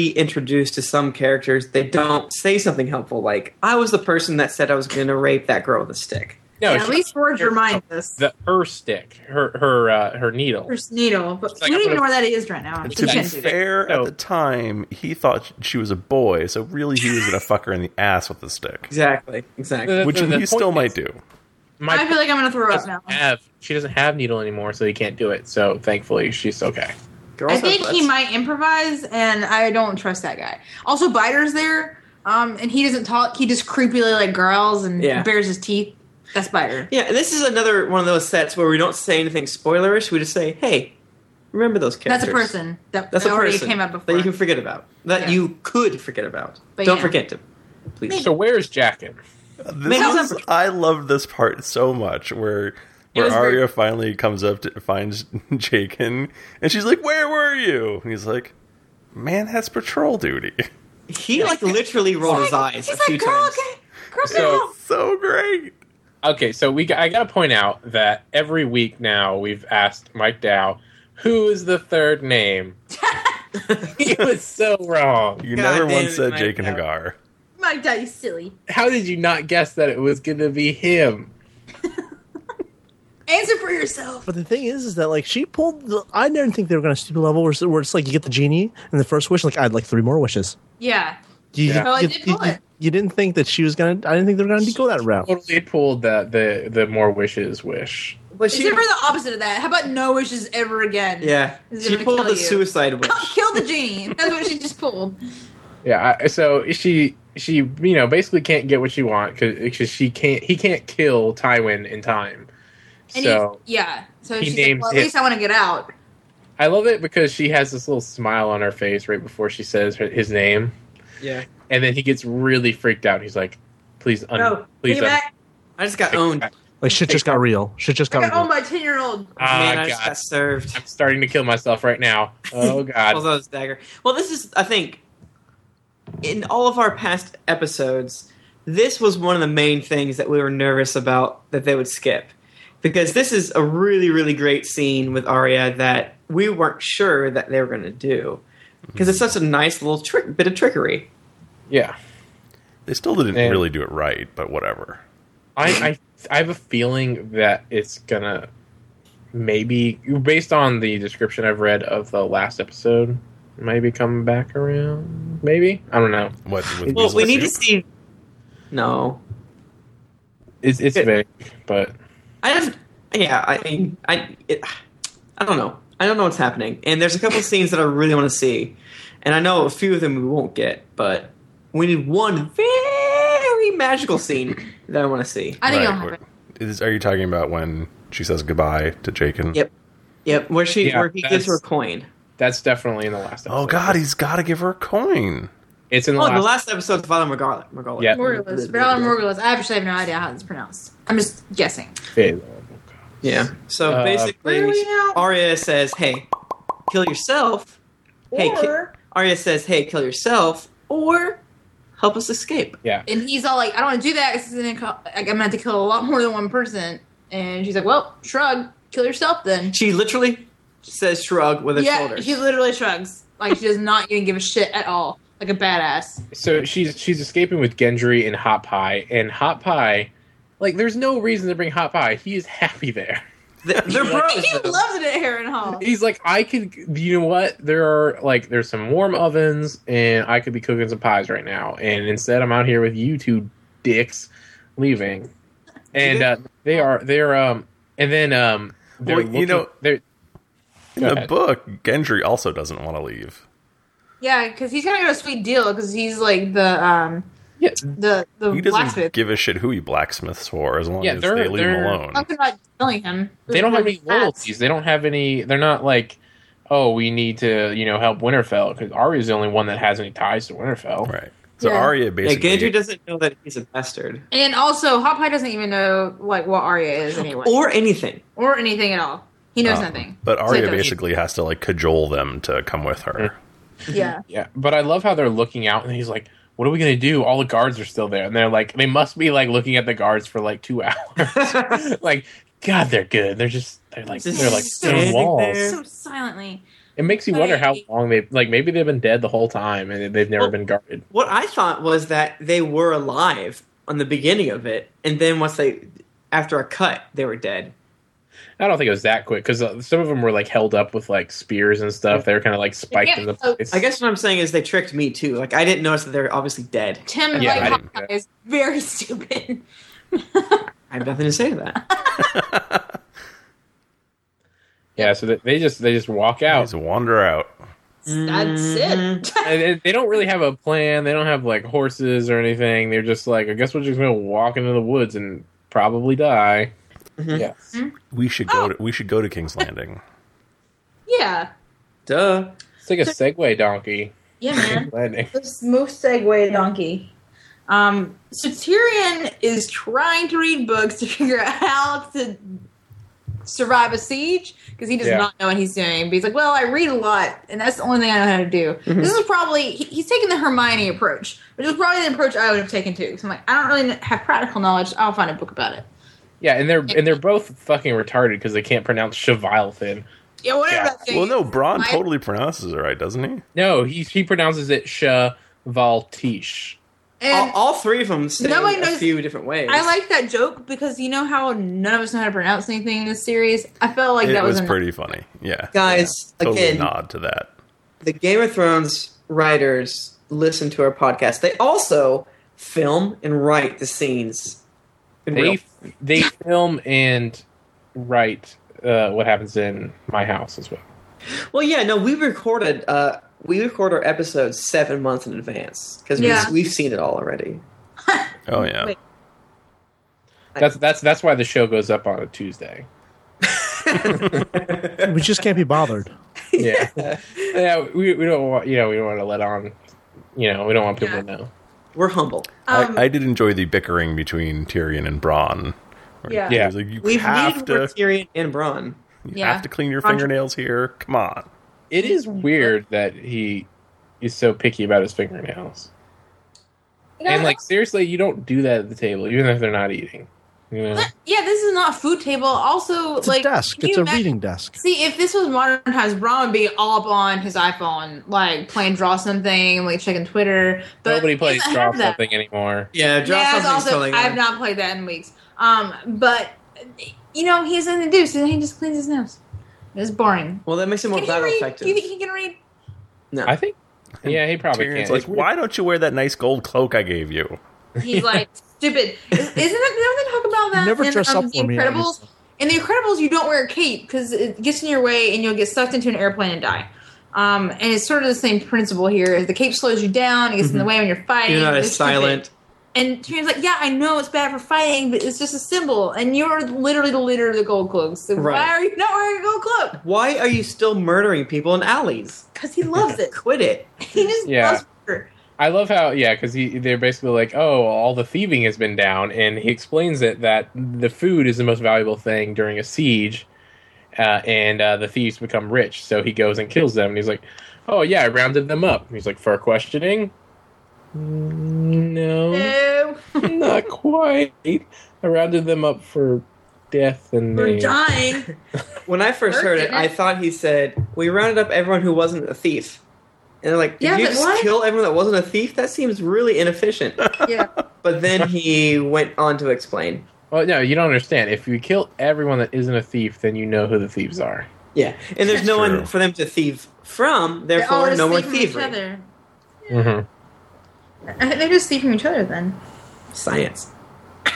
Speaker 5: reintroduced to some characters, they don't say something helpful. Like I was the person that said I was going to rape that girl with a stick.
Speaker 1: No,
Speaker 3: Yeah, at
Speaker 1: she-
Speaker 3: least Roger reminds us.
Speaker 1: the her stick, her her uh, her needle.
Speaker 3: First needle, but
Speaker 1: It's like,
Speaker 3: we don't
Speaker 1: I'm
Speaker 3: even know
Speaker 1: gonna-
Speaker 3: where that is right now. We
Speaker 4: To be
Speaker 3: shouldn't do that.
Speaker 4: fair,
Speaker 1: No.
Speaker 4: at the time he thought she was a boy, so really he was gonna fuck her in the ass with a stick,
Speaker 5: Exactly. Exactly.
Speaker 1: The-
Speaker 4: which
Speaker 1: the
Speaker 4: he
Speaker 1: point
Speaker 4: still
Speaker 1: is,
Speaker 4: might do.
Speaker 1: My
Speaker 3: I feel like I'm gonna throw up
Speaker 1: doesn't
Speaker 3: now.
Speaker 1: have she doesn't have needle anymore, so he can't do it. So thankfully, she's okay.
Speaker 5: Girls
Speaker 3: I
Speaker 5: have
Speaker 3: think he
Speaker 5: butts.
Speaker 3: might improvise, and I don't trust that guy. Also, Biter's there, um, and he doesn't talk. He just creepily like growls and
Speaker 5: Yeah.
Speaker 3: bares his teeth. That's Biter.
Speaker 5: Yeah, and this is another one of those sets where we don't say anything spoilerish. We just say, "Hey, remember those
Speaker 3: That's
Speaker 5: characters."
Speaker 3: a person that
Speaker 5: That's a
Speaker 3: already
Speaker 5: person
Speaker 3: came up before.
Speaker 5: that you can forget about. That
Speaker 3: Yeah.
Speaker 5: you could forget about.
Speaker 3: But
Speaker 5: don't
Speaker 3: yeah.
Speaker 5: forget to, please.
Speaker 1: So where's Jackin?
Speaker 4: This
Speaker 5: Maybe
Speaker 4: was,
Speaker 5: some-
Speaker 4: I love this part so much where
Speaker 3: It
Speaker 4: where
Speaker 3: was very-
Speaker 4: Arya finally comes up to finds (laughs) Jakin and she's like, "Where were you?" And he's like, "Man, that's patrol duty." (laughs)
Speaker 5: He like literally rolled his eyes a
Speaker 3: He's
Speaker 5: few
Speaker 3: like, girl,
Speaker 5: times.
Speaker 3: okay, girl,
Speaker 1: So-
Speaker 3: girl.
Speaker 4: so great.
Speaker 1: Okay, so we got, I got to point out that every week now we've asked Mike Dow who is the third name. (laughs)
Speaker 3: (laughs)
Speaker 1: he was so wrong.
Speaker 4: You
Speaker 5: God
Speaker 4: never
Speaker 5: damn
Speaker 4: once
Speaker 5: it,
Speaker 4: said
Speaker 5: Mike
Speaker 4: Jakin
Speaker 5: Dow.
Speaker 4: Hagar.
Speaker 3: My dad, you silly.
Speaker 1: How did you not guess that it was going to be him?
Speaker 3: Answer for yourself.
Speaker 2: But the thing is, is that like she pulled. The, I didn't think they were going to stupid level where, it's- where it's like you get the genie and the first wish. Like I'd like three more wishes.
Speaker 3: Yeah.
Speaker 2: You,
Speaker 1: Yeah.
Speaker 3: Oh, I
Speaker 2: you,
Speaker 3: did
Speaker 2: you-
Speaker 3: pull it.
Speaker 2: you didn't think that she was going to. I didn't think they were going to go that route.
Speaker 1: Totally pulled the the the more wishes wish.
Speaker 5: But
Speaker 3: Is
Speaker 5: she,
Speaker 3: there the opposite of that? How about no wishes ever again?
Speaker 5: yeah,
Speaker 3: Is it
Speaker 5: she
Speaker 3: gonna
Speaker 5: pulled
Speaker 3: kill
Speaker 5: the
Speaker 3: you?
Speaker 5: suicide
Speaker 3: (laughs)
Speaker 5: wish.
Speaker 3: Kill the genie. That's what she just pulled.
Speaker 1: Yeah, I, so she she you know basically can't get what she wants because she can't he can't kill Tywin in time.
Speaker 3: And
Speaker 1: so
Speaker 3: he, yeah. So
Speaker 1: he
Speaker 3: she's
Speaker 1: names
Speaker 3: like, well, at
Speaker 1: his-
Speaker 3: least I want to get out.
Speaker 1: I love it because she has this little smile on her face right before she says her, his name,
Speaker 5: Yeah,
Speaker 1: and then he gets really freaked out. He's like, "Please, un-
Speaker 3: No,
Speaker 1: please,
Speaker 3: get
Speaker 1: un-
Speaker 3: back.
Speaker 5: I just got owned.
Speaker 2: Like shit just got real. Shit just got
Speaker 3: I got owned
Speaker 2: real.
Speaker 3: by a 10 year old.
Speaker 1: Ah,
Speaker 5: Man, I just
Speaker 1: God.
Speaker 5: got served.
Speaker 1: I'm starting to kill myself right now." Oh
Speaker 5: Pulls
Speaker 1: God!
Speaker 5: out his dagger. Well, this is, I think, in all of our past episodes, this was one of the main things that we were nervous about that they would skip. Because this is a really, really great scene with Arya that we weren't sure that they were going to do. Because it's such a nice little trick, bit of trickery.
Speaker 1: yeah,
Speaker 4: They still didn't
Speaker 1: Man.
Speaker 4: really do it right, but whatever.
Speaker 1: I, I I have a feeling that it's gonna maybe based on the description I've read of the last episode maybe come back around. Maybe I don't know.
Speaker 4: What? With
Speaker 5: Well,
Speaker 4: Weasel
Speaker 5: we need to
Speaker 4: Soup?
Speaker 5: see. No,
Speaker 1: It's it's
Speaker 5: It-
Speaker 1: vague, but
Speaker 5: I have. Yeah, I mean, I. It, I don't know. I don't know what's happening, and there's a
Speaker 3: (laughs)
Speaker 5: couple scenes that I really want to see, and I know a few of them we won't get, but we need one very magical scene that I want to see.
Speaker 3: I think
Speaker 4: Right,
Speaker 3: it'll happen.
Speaker 4: wh- is- are you talking about when she says goodbye to Jake and?
Speaker 5: Yep. Yep, where she
Speaker 1: Yeah,
Speaker 5: where he gives her a
Speaker 1: that's-
Speaker 5: coin.
Speaker 1: that's definitely in the last. Episode.
Speaker 4: Oh God, he's got to give her a coin.
Speaker 1: it's in the
Speaker 5: Oh,
Speaker 1: last.
Speaker 5: in the last episode, Father Margala. Margala.
Speaker 1: Yeah.
Speaker 3: Morgulis, Valor Morgulis. I actually have no idea how it's pronounced. I'm just guessing.
Speaker 1: episode.
Speaker 5: Yeah. So
Speaker 1: Uh,
Speaker 5: basically,
Speaker 3: Really now?
Speaker 5: Arya says, "Hey, kill yourself." Hey, ki-
Speaker 3: Or-
Speaker 5: Arya says, "Hey, kill yourself, or help us escape."
Speaker 1: Yeah,
Speaker 3: and he's all like, I don't want to do that because like, I'm going to have to kill a lot more than one person. And she's like, well, shrug, kill yourself then.
Speaker 5: She literally says, "Shrug" with her
Speaker 3: yeah,
Speaker 5: shoulders.
Speaker 3: she literally shrugs. Like, she does not even give a shit at all. Like a badass.
Speaker 1: so she's she's escaping with Gendry and Hot Pie, and Hot Pie, like, there's no reason to bring Hot Pie. He is happy there.
Speaker 3: (laughs)
Speaker 5: Th- They're bros.
Speaker 3: he
Speaker 5: though.
Speaker 3: loves it at Heron Hall.
Speaker 1: (laughs) He's like, I could, you know what? There are like, there's some warm ovens, and I could be cooking some pies right now. And instead, I'm out here with you two dicks,
Speaker 4: (laughs)
Speaker 1: leaving. And uh, they are, they're, um, and then, um, they're
Speaker 4: Well, you
Speaker 1: looking-
Speaker 4: know-
Speaker 1: they're
Speaker 4: In
Speaker 1: Go
Speaker 4: the
Speaker 1: ahead.
Speaker 4: book, Gendry also doesn't want to leave.
Speaker 3: Yeah, because he's gonna get a sweet deal because he's like the um
Speaker 1: yeah,
Speaker 3: the the
Speaker 4: He doesn't
Speaker 3: blacksmith.
Speaker 4: give a shit who he blacksmiths for, as long
Speaker 1: Yeah,
Speaker 4: as
Speaker 1: they're-
Speaker 4: they leave him
Speaker 1: they're-
Speaker 4: alone.
Speaker 3: Talking about killing him.
Speaker 1: they don't have any
Speaker 3: That's-
Speaker 1: loyalties. They don't have any. They're not like, oh, we need to, you know, help Winterfell because Arya's the only one that has any ties to Winterfell.
Speaker 4: Right. So
Speaker 3: Yeah.
Speaker 4: Arya
Speaker 5: Yeah,
Speaker 4: basically.
Speaker 5: Gendry doesn't know that he's a bastard
Speaker 3: And also, Hot Pie doesn't even know like what Arya is anyway, or,
Speaker 5: or anything.
Speaker 3: anything at all. He knows
Speaker 1: Oh.
Speaker 4: um,
Speaker 3: nothing.
Speaker 4: But
Speaker 3: So
Speaker 4: Arya
Speaker 3: it doesn't-
Speaker 4: basically has to like cajole them to come with her.
Speaker 3: yeah.
Speaker 1: Yeah, but I love how they're looking out, and he's like, "What are we gonna do? All the guards are still there, and they're like, they must be like looking at the guards for like two (laughs) hours.
Speaker 5: (laughs)
Speaker 1: like, God, they're good. They're just they're like
Speaker 5: Just
Speaker 1: they're like
Speaker 5: standing
Speaker 1: stone walls.
Speaker 5: there.
Speaker 3: (laughs) So silently,
Speaker 1: It makes you wonder how
Speaker 3: Right.
Speaker 1: long they like. Maybe they've been dead the whole time, and they've never
Speaker 5: Well-
Speaker 1: been guarded.
Speaker 5: What I thought was that they were alive on the beginning of it, and then once they, after a cut, they were dead.
Speaker 1: I don't think it was that quick because uh, some of them were like held up with like spears and stuff. They were kind of like spiked in the
Speaker 3: Yeah, so-
Speaker 1: place.
Speaker 5: I guess what I'm saying is they tricked me too. Like I didn't notice that they're obviously dead.
Speaker 3: Tim
Speaker 1: Yeah,
Speaker 3: like
Speaker 1: I
Speaker 3: Hot
Speaker 1: didn't-
Speaker 3: Pie is very (laughs) stupid.
Speaker 5: I have nothing to say to
Speaker 3: (laughs)
Speaker 5: that.
Speaker 3: Mm.
Speaker 4: (laughs)
Speaker 1: yeah. So they, they just they just walk out.
Speaker 4: Just wander out.
Speaker 3: That's it.
Speaker 1: And they- they don't really have a plan. They don't have like horses or anything. They're just like, I guess we're just gonna walk into the woods and probably die.
Speaker 5: Mhm.
Speaker 1: Yes.
Speaker 4: We should
Speaker 3: Oh.
Speaker 4: go. To, we should go to King's Landing.
Speaker 3: (laughs) yeah,
Speaker 5: Duh.
Speaker 1: It's like a Segway donkey
Speaker 3: yeah, man.
Speaker 1: landing.
Speaker 3: This move segue donkey. Um, so Tyrion is trying to read books to (laughs) figure out how to survive a siege because he does
Speaker 1: Yeah.
Speaker 3: not know what he's doing. But he's like, "Well, I read a lot, and that's the only thing I know how to do." This is probably he, he's taking the Hermione approach, which is probably the approach I would have taken too. So I'm like, I don't really have practical knowledge. I'll find a book about it.
Speaker 1: Yeah, and they're and they're both fucking retarded because they can't pronounce Chevilthin.
Speaker 3: (laughs) Yeah, whatever.
Speaker 1: Yeah.
Speaker 3: That thing
Speaker 4: well, no, Braun
Speaker 3: I-
Speaker 4: totally pronounces it right, doesn't he?
Speaker 1: No, he he pronounces it Chevaltish.
Speaker 5: All,
Speaker 3: And
Speaker 5: all three of them say
Speaker 3: Nobody
Speaker 5: a
Speaker 3: knows-
Speaker 5: few different ways.
Speaker 3: I like that joke because you know how none of us know how to pronounce anything in this series. I felt like
Speaker 4: it
Speaker 3: that
Speaker 4: was,
Speaker 3: was, an-
Speaker 4: pretty funny. Yeah.
Speaker 5: guys
Speaker 4: Totally
Speaker 5: again.
Speaker 4: nod to that.
Speaker 5: The Game of Thrones writers listen to our podcast. They also film and write the scenes. In real-
Speaker 1: They they film and write uh, what happens in my house as well.
Speaker 5: well, yeah, no, we recorded. Uh, we record our episodes seven months in advance because
Speaker 3: Yeah.
Speaker 5: we've, we've seen it all already.
Speaker 4: Oh yeah.
Speaker 3: Wait.
Speaker 1: That's that's that's why the show goes up on a Tuesday.
Speaker 2: We just can't
Speaker 3: (laughs)
Speaker 2: be bothered.
Speaker 1: Yeah, yeah. We, we don't want you know we don't want to let on you know we don't want people
Speaker 3: Yeah.
Speaker 1: to know.
Speaker 5: We're humble.
Speaker 3: Um,
Speaker 4: I, I did enjoy the bickering between Tyrion and Braun. where
Speaker 3: Yeah.
Speaker 4: he
Speaker 1: Yeah.
Speaker 4: was like, you
Speaker 5: We've
Speaker 4: have
Speaker 5: needed more
Speaker 4: to,
Speaker 5: Tyrion and Bronn.
Speaker 4: you
Speaker 3: Yeah.
Speaker 4: have to clean your
Speaker 3: Braun-
Speaker 4: fingernails here. Come on.
Speaker 1: It is weird that he is so picky about his fingernails. And like seriously, you don't do that at the table, even if they're not eating. You know?
Speaker 3: Yeah, this is not food table. Also,
Speaker 2: It's
Speaker 3: like
Speaker 2: a desk.
Speaker 3: can
Speaker 2: It's
Speaker 3: you
Speaker 2: a
Speaker 3: imagine-
Speaker 2: reading desk.
Speaker 3: See, if this was modern times, Braun would be all up on his iPhone, like playing draw something, like checking Twitter. But
Speaker 1: Nobody
Speaker 3: he
Speaker 1: plays
Speaker 3: doesn't
Speaker 1: drop
Speaker 3: have that.
Speaker 1: something anymore.
Speaker 5: Yeah, Josh
Speaker 3: Yeah, it's
Speaker 5: Hutcher's
Speaker 3: also
Speaker 5: telling
Speaker 3: I have
Speaker 5: him.
Speaker 3: not played that in weeks. Um, but you know he has nothing to do, so he just cleans his nose. It's boring.
Speaker 5: Well, that makes it more
Speaker 3: Can he
Speaker 5: battle
Speaker 3: read?
Speaker 5: effective.
Speaker 3: Do you think he can read?
Speaker 5: No.
Speaker 1: I think. Yeah, he probably
Speaker 4: Tyrion's
Speaker 1: can't.
Speaker 4: like, why don't you wear that nice gold cloak I gave you?
Speaker 3: He's like (laughs) stupid. Is- Isn't it? Don't they talk about that?
Speaker 2: Never
Speaker 3: in,
Speaker 2: dress
Speaker 3: um,
Speaker 2: up
Speaker 3: the
Speaker 2: for me, I
Speaker 3: Incredibles.
Speaker 2: guess.
Speaker 3: In the Incredibles, you don't wear a cape because it gets in your way and you'll get sucked into an airplane and die. Um, and it's sort of the same principle here. Is the cape slows you down, it gets in the way when you're fighting.
Speaker 5: Mm-hmm. You're not
Speaker 3: it's
Speaker 5: as silent.
Speaker 3: stupid. And Tyrion's like, yeah, I know it's bad for fighting, but it's just a symbol. And you're literally the leader of the gold cloaks. So
Speaker 5: Right.
Speaker 3: why are you not wearing a gold cloak?
Speaker 5: Why are you still murdering people in alleys?
Speaker 3: Because he loves
Speaker 5: (laughs)
Speaker 3: it.
Speaker 5: Quit it.
Speaker 3: he just
Speaker 1: Yeah.
Speaker 3: loves her.
Speaker 1: I love how yeah, because they're basically like, oh, all the thieving has been down, and he explains it that the food is the most valuable thing during a siege, uh, and uh, the thieves become rich, so he goes and kills them, and he's like, oh yeah, I rounded them up. And he's like, for questioning, "Mm,
Speaker 3: (laughs)
Speaker 1: no,
Speaker 3: No,
Speaker 5: Mm-hmm.
Speaker 1: not quite. I rounded them up for death and
Speaker 3: we're
Speaker 1: name."
Speaker 3: dying.
Speaker 5: When I first heard it,
Speaker 3: Murder.
Speaker 5: I thought he said, We rounded up everyone who wasn't a thief. And they're like, Did
Speaker 3: Yeah,
Speaker 5: you
Speaker 3: but
Speaker 5: just
Speaker 3: why?
Speaker 5: kill everyone that wasn't a thief? That seems really inefficient.
Speaker 3: yeah.
Speaker 5: but then he went on to explain.
Speaker 1: Well, no, you don't understand. If you kill everyone that isn't a thief, then you know who the thieves are.
Speaker 5: Yeah. And there's no
Speaker 4: True.
Speaker 5: one for them to thieve from,
Speaker 3: They all
Speaker 5: therefore,
Speaker 3: just
Speaker 5: no more
Speaker 3: sleep from each
Speaker 5: thievery.
Speaker 3: other.
Speaker 1: Mm-hmm.
Speaker 3: They just see from each other then.
Speaker 5: Science.
Speaker 3: I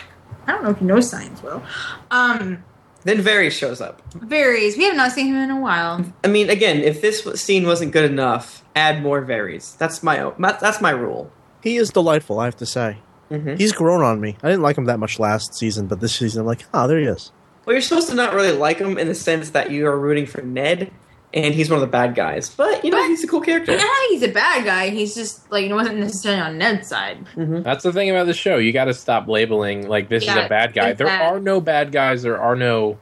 Speaker 3: don't know if you know science well. Um,
Speaker 5: Then Varys shows up.
Speaker 3: varies. We have not seen him in a while.
Speaker 5: I mean, again, if this w- scene wasn't good enough, add more Varys. That's my, o- my that's my rule.
Speaker 2: He is delightful, I have to say.
Speaker 3: Hmm?
Speaker 5: Mhm.
Speaker 2: He's grown on me. I didn't like him that much last season, but this season I'm like, ah, there he is.
Speaker 5: Well, you're supposed to not really like him in the sense that you are rooting for Ned, and he's one of the bad guys. But you know,
Speaker 3: But-
Speaker 5: he's a cool
Speaker 3: I
Speaker 5: character.
Speaker 3: don't think he's a bad guy. He's just like he wasn't necessarily on Ned's side.
Speaker 1: That's the thing about the show. You got to stop labeling like this is
Speaker 3: Yeah,
Speaker 1: a bad guy.
Speaker 3: it's
Speaker 1: There
Speaker 3: bad.
Speaker 1: are no bad guys. There are no.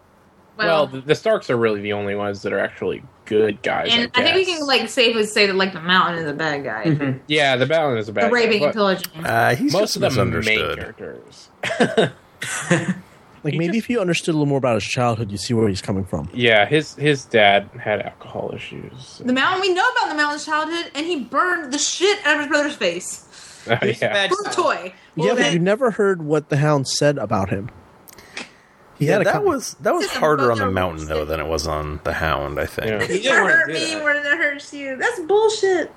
Speaker 1: Well,
Speaker 3: Well,
Speaker 1: the, the Starks are really the only ones that are actually good guys.
Speaker 3: and I, think we
Speaker 1: guess.
Speaker 3: can like safely say that like the Mountain is a bad guy.
Speaker 5: Mhm.
Speaker 1: yeah, the Balan is a bad
Speaker 3: The raping
Speaker 1: guy.
Speaker 3: and
Speaker 1: but
Speaker 3: pillaging.
Speaker 4: Uh, he's
Speaker 1: (laughs) most
Speaker 4: just
Speaker 1: of the main
Speaker 4: misunderstood.
Speaker 1: characters. (laughs)
Speaker 2: Like
Speaker 1: He
Speaker 2: maybe if you understood a little more about his childhood, you see where he's coming from.
Speaker 1: Yeah, his his dad had alcohol issues.
Speaker 3: the Mountain. We know about the Mountain's childhood, and he burned the shit out of his brother's face
Speaker 1: (laughs) Uh,
Speaker 5: He's a
Speaker 1: yeah.
Speaker 5: bad
Speaker 3: for a
Speaker 5: guy.
Speaker 3: toy.
Speaker 2: yeah,
Speaker 5: Well,
Speaker 2: but
Speaker 5: then-
Speaker 2: you never heard what the Hound said about him. He
Speaker 4: Yeah,
Speaker 2: had a
Speaker 4: that
Speaker 2: couple-
Speaker 4: was that was
Speaker 3: It's a
Speaker 4: harder on
Speaker 3: brother
Speaker 4: the mountain though
Speaker 3: mistake.
Speaker 4: than it was on the hound. I think.
Speaker 1: Yeah.
Speaker 5: You
Speaker 3: It
Speaker 5: don't wanna
Speaker 3: hurt
Speaker 5: do
Speaker 3: me
Speaker 5: that.
Speaker 3: more than it hurts you. That's bullshit.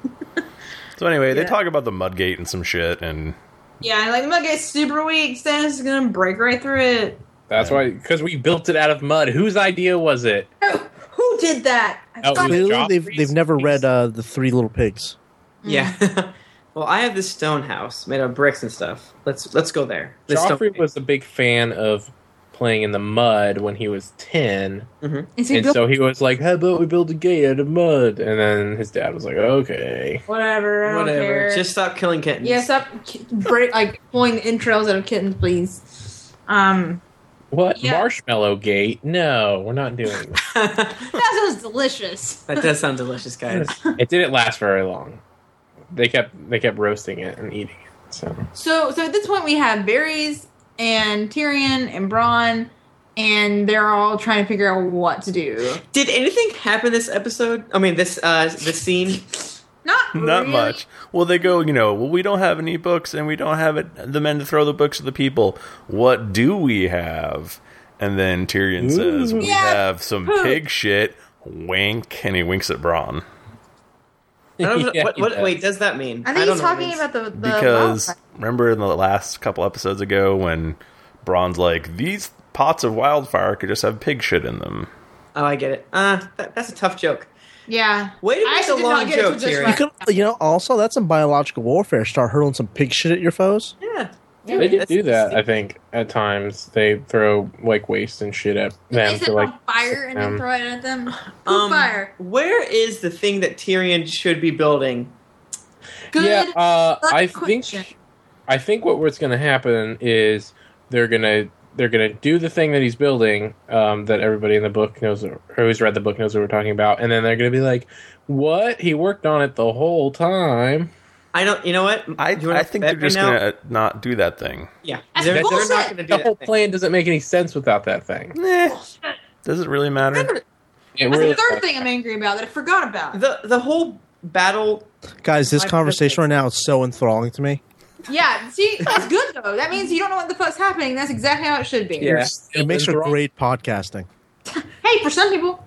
Speaker 4: So anyway, they
Speaker 3: Yeah.
Speaker 4: talk about the Mudgate and some shit, and
Speaker 3: yeah, like the mug is super weak. Stannis is gonna break right through it.
Speaker 1: That's why because we built it out of mud. Whose idea was it?
Speaker 3: Oh, who did that? I
Speaker 1: Oh,
Speaker 3: fucking-
Speaker 1: it was-
Speaker 2: Clearly,
Speaker 1: Joffrey's
Speaker 2: they've they've never
Speaker 1: piece.
Speaker 2: read uh, the Three Little Pigs.
Speaker 3: Mm.
Speaker 5: Yeah. (laughs) well, I have this stone house made out of bricks and stuff. Let's let's go there. This stone-
Speaker 1: Joffrey was a big fan of playing in the mud when he was ten.
Speaker 3: Is he
Speaker 1: and
Speaker 3: built-
Speaker 1: so he was like, "How about we build a gate out of mud?" And then his dad was like, "Okay."
Speaker 3: Whatever. I don't
Speaker 5: whatever.
Speaker 3: Care.
Speaker 5: Just stop killing kittens.
Speaker 3: yeah. Stop ki- break like pulling the entrails out of kittens, please. Um,
Speaker 1: What
Speaker 3: Yeah.
Speaker 1: marshmallow gate? No, we're not doing
Speaker 3: (laughs)
Speaker 1: that.
Speaker 5: that (laughs)
Speaker 3: that sounds delicious.
Speaker 5: does sound delicious, guys.
Speaker 1: it didn't last very long. They kept they kept roasting it and eating it. So
Speaker 3: So, so at this point, we have Varys and Tyrion and Braun, and they're all trying to figure out what to do.
Speaker 5: Did anything happen this episode? I mean, this uh this scene.
Speaker 3: Not
Speaker 4: (laughs) not
Speaker 3: really.
Speaker 4: much. Well, they go, you know, well, we don't have any books, and we don't have it, the men to throw the books at the people. What do we have? And then Tyrion says,
Speaker 1: Ooh.
Speaker 4: we
Speaker 3: Yeah.
Speaker 4: have some
Speaker 3: Who?
Speaker 4: pig shit. Wink, and he winks at Braun
Speaker 5: I
Speaker 1: (laughs)
Speaker 5: don't know,
Speaker 1: (laughs) Yeah,
Speaker 5: what,
Speaker 1: he
Speaker 5: what,
Speaker 1: does.
Speaker 5: wait, does that mean?
Speaker 3: I think
Speaker 5: don't
Speaker 3: he's
Speaker 5: know what it
Speaker 3: talking
Speaker 5: means.
Speaker 3: about the, the
Speaker 4: because
Speaker 3: wildfire.
Speaker 4: remember in the last couple episodes ago when Braun's like these pots of wildfire could just have pig shit in them.
Speaker 5: Oh, I get it. Uh, that, that's a tough joke.
Speaker 3: yeah.
Speaker 5: Way to
Speaker 3: I
Speaker 5: make
Speaker 3: actually
Speaker 5: a
Speaker 3: did not
Speaker 5: long
Speaker 3: get it till
Speaker 5: joke,
Speaker 3: just
Speaker 5: Tyrion.
Speaker 3: right.
Speaker 2: You could- you know, also that's some biological warfare. Start hurling some pig shit at your foes.
Speaker 5: Yeah.
Speaker 1: they
Speaker 5: Dude,
Speaker 1: did
Speaker 5: that's
Speaker 1: do that. I
Speaker 5: stupid.
Speaker 1: think at times they throw like waste and shit at them
Speaker 3: Is it
Speaker 1: to like
Speaker 3: on fire and
Speaker 1: um,
Speaker 3: then throw it at them?
Speaker 5: Um,
Speaker 3: fire.
Speaker 5: Where is the thing that Tyrion should be building?
Speaker 3: Good.
Speaker 1: yeah, uh,
Speaker 3: luck
Speaker 1: I
Speaker 3: question.
Speaker 1: think I think what what's going to happen is they're going to they're going to do the thing that he's building um, that everybody in the book knows or who's read the book knows what we're talking about, and then they're going to be like, "What? He worked on it the whole time."
Speaker 5: I don't. You know what?
Speaker 4: I,
Speaker 5: You wanna
Speaker 4: I think
Speaker 5: bet
Speaker 4: they're just
Speaker 5: right now?
Speaker 4: gonna not do that thing.
Speaker 5: Yeah,
Speaker 3: That's
Speaker 5: they're, they're
Speaker 3: bullshit.
Speaker 5: not going to do
Speaker 1: The
Speaker 5: that
Speaker 1: whole
Speaker 5: thing.
Speaker 1: plan doesn't make any sense without that thing.
Speaker 4: Eh, does it really matter?
Speaker 3: Remember,
Speaker 1: It
Speaker 3: That's
Speaker 1: really
Speaker 3: the third thing I'm angry about that I forgot
Speaker 1: (laughs)
Speaker 3: about.
Speaker 5: The the whole battle.
Speaker 2: Guys, this
Speaker 5: Like,
Speaker 2: conversation right now is so enthralling to me.
Speaker 3: Yeah, see, that's good though. That means you don't know what the fuck's happening. That's exactly how it should be.
Speaker 5: Yeah.
Speaker 2: It makes for great podcasting.
Speaker 3: Hey, for some people,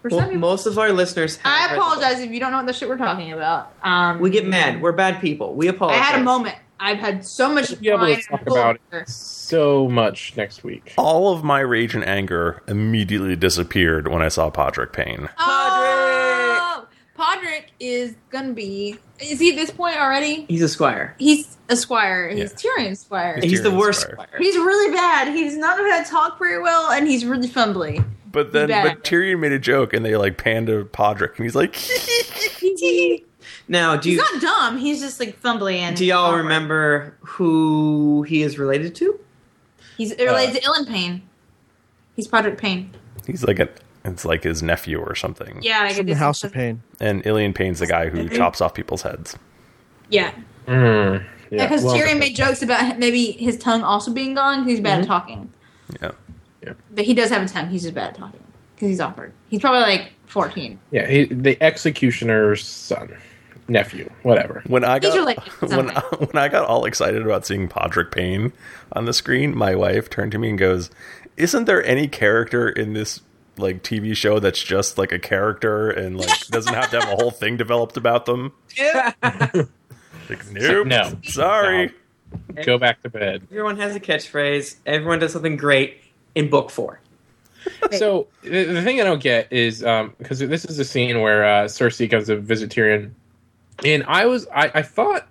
Speaker 3: For some
Speaker 5: Well,
Speaker 3: people,
Speaker 5: most of our listeners. Have read
Speaker 3: I
Speaker 5: the
Speaker 3: apologize
Speaker 5: book.
Speaker 3: if you don't know what the shit we're talking about. Um,
Speaker 5: We get mad. We're bad people. We
Speaker 3: I
Speaker 5: apologize.
Speaker 3: had a moment. I've had so much.
Speaker 1: We'll be able to
Speaker 3: wine
Speaker 1: talk
Speaker 3: and
Speaker 1: about
Speaker 3: culture.
Speaker 1: so much next week.
Speaker 4: All of my rage and anger immediately disappeared when I saw Patrick Payne.
Speaker 3: Oh, Podrick is gonna be. Is he at this point already?
Speaker 5: He's a squire.
Speaker 3: He's a squire. He's
Speaker 4: Yeah.
Speaker 3: Tyrion squire.
Speaker 5: And he's the
Speaker 4: Tyrion
Speaker 5: worst
Speaker 4: squire.
Speaker 5: squire.
Speaker 3: He's really bad. He's not know how to talk very well, and he's
Speaker 5: (laughs)
Speaker 3: really fumbly.
Speaker 4: But then
Speaker 3: bet.
Speaker 4: but Tyrion made a joke and they like panned to Podrick and he's like (laughs)
Speaker 3: he's
Speaker 5: Now, do you
Speaker 3: not dumb. He's just like fumbly. And
Speaker 5: do y'all
Speaker 3: awkward.
Speaker 5: remember who he is related to?
Speaker 3: He's
Speaker 5: Uh,
Speaker 3: related to Ellen Payne. He's Podrick Payne.
Speaker 4: he's like a it's like his nephew or something.
Speaker 3: Yeah, I
Speaker 2: From
Speaker 3: get
Speaker 2: the
Speaker 3: this.
Speaker 2: House of Pain.
Speaker 4: And Ilian Payne's the guy who
Speaker 5: Mhm.
Speaker 4: chops off people's heads.
Speaker 3: Yeah,
Speaker 1: Mm, yeah,
Speaker 3: because
Speaker 1: well,
Speaker 3: Tyrion made jokes about maybe his tongue also being gone because he's bad
Speaker 1: Mm-hmm.
Speaker 3: at talking.
Speaker 4: Yeah.
Speaker 3: But he does have a tongue. He's just bad at talking because he's awkward. He's probably like fourteen.
Speaker 1: yeah, he, the executioner's son, nephew, whatever.
Speaker 4: When I
Speaker 3: These
Speaker 4: got
Speaker 3: are like
Speaker 4: (laughs) when I,
Speaker 3: something.
Speaker 4: when I got all excited about seeing Podrick Payne on the screen, my wife turned to me and goes, "Isn't there any character in this like TV show that's just like a character and like doesn't have to have a whole thing developed about them?" Like, nope.
Speaker 1: No.
Speaker 4: Sorry.
Speaker 1: No. Go back to bed.
Speaker 5: (laughs) Everyone has a catchphrase. Everyone does something great in book four.
Speaker 1: So the, the thing I don't get is because this is a scene where uh, Cersei comes to visit Tyrion, and I was I, I thought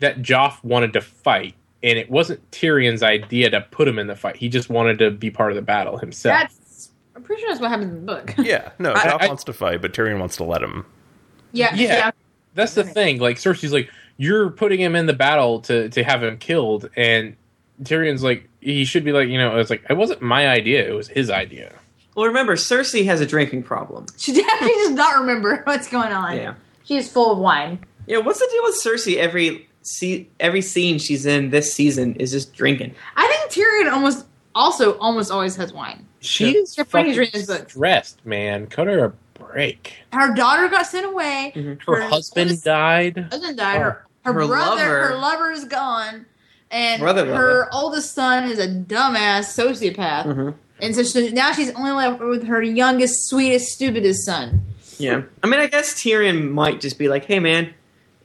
Speaker 1: that Joff wanted to fight, and it wasn't Tyrion's idea to put him in the fight. He just wanted to be part of the battle himself.
Speaker 3: That's I'm pretty sure that's what happens in the book.
Speaker 4: Yeah, no,
Speaker 5: I-
Speaker 4: Joff
Speaker 1: I-
Speaker 4: wants to fight, but Tyrion wants to let him.
Speaker 3: (laughs) yeah,
Speaker 1: Yeah.
Speaker 3: yeah.
Speaker 1: That's the thing. Like Cersei's like, you're putting him in the battle to to have him killed, and Tyrion's like, he should be like, you know, it's like it wasn't my idea; it was his idea.
Speaker 5: Well, remember, Cersei has a drinking problem.
Speaker 3: She definitely does not remember (laughs) what's going on.
Speaker 5: Yeah.
Speaker 3: She is full of wine.
Speaker 5: Yeah, what's the deal with Cersei? Every se- every scene she's in this season is just drinking.
Speaker 3: I think Tyrion almost also almost always has wine.
Speaker 1: She's
Speaker 3: Your friend is
Speaker 1: fucking
Speaker 3: reading his books.
Speaker 1: stressed, man. Cut her a break.
Speaker 3: Her daughter got sent away.
Speaker 5: Mhm.
Speaker 1: Her husband
Speaker 3: oldest
Speaker 1: died.
Speaker 3: husband died. Her, her,
Speaker 5: Oh, Her
Speaker 3: brother,
Speaker 5: lover.
Speaker 3: her lover is gone, and
Speaker 5: Brother
Speaker 3: her
Speaker 5: lover.
Speaker 3: oldest son is a dumbass sociopath.
Speaker 5: Mhm.
Speaker 3: And so she, now she's only left with her youngest, sweetest, stupidest son.
Speaker 5: Yeah, I mean, I guess Tyrion might just be like, "Hey, man,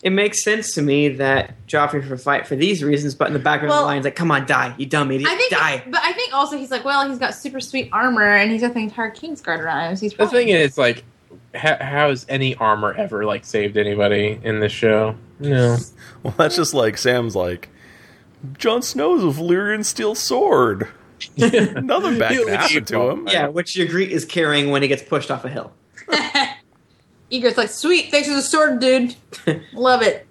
Speaker 5: it makes sense to me that Joffrey for fight for these reasons," but in the background of
Speaker 3: Well-
Speaker 5: the lion's like, "Come on, die, you dumb idiot,
Speaker 3: I think,
Speaker 5: die."
Speaker 3: but I think also he's like, well, he's got super sweet armor, and he's got the entire Kingsguard around him. So he's
Speaker 1: The
Speaker 3: probably,
Speaker 1: thing is, like, ha- how has any armor ever like saved anybody in this show? (laughs) No.
Speaker 4: Well, that's just like Sam's like, Jon Snow's a Valyrian steel sword. Nothing bad
Speaker 1: He'll
Speaker 4: can happen to
Speaker 1: eat
Speaker 4: him.
Speaker 5: Yeah, which your Greek is carrying when he gets pushed off a hill.
Speaker 3: (laughs) Eager's like, sweet, thanks for the
Speaker 5: (laughs)
Speaker 3: sword, dude. Love it.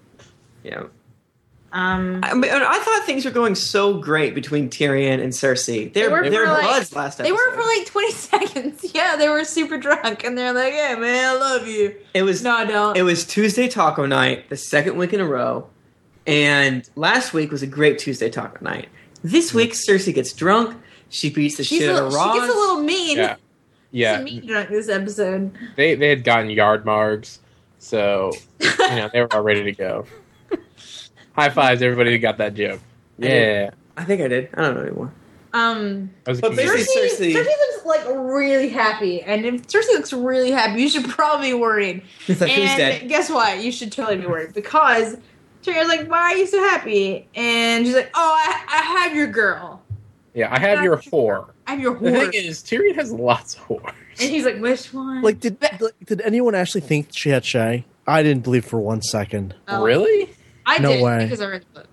Speaker 5: Yeah,
Speaker 3: Um,
Speaker 5: I, mean, I thought things were going so great between Tyrion and Cersei. They're,
Speaker 3: They were
Speaker 5: they are
Speaker 3: for, like-
Speaker 5: bloods last
Speaker 3: they
Speaker 5: episode.
Speaker 3: were for like 20 (laughs) seconds. Yeah, they were super drunk, and they're like, yeah, man, I love you.
Speaker 5: it was
Speaker 3: No, I don't.
Speaker 5: It was Tuesday Taco Night, the second week in a row, and last week was a great Tuesday Taco Night. This week, Cersei gets drunk. She beats the
Speaker 3: She's
Speaker 5: shit
Speaker 3: a,
Speaker 5: out
Speaker 3: little-
Speaker 5: of
Speaker 3: she
Speaker 5: Roz.
Speaker 3: gets a little mean.
Speaker 1: Yeah.
Speaker 3: She's
Speaker 1: Yeah.
Speaker 3: a mean drunk this episode. (laughs)
Speaker 1: They they had gotten yard margs, so you know they were all ready to go. High fives, everybody who got that joke. Yeah.
Speaker 5: I think I did. I don't know anymore.
Speaker 3: Um,
Speaker 1: I was
Speaker 5: But
Speaker 1: confused.
Speaker 5: Cersei-
Speaker 3: Cersei,
Speaker 5: Cersei-
Speaker 3: Cersei looks like really happy, and if Cersei looks really happy, you should probably be worried.
Speaker 5: It's like, who's
Speaker 3: and
Speaker 5: dead?
Speaker 3: guess what? You should totally be worried because Tyrion's like, "Why are you so happy?" And she's like, "Oh, I, I have your girl.
Speaker 1: Yeah, I have your whore.
Speaker 3: I have your
Speaker 1: The
Speaker 3: whore."
Speaker 1: thing is, Tyrion has lots of
Speaker 3: and
Speaker 1: whores.
Speaker 3: he's like, "Which one?"
Speaker 2: Like, did like, did anyone actually think she had Shay? I didn't believe for one second.
Speaker 3: Oh,
Speaker 1: Really?
Speaker 3: I
Speaker 2: No
Speaker 3: did
Speaker 2: way.
Speaker 3: because I read the book.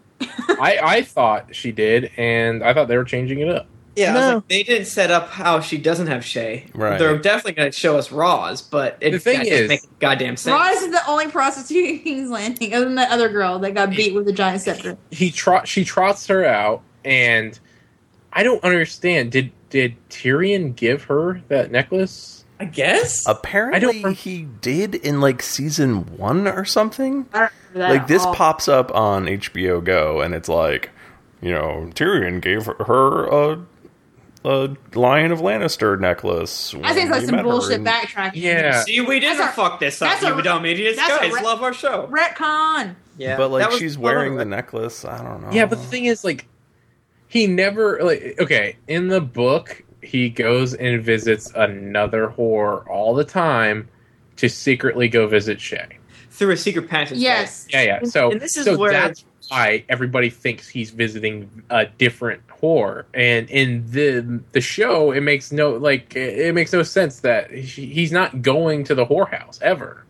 Speaker 1: I, I thought she did, and I thought they were changing it up.
Speaker 5: Yeah, I was
Speaker 2: No.
Speaker 5: like, they didn't set up how she doesn't have Shay.
Speaker 4: Right.
Speaker 5: They're definitely going to show us Roz, but it
Speaker 1: The thing
Speaker 5: that doesn't
Speaker 1: is-
Speaker 5: make goddamn sense.
Speaker 3: (laughs) Roz is the only prostitute in (laughs) King's Landing, other than that other girl that got beat with a giant scepter.
Speaker 1: He trot she trots her out, and I don't understand. Did did Tyrion give her that necklace?
Speaker 5: I guess.
Speaker 4: Apparently,
Speaker 1: I don't-
Speaker 4: he did in like season one or something.
Speaker 3: I don't remember that.
Speaker 4: Like
Speaker 3: at
Speaker 4: this
Speaker 3: all.
Speaker 4: pops up on HBO Go, and it's like, you know, Tyrion gave her a a Lion of Lannister necklace.
Speaker 3: I think that's some bullshit
Speaker 4: back.
Speaker 3: backtracking.
Speaker 1: Yeah.
Speaker 5: See, we didn't
Speaker 3: That's a-
Speaker 5: fuck this up,
Speaker 3: that's a-
Speaker 5: you dumb idiots.
Speaker 3: that's a
Speaker 5: Guys,
Speaker 3: re-
Speaker 5: love our show.
Speaker 3: Retcon.
Speaker 5: Yeah,
Speaker 4: but like
Speaker 5: that was
Speaker 4: she's
Speaker 5: one
Speaker 4: wearing
Speaker 5: of
Speaker 4: the necklace. I don't know.
Speaker 1: Yeah, but the thing is, like, he never like okay in the book he goes and visits another whore all the time to secretly go visit Shay.
Speaker 5: through a secret passage.
Speaker 3: Yes.
Speaker 1: Yeah, yeah. So,
Speaker 5: And this is
Speaker 1: so
Speaker 5: where-
Speaker 1: that's why everybody thinks he's visiting a different whore. And in the the show, it makes no like it it makes no sense that he- he's not going to the whorehouse ever.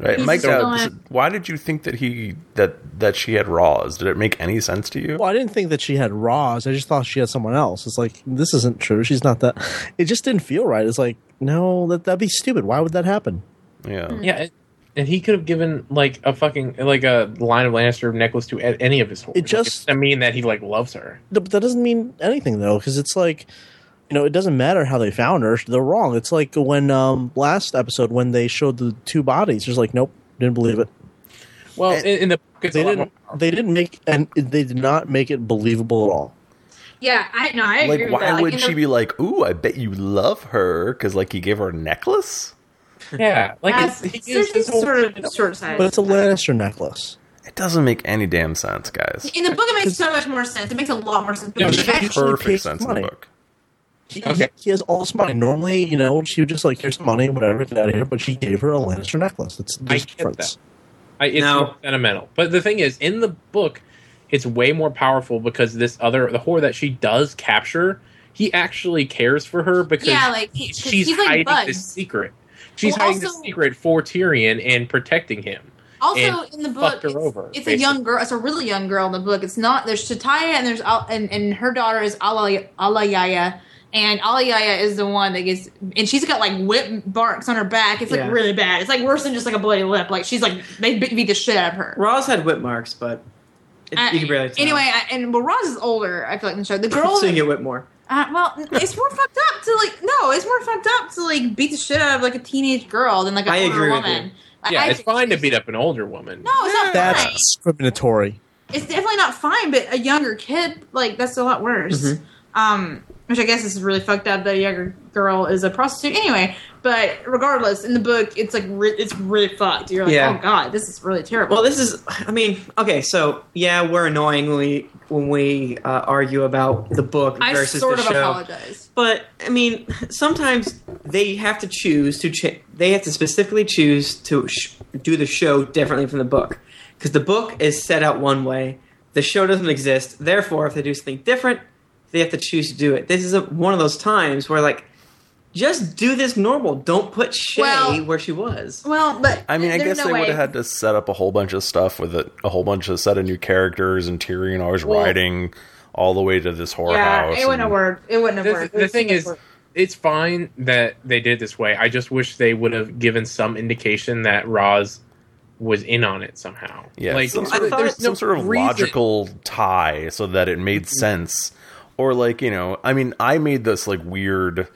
Speaker 4: Right,
Speaker 3: He's
Speaker 4: Mike.
Speaker 3: just
Speaker 4: uh,
Speaker 3: going-
Speaker 4: so why did you think that he that that she had raws? Did it make any sense to you?
Speaker 2: Well, I didn't think that she had Roz. I just thought she had someone else. It's like this isn't true. She's not that. It just didn't feel right. It's like no, that that'd be stupid. Why would that happen?
Speaker 4: Yeah,
Speaker 3: Mm,
Speaker 1: Yeah. and- And he could have given like a fucking like a line of Lannister necklace to a- any of his whores.
Speaker 2: It just-
Speaker 1: I mean that he like loves her.
Speaker 2: No, But that doesn't mean anything though, because it's like you know, it doesn't matter how they found her. They're wrong. It's like when um last episode when they showed the two bodies. There's like nope, didn't believe it.
Speaker 1: Well, in, in the book, it's
Speaker 2: They
Speaker 1: a lot
Speaker 2: didn't.
Speaker 1: more-
Speaker 2: They didn't make and they did not make it believable at all.
Speaker 3: Yeah, I know. I agree
Speaker 4: Like,
Speaker 3: with
Speaker 4: why
Speaker 3: that. Like,
Speaker 4: would
Speaker 3: in
Speaker 4: she
Speaker 3: the-
Speaker 4: be like, "Ooh, I bet you love her" because like he gave her a necklace?
Speaker 1: Yeah, like
Speaker 3: That's,
Speaker 1: it's, he
Speaker 3: there's
Speaker 1: gives this
Speaker 3: this
Speaker 1: whole-
Speaker 3: sort of short sighted.
Speaker 2: But it's a Lannister necklace.
Speaker 4: It doesn't make any damn sense, guys.
Speaker 3: in the book, it makes so much more sense. It makes a lot more sense.
Speaker 1: No,
Speaker 3: But
Speaker 1: she-
Speaker 3: I-
Speaker 2: Actually
Speaker 4: Perfect
Speaker 2: pays
Speaker 4: sense
Speaker 2: money.
Speaker 4: in the book.
Speaker 2: He,
Speaker 1: Okay.
Speaker 2: he has all this money. Normally, you know, she would just like, here's some money, whatever, get out of here. But she gave her a Lannister necklace. It's
Speaker 1: I
Speaker 2: there's
Speaker 1: get that.
Speaker 2: difference.
Speaker 1: I, it's
Speaker 5: No.
Speaker 1: more sentimental. But the thing is, in the book, it's way more powerful because this other the whore that she does capture, he actually cares for her because
Speaker 3: Yeah, like,
Speaker 1: he-
Speaker 3: 'cause
Speaker 1: she's
Speaker 3: he's like
Speaker 1: hiding
Speaker 3: Bud.
Speaker 1: this secret. She's
Speaker 3: Well,
Speaker 1: hiding this
Speaker 3: also-
Speaker 1: secret for Tyrion and protecting him.
Speaker 3: Also,
Speaker 1: and
Speaker 3: in the book,
Speaker 1: fucked her
Speaker 3: it's,
Speaker 1: over,
Speaker 3: it's a
Speaker 1: basically.
Speaker 3: young girl. It's a really young girl in the book. It's not there's Shataya and there's Al- and and her daughter is Alay- Alayaya, and Alayaya is the one that gets and she's got like whip marks on her back. It's like
Speaker 5: Yeah.
Speaker 3: really bad. It's like worse than just like a bloody lip. Like she's like they beat beat the shit out of her.
Speaker 5: Ross had whip marks, but it,
Speaker 3: Uh,
Speaker 5: you can barely tell. (laughs)
Speaker 3: anyway, I, and well, Roz is older. I feel like in the
Speaker 2: (laughs)
Speaker 3: show the girl.
Speaker 5: so you get Whitmore.
Speaker 3: Uh, well, it's more fucked up to like no, it's more fucked up to like beat the shit out of like a teenage girl than like an
Speaker 5: I
Speaker 3: older
Speaker 5: agree with
Speaker 3: woman.
Speaker 5: you.
Speaker 3: Like,
Speaker 1: Yeah,
Speaker 3: I
Speaker 1: it's
Speaker 3: think
Speaker 1: fine to
Speaker 3: she's-
Speaker 1: beat up an older woman.
Speaker 3: No, it's not
Speaker 2: That's
Speaker 3: fine.
Speaker 2: discriminatory.
Speaker 3: it's definitely not fine, but a younger kid, like, that's a lot worse.
Speaker 5: Mhm.
Speaker 3: Um, which I guess is really fucked up that a younger girl is a prostitute anyway. But regardless, in the book, it's like re- it's really fucked. You're like,
Speaker 5: Yeah.
Speaker 3: oh god, this is really terrible.
Speaker 5: Well, this is, I mean, okay, so yeah, we're annoyingly when we uh, argue about the book
Speaker 3: I
Speaker 5: versus
Speaker 3: sort
Speaker 5: the
Speaker 3: of
Speaker 5: show.
Speaker 3: apologize.
Speaker 5: But I mean, sometimes they have to choose to ch- they have to specifically choose to sh- do the show differently from the book because the book is set out one way, the show doesn't exist. Therefore, if they do something different, they have to choose to do it. This is a, one of those times where like. Just do this normal. Don't put Shay
Speaker 3: Well-
Speaker 5: where she was.
Speaker 3: Well, but
Speaker 4: I mean, I
Speaker 3: there's
Speaker 4: guess
Speaker 3: no
Speaker 4: they
Speaker 3: way.
Speaker 4: would have had to set up a whole bunch of stuff with a, a whole bunch of set of new characters and Tyrion always
Speaker 1: Well-
Speaker 4: riding all the way to this whorehouse.
Speaker 3: Yeah, it wouldn't
Speaker 4: and-
Speaker 3: have worked. It wouldn't have
Speaker 1: The,
Speaker 3: worked.
Speaker 1: the thing is, it's fine that they did this way. I just wish they would have given some indication that Roz was in on it somehow.
Speaker 4: Yeah,
Speaker 1: like
Speaker 4: some
Speaker 5: I
Speaker 4: sort of,
Speaker 5: thought
Speaker 4: there's
Speaker 5: it-
Speaker 4: some
Speaker 1: no
Speaker 4: sort of
Speaker 1: reason.
Speaker 4: logical tie so that it made
Speaker 5: Mm-hmm.
Speaker 4: sense. Or like you know, I mean, I made this like weird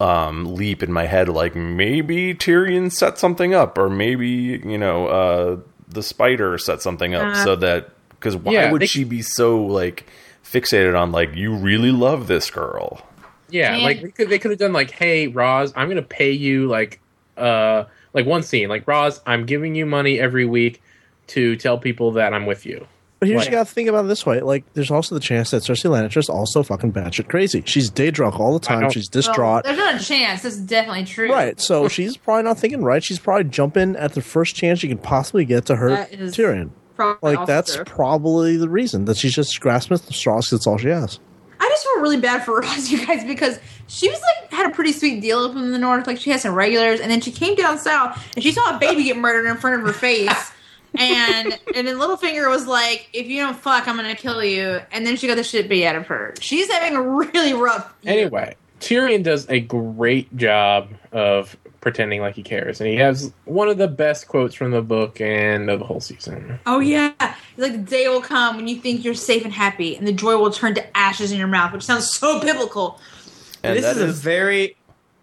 Speaker 4: um, leap in my head, like maybe Tyrion set something up, or maybe you know uh, the spider set something up,
Speaker 5: Uh,
Speaker 4: so that because why
Speaker 1: Yeah,
Speaker 4: would
Speaker 1: they-
Speaker 4: she be so like fixated on like you really love this girl?
Speaker 1: Yeah,
Speaker 3: And-
Speaker 1: like they could they could have done like, hey Roz, I'm gonna pay you like uh like one scene, like Roz, I'm giving you money every week to tell people that I'm with you.
Speaker 2: But here's
Speaker 1: Right.
Speaker 2: you got to think about it this way: like, there's also the chance that Cersei Lannister is also fucking batshit crazy. She's day drunk all the
Speaker 1: I
Speaker 2: time.
Speaker 1: don't-
Speaker 2: She's
Speaker 3: Well,
Speaker 2: distraught.
Speaker 3: there's not a chance. This is definitely true.
Speaker 2: Right,
Speaker 3: (laughs)
Speaker 2: so she's probably not thinking right. She's probably jumping at the first chance she can possibly get to her
Speaker 3: That is
Speaker 2: Tyrion.
Speaker 3: Probably
Speaker 2: Like
Speaker 3: also
Speaker 2: that's
Speaker 3: true.
Speaker 2: probably the reason that she's just grasping at the straws. 'cause That's all she has.
Speaker 3: I just feel really bad for (laughs) Roz, you guys, because she was like had a pretty sweet deal up in the north. Like she had some regulars, and then she came down south and she saw a baby get murdered in front of her (laughs) face. and and then Littlefinger was like, "If you don't fuck, I'm gonna kill you." And then she got the shit beat out of her. She's having a really rough. year.
Speaker 1: Anyway, Tyrion does a great job of pretending like he cares, and he has one of the best quotes from the book and of the whole season.
Speaker 3: Oh yeah, he's like, "The day will come when you think you're safe and happy, and the joy will turn to ashes in your mouth," which sounds so biblical.
Speaker 4: And
Speaker 5: this
Speaker 4: that
Speaker 5: is, a very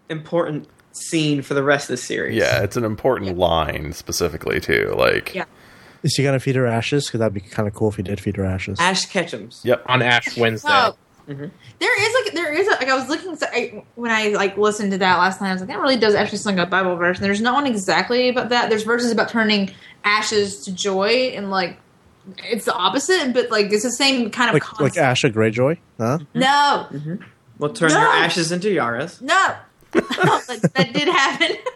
Speaker 5: important scene for the rest of the series.
Speaker 4: yeah, it's an important line specifically too. Like,
Speaker 3: Yeah.
Speaker 2: Is he gonna feed her ashes? Because that'd be kind of cool if he did feed her ashes.
Speaker 5: Ash Ketchum's.
Speaker 4: yep,
Speaker 1: On Ash Wednesday.
Speaker 3: Oh.
Speaker 5: Mhm.
Speaker 3: There is like there is a, like I was looking so I, when I like listened to that last night. I was like, that really does actually sound like a Bible verse. And there's not one exactly about that. There's verses about turning ashes to joy and like it's the opposite, but like it's the same kind of
Speaker 2: like like
Speaker 3: concept.
Speaker 2: Asha Greyjoy, huh?
Speaker 3: no,
Speaker 5: We'll turn
Speaker 3: No.
Speaker 5: your ashes into Yaras.
Speaker 3: No, (laughs) But that did happen. (laughs)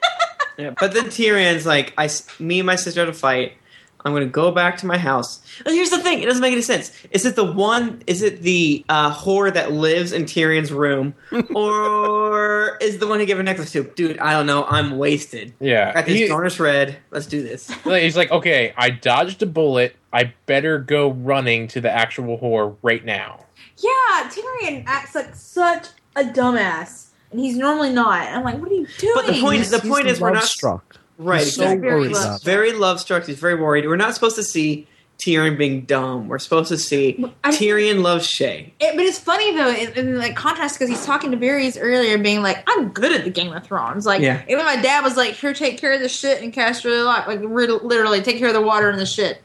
Speaker 5: Yeah, but then Tyrion's like, I, s- me and my sister had a fight. I'm gonna go back to my house. And here's the thing: it doesn't make any sense. Is it the one? Is it the uh, whore that lives in Tyrion's room,
Speaker 2: (laughs)
Speaker 5: or is the one he gave a necklace to? Dude, I don't know. I'm wasted.
Speaker 1: Yeah,
Speaker 5: Got this
Speaker 1: he-
Speaker 5: garnish red. Let's do this.
Speaker 1: Like, He's like, okay, I dodged a bullet. I better go running to the actual whore right now.
Speaker 3: yeah, Tyrion acts like such a dumbass, and he's normally not. I'm like, what are you doing?
Speaker 5: But the point, the point is, we're not
Speaker 2: struck.
Speaker 5: right.
Speaker 2: so
Speaker 5: exactly.
Speaker 3: very
Speaker 2: worried
Speaker 3: low.
Speaker 2: about it.
Speaker 5: very love struck. He's very worried. We're not supposed to see Tyrion being dumb. We're supposed to see
Speaker 3: I-
Speaker 5: Tyrion loves Shay.
Speaker 3: It- but it's funny though, in, in like contrast, because he's talking to Varys earlier, being like, "I'm good at the Game of Thrones." Like,
Speaker 5: Yeah.
Speaker 3: even my dad was like, "Here, take care of the shit and cast your lot." Like, rid- literally, take care of the water and the shit.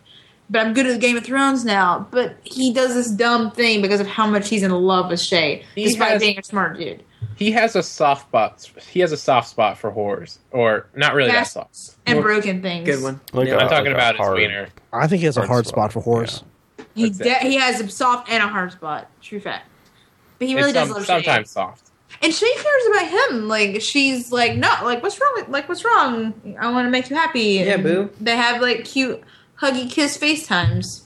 Speaker 3: But I'm good at the Game of Thrones now. But he does this dumb thing because of how much he's in love with Shay,
Speaker 1: He
Speaker 3: despite
Speaker 1: has-
Speaker 3: being a smart dude.
Speaker 1: He has a soft spot. He has a soft spot for whores, or not really
Speaker 3: Yes.
Speaker 1: that soft.
Speaker 3: And
Speaker 5: Well,
Speaker 3: broken things.
Speaker 5: Good one.
Speaker 4: Like
Speaker 5: Yeah.
Speaker 4: a-
Speaker 1: I'm talking
Speaker 4: a
Speaker 1: about his
Speaker 4: hard-
Speaker 1: wiener.
Speaker 2: I think he has a
Speaker 4: Hard
Speaker 2: hard
Speaker 4: spot,
Speaker 2: spot for horse.
Speaker 3: He
Speaker 1: That's
Speaker 3: de-
Speaker 1: it.
Speaker 3: he has a soft and a hard spot. True fact. But he really
Speaker 1: It's
Speaker 3: does
Speaker 1: some-
Speaker 3: love Shay.
Speaker 1: sometimes soft.
Speaker 3: and she cares about him. Like she's like, no, like what's wrong? With, like what's wrong? I want to make you happy.
Speaker 5: Yeah,
Speaker 3: And
Speaker 5: boo.
Speaker 3: They have like cute huggy kiss FaceTimes.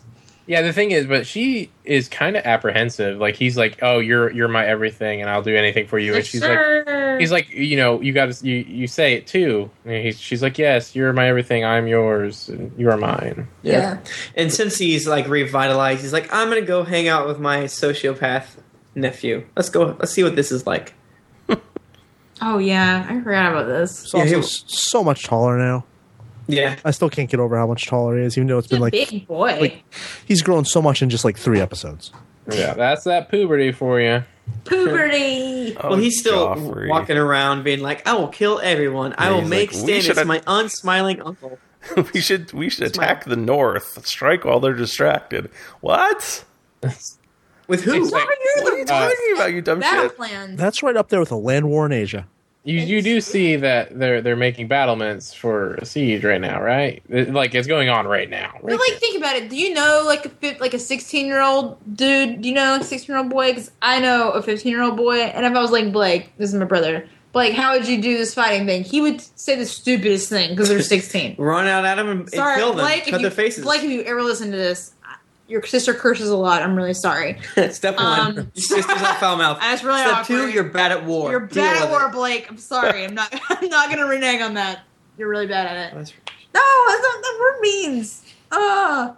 Speaker 1: Yeah, the thing is, but she is kind of apprehensive. Like he's like, "Oh, you're you're my everything, and I'll do anything for you." And she's like, "He's like, you know, you got to you you say it too." And he's she's like, "Yes, you're my everything. I'm yours, and you're mine."
Speaker 3: yeah.
Speaker 5: And since he's like revitalized, he's like, I'm gonna go hang out with my sociopath nephew. Let's go. Let's see what this is like.
Speaker 3: Oh yeah, I forgot about this.
Speaker 2: He's also
Speaker 5: he-
Speaker 2: s- so much taller now.
Speaker 5: Yeah.
Speaker 2: I still can't get over how much taller he is, even though it's
Speaker 3: He's
Speaker 2: been
Speaker 3: a
Speaker 2: like
Speaker 3: big boy.
Speaker 2: like- he's grown so much in just like three episodes.
Speaker 1: Yeah, that's that puberty for you.
Speaker 3: Puberty.
Speaker 4: Oh,
Speaker 5: well, he's still
Speaker 4: Joffrey.
Speaker 5: walking around being like, I will kill everyone. I
Speaker 4: Yeah,
Speaker 5: will
Speaker 4: he's
Speaker 5: make
Speaker 4: like, "We
Speaker 5: Stannis
Speaker 4: should have-
Speaker 5: my unsmiling uncle.
Speaker 4: (laughs) we should we should
Speaker 5: Smile.
Speaker 4: attack the north. Strike while they're distracted. What?
Speaker 5: With who?
Speaker 1: It's like-
Speaker 4: What are you talking about? You dumb
Speaker 3: Battle
Speaker 4: shit.
Speaker 3: plan.
Speaker 2: That's right up there with a land war in Asia.
Speaker 1: (laughs) You you do see that they're they're making battlements for a siege right now, right? It- like it's going on right now.
Speaker 3: But
Speaker 1: right?
Speaker 3: like, think about it. Do you know like a fif- like a sixteen year old dude? Do you know like sixteen year old boy? 'Cause I know a fifteen year old boy, and if I was like Blake, this is my brother. Blake, how would you do this fighting thing? He would say the stupidest thing because they're sixteen.
Speaker 5: Run out at him and, and
Speaker 3: sorry,
Speaker 5: kill them.
Speaker 3: Blake.
Speaker 5: Cut
Speaker 3: if
Speaker 5: their
Speaker 3: you,
Speaker 5: faces.
Speaker 3: Blake, if you ever listen to this, your sister curses a lot. I'm really sorry.
Speaker 5: (laughs) Step one, (laughs)
Speaker 3: Um,
Speaker 5: your sister's not foul mouth.
Speaker 3: That's (laughs) really
Speaker 5: Step
Speaker 3: awkward.
Speaker 5: two, you're bad at war.
Speaker 3: You're
Speaker 5: Deal
Speaker 3: bad at
Speaker 5: with
Speaker 3: war,
Speaker 5: it.
Speaker 3: Blake. I'm sorry. I'm not. (laughs) I'm not gonna renege on that. You're really bad at it.
Speaker 5: That's-
Speaker 3: No, that's not what the word means. Ugh.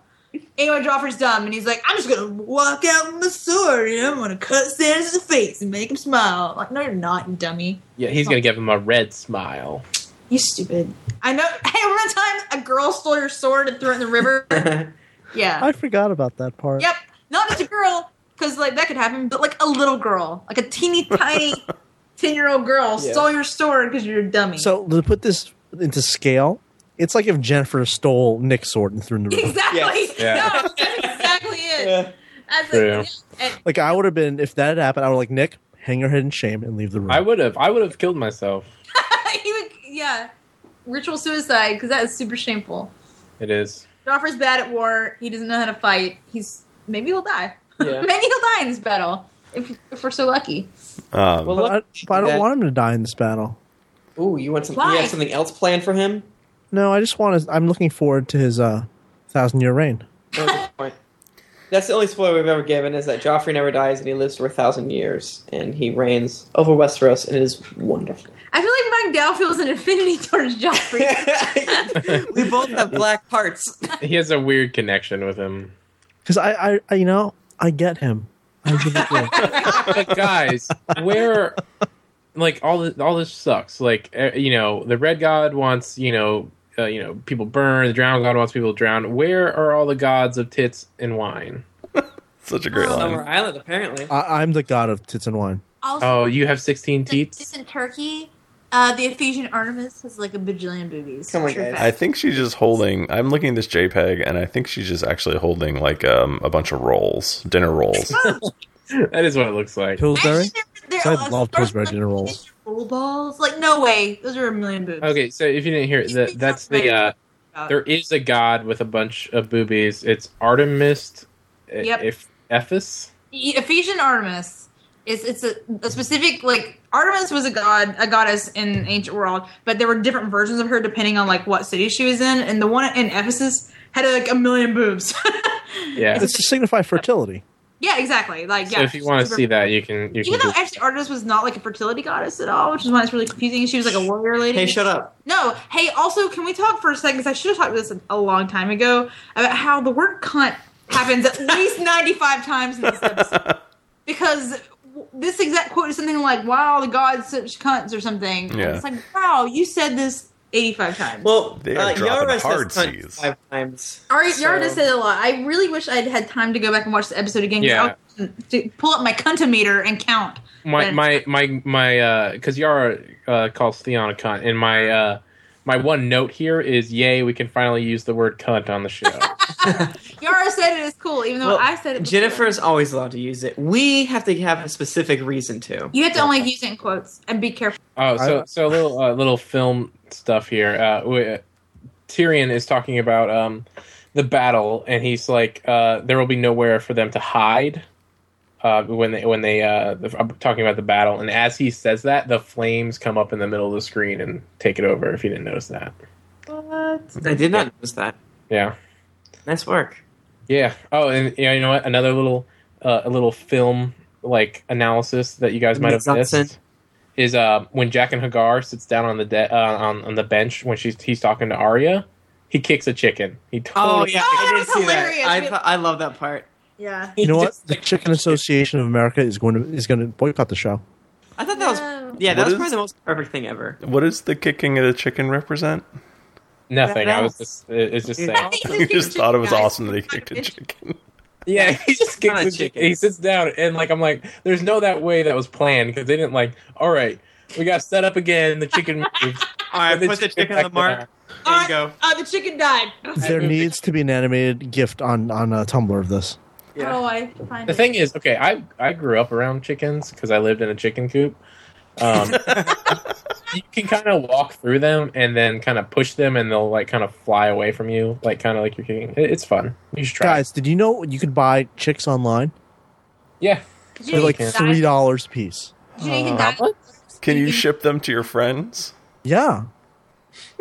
Speaker 3: Anyway, Joffrey's dumb, and he's like, I'm just gonna walk out with my sword, and I'm gonna cut Stannis' face and make him smile. Like, no, you're not, you dummy.
Speaker 1: yeah, he's gonna give him a red smile.
Speaker 3: You stupid. I know. (laughs) Hey, remember that time a girl stole your sword and threw it in the river?
Speaker 5: (laughs)
Speaker 3: (laughs) yeah.
Speaker 2: I forgot about that part.
Speaker 3: Yep. Not just a girl, because like that could happen, but like a little girl, like a
Speaker 5: (laughs)
Speaker 3: teeny tiny ten-year-old girl
Speaker 5: Yeah.
Speaker 3: stole your sword because you're a dummy.
Speaker 2: So to put this into scale, it's like if Jennifer stole Nick's sword and threw it in the
Speaker 3: (laughs)
Speaker 2: river.
Speaker 3: exactly.
Speaker 5: Yes.
Speaker 1: Yeah.
Speaker 3: No, that's (laughs) exactly it.
Speaker 5: Yeah.
Speaker 3: That's
Speaker 1: True.
Speaker 3: like, yeah, and-
Speaker 2: Like I would have been if that had happened. I would like Nick hang your head in shame and leave the room.
Speaker 1: I would have I would have killed myself.
Speaker 3: (laughs) he would, yeah, ritual suicide because that is super shameful.
Speaker 1: It is.
Speaker 3: Joffrey's bad at war. He doesn't know how to fight. He's maybe he'll die.
Speaker 5: Yeah.
Speaker 3: (laughs) maybe he'll die in this battle if, if we're so lucky.
Speaker 4: Um,
Speaker 5: Well,
Speaker 2: But I, but I don't
Speaker 5: That-
Speaker 2: want him to die in this battle.
Speaker 5: Ooh, you want some,
Speaker 3: Why?
Speaker 5: you have something else planned for him?
Speaker 2: No, I just want. His, I'm looking forward to his uh, thousand year reign.
Speaker 5: That was the point. That's the only spoiler we've ever given is that Joffrey never dies and he lives for a thousand years and he reigns over Westeros and it is wonderful.
Speaker 3: I feel like Mike Dow feels an affinity (laughs) towards
Speaker 5: (laughs)
Speaker 3: Joffrey.
Speaker 5: (laughs) we both have black hearts.
Speaker 1: He has a weird connection with him.
Speaker 2: Because I, I, I, you know, I get him. I really do.
Speaker 1: but guys, where like all this, all this sucks. Like eh, you know, the red god wants you know uh, you know people burn. The drowned god wants people to drown. Where are all the gods of tits and wine?
Speaker 4: such a great line.
Speaker 5: Summer Island, apparently.
Speaker 2: (laughs) I, I'm the god of tits and wine.
Speaker 3: also,
Speaker 1: Oh, you have sixteen teats. (laughs)
Speaker 3: in Turkey. Uh, the Ephesian Artemis has like a bajillion boobies.
Speaker 5: Come on, True guys. fact.
Speaker 4: I
Speaker 3: (laughs)
Speaker 4: think she's just holding. I'm looking at this JPEG, and I think she's just actually holding like um, a bunch of rolls, dinner (laughs) rolls.
Speaker 3: Oh,
Speaker 1: That is what it looks like.
Speaker 2: Pillsbury.
Speaker 3: Actually, they're,
Speaker 2: So I love Pillsbury dinner rolls.
Speaker 3: Roll balls? Like no way. Those are a million boobs.
Speaker 1: Okay, so if you didn't hear, it, that that's the uh, there is a god with a bunch of boobies. It's Artemis. eh,
Speaker 3: Yep.
Speaker 1: If Ephes.
Speaker 3: E- Ephesian Artemis It's it's a, a specific like Artemis was a god a goddess in ancient world, but there were different versions of her depending on like what city she was in. And the one in Ephesus had like a million boobs. (laughs)
Speaker 1: Yeah.
Speaker 2: It's to signify fertility.
Speaker 3: yeah, exactly. Like yeah.
Speaker 1: so if you want to
Speaker 3: super-
Speaker 1: see that, you can. You
Speaker 3: Even
Speaker 1: can
Speaker 3: though actually Artemis was not like a fertility goddess at all, which is why it's really confusing. She was like a warrior lady.
Speaker 5: Hey, shut up.
Speaker 3: No. Hey, also, can we talk for a second? Because I should have talked about this a long time ago about how the word cunt
Speaker 5: (laughs)
Speaker 3: happens at least 95 times in this episode. Because w- this exact quote is something like, wow, the gods such cunts or something. And
Speaker 4: Yeah.
Speaker 3: It's like, wow, you said this 85 times.
Speaker 5: Well,
Speaker 4: They are
Speaker 5: uh,
Speaker 4: dropping
Speaker 5: Yara
Speaker 4: hard
Speaker 5: says cunt
Speaker 4: Cs.
Speaker 5: five times.
Speaker 3: Ari, you
Speaker 5: so-
Speaker 3: already said a lot. I really wish I'd had time to go back and watch the episode again. 'cause
Speaker 1: Yeah.
Speaker 3: I was- to pull up my cuntometer and count.
Speaker 1: my my my my because Yara uh, calls Theon a cunt, and my uh, my one note here is, yay, we can finally use the word cunt on
Speaker 3: (laughs)
Speaker 1: the show.
Speaker 3: Yara said it is cool, even though
Speaker 5: Well,
Speaker 3: I said it. before.
Speaker 5: Jennifer is always allowed to use it. We have to have a specific reason to.
Speaker 3: You have to only use it in quotes and be careful.
Speaker 1: Oh, so
Speaker 2: I-
Speaker 1: so a little uh, little film stuff here. Uh, w- uh, Tyrion is talking about um, the battle, and he's like, uh, "There will be nowhere for them to hide." Uh, when they when they uh, the, I'm talking about the battle, and as he says that, the flames come up in the middle of the screen and take it over. If you didn't notice that,
Speaker 5: I did not notice that.
Speaker 1: yeah,
Speaker 5: Nice work.
Speaker 1: yeah. Oh, and yeah, you know what? Another little uh, a little film like analysis that you guys might have
Speaker 5: Mise-en-scène.
Speaker 1: missed. Is uh, when Jack and Hagar sits down on the de- uh, on on the bench when she's he's talking to Arya, he kicks a chicken. He
Speaker 5: Oh (laughs)
Speaker 1: totally
Speaker 5: yeah,
Speaker 3: Oh, that
Speaker 5: I did
Speaker 3: was
Speaker 5: see
Speaker 3: hilarious.
Speaker 5: that. I,
Speaker 3: We-
Speaker 5: th- I love that part. (laughs)
Speaker 3: Yeah.
Speaker 2: You know what?
Speaker 5: Just
Speaker 3: (laughs)
Speaker 2: The Chicken Association of America is going to is going to boycott the show.
Speaker 5: I thought that was
Speaker 3: No.
Speaker 5: yeah, that
Speaker 4: What
Speaker 5: was
Speaker 4: is-
Speaker 5: probably the most perfect thing ever.
Speaker 4: What does the kicking at a chicken (laughs) represent?
Speaker 1: nothing. I was
Speaker 5: That-
Speaker 1: just it- it's just
Speaker 5: Dude,
Speaker 4: (laughs)
Speaker 1: saying.
Speaker 4: You just thought it was awesome that he kicked a chicken.
Speaker 1: Yeah, (laughs) he
Speaker 5: (laughs)
Speaker 1: just
Speaker 5: Not
Speaker 1: kicks
Speaker 5: a
Speaker 1: a chicken.
Speaker 5: chicken.
Speaker 1: He sits down and like I'm like, there's no that way that was planned because they didn't like. All right, we got set up again.
Speaker 5: (laughs)
Speaker 1: The chicken moves.
Speaker 5: All right,
Speaker 1: And then
Speaker 5: put the
Speaker 1: she
Speaker 5: chicken
Speaker 1: back
Speaker 5: on the mark. There you go.
Speaker 3: Oh, the chicken died. (laughs)
Speaker 2: There needs to be an animated gift on on a Tumblr of this.
Speaker 3: How do
Speaker 5: Yeah.
Speaker 3: I find
Speaker 1: The
Speaker 3: it?
Speaker 1: thing is, okay, I I grew up around chickens because I lived in a chicken coop. Um, you can kind of walk through them and then kind of push them, and they'll like kind of fly away from you, like kind of like you're kicking. It, it's fun. You should try. it.
Speaker 2: Guys, did you know you could buy chicks online?
Speaker 1: Yeah.
Speaker 3: Did
Speaker 2: They're
Speaker 3: you know you
Speaker 2: like
Speaker 3: can die-
Speaker 2: three dollars a piece.
Speaker 3: Did you know you can die?
Speaker 4: Can you ship them to your (laughs) friends?
Speaker 2: Yeah,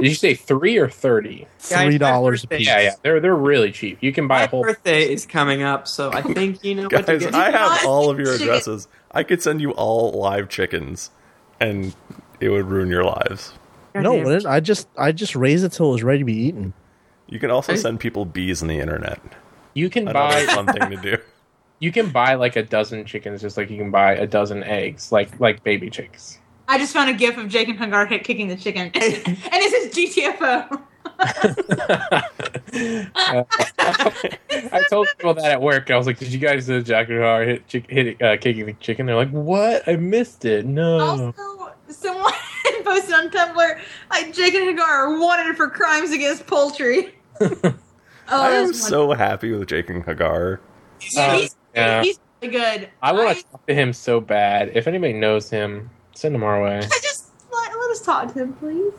Speaker 1: Did you say three or thirty?
Speaker 5: Guys,
Speaker 2: three dollars a
Speaker 5: my birthday-
Speaker 2: piece.
Speaker 1: Yeah, yeah. They're they're really cheap. You can buy
Speaker 5: My
Speaker 1: a whole.
Speaker 5: birthday is coming up, so I think you know what to
Speaker 4: Guys,
Speaker 5: do. (laughs)
Speaker 4: I have
Speaker 3: not
Speaker 4: all of your
Speaker 3: chicken.
Speaker 4: addresses. I could send you all live chickens, and it would ruin your lives.
Speaker 2: No, it isn't. I just I just raised it till it was ready to be eaten.
Speaker 4: You can also
Speaker 5: Are you-
Speaker 4: send people bees on the internet.
Speaker 1: You can
Speaker 4: Another
Speaker 1: buy
Speaker 4: fun thing to do.
Speaker 1: you can buy like a dozen chickens, just like you can buy a dozen eggs, like like baby chicks.
Speaker 3: I just found a gif of Jake and Hungar hit kicking the chicken, (laughs) and it says GTFO.
Speaker 1: Uh, I told people that at work. I was like, "Did you guys know Jack and Har hit chick- hit uh, kicking the chicken?" They're like, "What? I missed it. No."
Speaker 3: Also, someone (laughs) posted on Tumblr like Jake and Hungar are wanted for crimes against poultry. (laughs)
Speaker 1: (laughs)
Speaker 3: oh,
Speaker 4: I am
Speaker 3: that's
Speaker 4: so happy with Jake and Hagar.
Speaker 3: wonderful. Dude, he's,
Speaker 1: Uh, Yeah.
Speaker 3: he's really good.
Speaker 1: I want
Speaker 3: I,
Speaker 1: to talk to him so bad. If anybody knows him, send him our way.
Speaker 3: I just let, let us talk to him, please.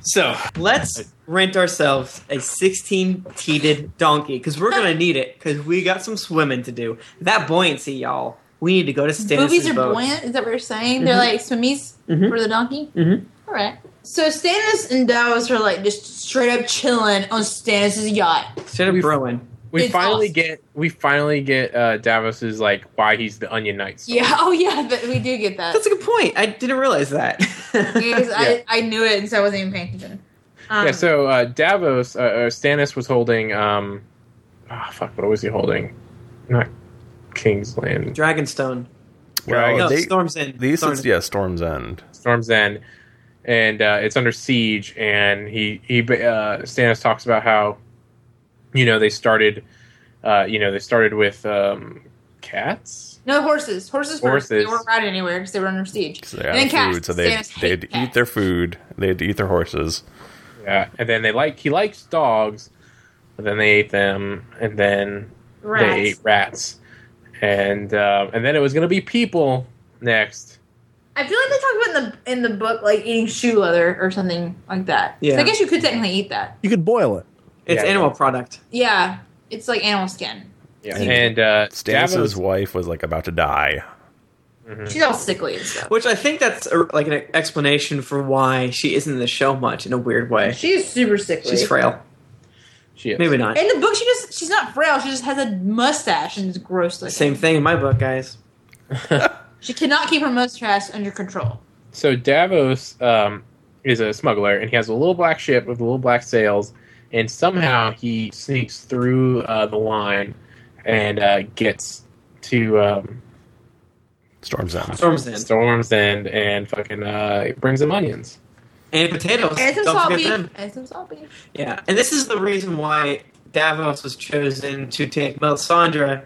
Speaker 5: So let's rent ourselves a 16 teated donkey because we're gonna need it because we got some swimming to do. That buoyancy, y'all. We need to go to Stannis'
Speaker 3: Boobies are
Speaker 5: boat.
Speaker 3: buoyant. Is that what you're saying? They're
Speaker 1: Mm-hmm.
Speaker 3: like swimmies
Speaker 5: Mhm.
Speaker 3: for the donkey.
Speaker 5: Mhm.
Speaker 3: All right. So Stannis and Davos are like just straight up chilling on Stannis' yacht.
Speaker 5: Instead of
Speaker 1: We've-
Speaker 5: Rowan.
Speaker 1: We
Speaker 3: It's
Speaker 1: finally
Speaker 3: awesome.
Speaker 1: get we finally get uh, Davos's like why he's the Onion Knight. story.
Speaker 3: Yeah. (laughs) Oh yeah. That, we do get
Speaker 1: (laughs)
Speaker 3: that.
Speaker 5: That's a good point. I didn't realize that.
Speaker 3: Because
Speaker 1: Yeah.
Speaker 3: I, I knew it, and so I wasn't even paying attention. Um,
Speaker 1: yeah, so uh, Davos, uh, uh, Stannis was holding. Um, ah, fuck, what was he holding? Not King's Land,
Speaker 5: (laughs) Dragonstone.
Speaker 1: Right.
Speaker 5: No,
Speaker 4: Well, they,
Speaker 5: Storm's in.
Speaker 4: these
Speaker 5: Storm's
Speaker 4: is yeah, Storm's End.
Speaker 1: Storm's End, and uh, it's under siege. And he he uh, Stannis talks about how, you know, they started, uh, you know, they started with um, cats.
Speaker 3: no horses. Horses. First. They
Speaker 1: Horses.
Speaker 3: weren't riding anywhere because they were under siege.
Speaker 4: 'cause They
Speaker 3: And then
Speaker 4: had
Speaker 3: cats.
Speaker 4: food, so they
Speaker 3: Stannis
Speaker 4: they had to
Speaker 3: hates
Speaker 4: eat
Speaker 3: cats.
Speaker 4: their food. They had to eat their horses.
Speaker 1: Yeah, and then they like he likes dogs, but then they ate them, and then they ate
Speaker 3: rats.
Speaker 1: rats, and uh, and then it was gonna be people next.
Speaker 3: I feel like they talk about in the in the book like eating shoe leather or something like that.
Speaker 5: Yeah.
Speaker 3: So I guess you could technically eat that.
Speaker 2: You could boil it.
Speaker 5: It's
Speaker 1: yeah.
Speaker 5: animal product.
Speaker 3: Yeah. It's like animal skin.
Speaker 1: Yeah,
Speaker 4: Yeah.
Speaker 1: and uh,
Speaker 4: Stannis's
Speaker 1: Davos- Mm-hmm.
Speaker 4: wife was like about to die.
Speaker 3: She's all sickly and stuff.
Speaker 5: Which I think that's a, like an explanation for why she isn't in the show much in a weird way.
Speaker 3: She's super sickly.
Speaker 5: She's frail.
Speaker 1: She is.
Speaker 5: Maybe not.
Speaker 3: In the book, she just she's not frail. She just has a mustache and is gross looking.
Speaker 5: Same thing in my book, guys.
Speaker 1: (laughs)
Speaker 3: She cannot keep her mustache under control.
Speaker 1: So Davos um, is a smuggler, and he has a little black ship with little black sails, and somehow he sneaks through uh, the line and uh, gets to um,
Speaker 4: Storm's out.
Speaker 5: Storm's in.
Speaker 1: Storm's End and fucking uh, brings him onions.
Speaker 5: And potatoes.
Speaker 3: And some
Speaker 5: Don't
Speaker 3: salt
Speaker 5: forget
Speaker 3: beef.
Speaker 5: them.
Speaker 3: And some salt beef.
Speaker 5: Yeah, and this is the reason why Davos was chosen to take Melisandre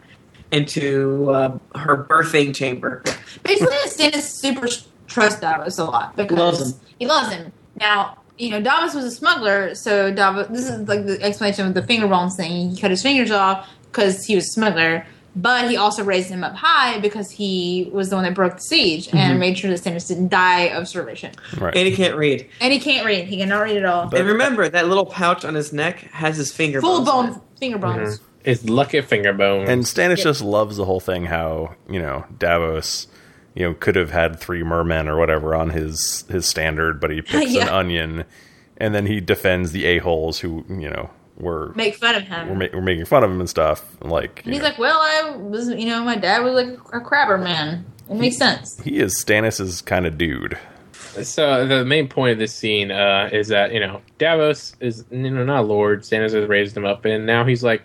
Speaker 5: into uh, her birthing chamber.
Speaker 3: Basically, Stannis super trusts Davos a lot because
Speaker 5: Loves him.
Speaker 3: he loves him. Now, you know, Davos was a smuggler, so Davos. This is like the explanation with the finger bones thing. He cut his fingers off because he was a smuggler, but he also raised him up high because he was the one that broke the siege
Speaker 5: Mm-hmm.
Speaker 3: and made sure that Stannis didn't die of starvation.
Speaker 5: And
Speaker 4: Right.
Speaker 5: he can't read.
Speaker 3: And he can't read; he cannot read at all.
Speaker 4: But-
Speaker 5: and remember, that little pouch on his neck has his finger
Speaker 3: Full
Speaker 5: bones Mm-hmm. in it.
Speaker 3: bone finger bones.
Speaker 1: It's lucky finger bone.
Speaker 4: And Stannis
Speaker 3: Yeah.
Speaker 4: just loves the whole thing how, you know, Davos, you know, could have had three mermen or whatever on his his
Speaker 3: (laughs)
Speaker 4: standard, but he picks an
Speaker 3: Yeah.
Speaker 4: onion and then he defends the a-holes who, you know, were
Speaker 3: Make fun of him.
Speaker 4: were, ma- were making fun of him and stuff. Like,
Speaker 3: and
Speaker 4: you
Speaker 3: he's
Speaker 4: know,
Speaker 3: like, "Well, I was, you know, my dad was like a crabber man. It makes sense."
Speaker 4: he is Stannis's kind of dude.
Speaker 1: So the main point of this scene uh, is that you know Davos is you know not a lord. Stannis has raised him up, and now he's like,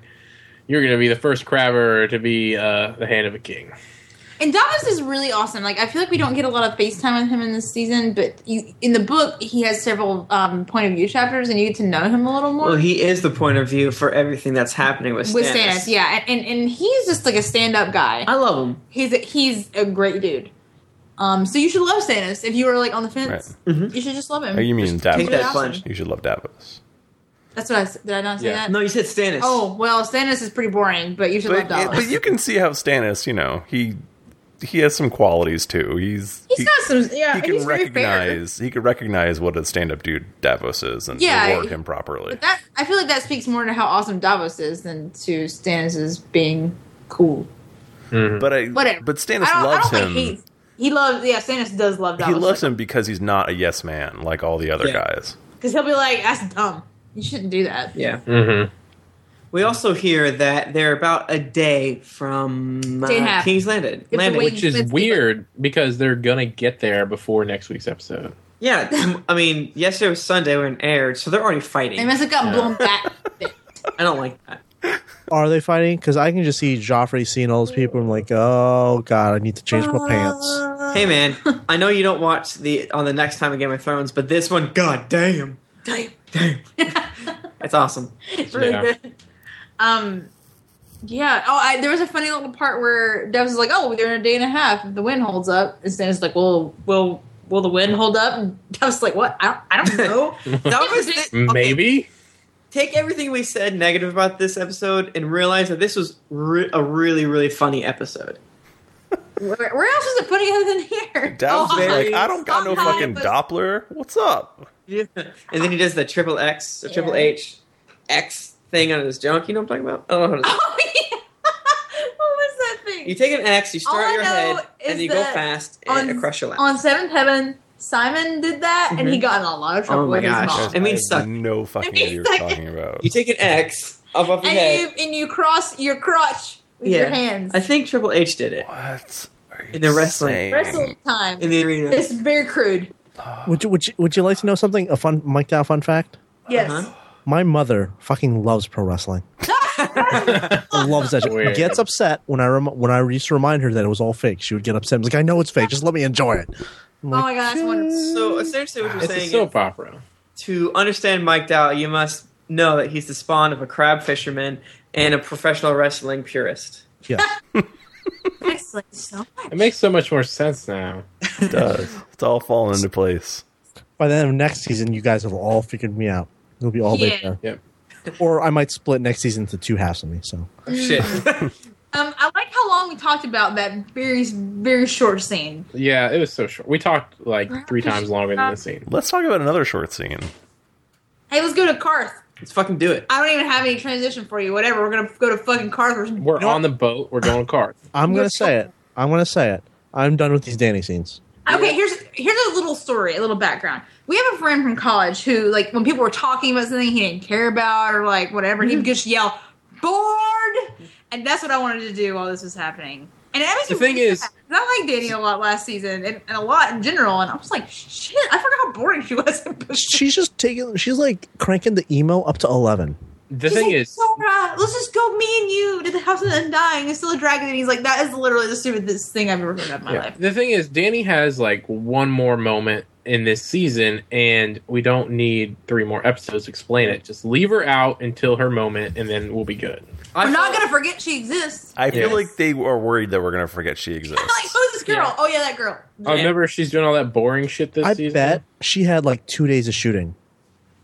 Speaker 1: "You're going to be the first crabber to be uh, the hand of a king."
Speaker 3: And Davos is really awesome. Like, I feel like we don't get a lot of FaceTime with him in this season, but you, in the book, he has several um, point of view chapters, and you get to know him a little more.
Speaker 5: Well, he is the point of view for everything that's happening with Stannis.
Speaker 3: with Stannis, yeah, and, and and he's just like a stand-up guy.
Speaker 5: I love him.
Speaker 3: He's a, he's a great dude. Um, so you should love Stannis if you were like on the fence. You should Mm-hmm. just love him.
Speaker 4: Oh, you mean Davos.
Speaker 5: Mm-hmm. Take that
Speaker 3: Awesome.
Speaker 5: plunge.
Speaker 4: You should love Davos.
Speaker 3: That's what I s- did. I not say
Speaker 1: Yeah.
Speaker 3: that.
Speaker 5: No, you said Stannis.
Speaker 3: Oh well, Stannis is pretty boring, but you should
Speaker 4: But,
Speaker 3: love Davos.
Speaker 4: but you can see how Stannis, you know, he he has some qualities too. He's
Speaker 3: He's
Speaker 4: he-
Speaker 3: got some. Yeah,
Speaker 4: he can
Speaker 3: he's very fair.
Speaker 4: recognize he can recognize what a stand up dude Davos is and
Speaker 3: Yeah,
Speaker 4: reward
Speaker 3: I-
Speaker 4: him properly.
Speaker 3: But that I feel like that speaks more to how awesome Davos is than to Stannis's being cool.
Speaker 1: Mm-hmm.
Speaker 4: But I
Speaker 3: Whatever.
Speaker 4: but Stannis
Speaker 3: I don't,
Speaker 4: loves
Speaker 3: I don't
Speaker 4: him.
Speaker 3: Think he's, he loves. Yeah, Stannis does love
Speaker 4: he
Speaker 3: Davos.
Speaker 4: loves him because he's not a yes man like all the other
Speaker 5: Yeah.
Speaker 4: guys.
Speaker 3: because he'll be like, "That's dumb. You shouldn't do that."
Speaker 5: Yeah.
Speaker 1: Mm-hmm.
Speaker 5: We also hear that they're about a day from
Speaker 3: Day and a
Speaker 5: uh,
Speaker 3: half.
Speaker 5: King's Landing.
Speaker 3: a
Speaker 5: Landing.
Speaker 3: week.
Speaker 1: Which is
Speaker 3: It's-
Speaker 1: weird because they're going to get there before next week's episode.
Speaker 5: Yeah, tom- I mean, yesterday was Sunday when it aired, so they're already fighting.
Speaker 3: They must have got blown back. (laughs)
Speaker 5: I don't like that.
Speaker 2: Are they fighting? Because I can just see Joffrey seeing all those people and like, oh god, I need to change my pants.
Speaker 5: Hey,
Speaker 3: (laughs)
Speaker 5: man, I know you don't watch the on the next time of Game of Thrones, but this one, god damn,
Speaker 3: Damn. (laughs)
Speaker 5: it's (laughs) awesome.
Speaker 3: It's really
Speaker 1: Yeah.
Speaker 3: good. Um, yeah. Oh, I, there was a funny little part where Devs is like, "Oh, they're in a day and a half. If the wind holds up." And Stan's like, "Well, will will the wind hold up?" And (laughs) Devs like, "What? I don't, I
Speaker 5: (laughs)
Speaker 3: don't know."
Speaker 5: That was it. Okay,
Speaker 1: (laughs) Maybe
Speaker 5: take everything we said negative about this episode and realize that this was re- a really, really funny episode. (laughs)
Speaker 3: where, where else was it putting it than here?
Speaker 4: Davos
Speaker 5: Oh,
Speaker 4: is like,
Speaker 5: very-
Speaker 4: I don't got no
Speaker 3: oh,
Speaker 4: fucking
Speaker 3: but-
Speaker 4: Doppler. What's up?
Speaker 5: Yeah. And then he does the triple X, the triple
Speaker 3: Yeah.
Speaker 5: H, X thing on his junk. You know what I'm talking about? I don't know how to-
Speaker 3: (laughs) Oh, yeah. (laughs) what was that thing?
Speaker 5: You take an X, you
Speaker 3: All
Speaker 5: start
Speaker 3: I
Speaker 5: at your
Speaker 3: know
Speaker 5: head,
Speaker 3: is
Speaker 5: and you go
Speaker 3: that
Speaker 5: fast and
Speaker 3: on-
Speaker 5: across your lap.
Speaker 3: On Seventh Heaven, Simon did that, and he got in a lot of trouble
Speaker 5: Oh my
Speaker 3: with
Speaker 5: gosh.
Speaker 3: his mom.
Speaker 5: I mean,
Speaker 4: have
Speaker 5: suck.
Speaker 4: no fucking
Speaker 3: mean,
Speaker 4: idea what you're
Speaker 3: suck.
Speaker 4: talking about.
Speaker 5: you take an X up off your head.
Speaker 3: And you and you cross your crotch with your hands.
Speaker 5: I think Triple H did it
Speaker 4: What? Are you
Speaker 5: In the wrestling.
Speaker 4: saying?
Speaker 3: Wrestle time.
Speaker 5: in the arena.
Speaker 3: It's very crude.
Speaker 2: Would you, would you would you like to know something? A fun Mike Dow fun fact.
Speaker 3: Yes.
Speaker 5: Uh-huh.
Speaker 2: My mother fucking loves pro wrestling.
Speaker 1: Uh-huh. (laughs)
Speaker 2: loves that. She
Speaker 1: Weird.
Speaker 2: gets upset when I rem- when I used to remind her that it was all fake. She would get upset. I was like, I know it's fake. Just let me enjoy it. I'm
Speaker 3: (laughs) Oh
Speaker 2: like,
Speaker 3: my gosh, wonderful.
Speaker 5: So essentially, what you're
Speaker 1: it's a
Speaker 5: saying is
Speaker 1: soap opera.
Speaker 5: to understand Mike Dow, you must know that he's the spawn of a crab fisherman and a professional wrestling purist.
Speaker 2: yes.
Speaker 3: Excellent. So much.
Speaker 1: It makes so much more sense now.
Speaker 4: It does. It's all falling into place.
Speaker 2: By the end of next season, you guys have all figured me out. It'll be all
Speaker 3: Yeah.
Speaker 2: there.
Speaker 1: Yep.
Speaker 2: Or I might split next season into two halves of me. So
Speaker 5: Oh,
Speaker 3: Mm.
Speaker 5: shit.
Speaker 3: (laughs) Um, I like how long we talked about that very, very short scene.
Speaker 1: Yeah, it was so short. We talked like three times longer than the scene.
Speaker 4: Let's talk about another short scene.
Speaker 3: Hey, let's go to Karth.
Speaker 5: Let's fucking do it.
Speaker 3: I don't even have any transition for you. Whatever. We're gonna go to fucking Karth.
Speaker 1: We're
Speaker 2: know
Speaker 1: on the boat. We're going to Carth.
Speaker 2: I'm
Speaker 3: You're
Speaker 2: gonna say it. I'm gonna say it. I'm done with these Danny scenes.
Speaker 3: Okay, here's here's a little story, a little background. We have a friend from college who, like, when people were talking about something he didn't care about or like whatever, he
Speaker 1: Mm-hmm.
Speaker 3: would just yell "bored," and that's what I wanted to do while this was happening. And it makes
Speaker 1: The
Speaker 3: me
Speaker 1: thing
Speaker 3: really
Speaker 1: is-
Speaker 3: sad, 'cause I liked Danny a lot last season and, and a lot in general, and I was like, shit, I forgot how boring she was. (laughs)
Speaker 2: She's just taking. She's like cranking the emo up to eleven.
Speaker 1: The
Speaker 3: She's
Speaker 1: thing
Speaker 3: like,
Speaker 1: is,
Speaker 3: Sora, let's just go, me and you, to the house of the undying and still a dragon. And he's like, that is literally the stupidest thing I've ever heard of in my
Speaker 1: Yeah.
Speaker 3: life.
Speaker 1: The thing is, Danny has like one more moment in this season, and we don't need three more episodes to explain it. Just leave her out until her moment, and then we'll be good.
Speaker 5: I
Speaker 3: We're not
Speaker 5: felt- (laughs)
Speaker 3: gonna forget she exists. (laughs)
Speaker 4: I feel
Speaker 1: Yes.
Speaker 4: like they are worried that we're gonna forget she
Speaker 3: I'm like,
Speaker 4: exists.
Speaker 3: who's this girl?
Speaker 5: Yeah.
Speaker 3: Oh yeah, that girl.
Speaker 1: I
Speaker 5: Yeah.
Speaker 1: remember she's doing all that boring shit this
Speaker 2: I
Speaker 1: season.
Speaker 2: bet she had like two days of shooting.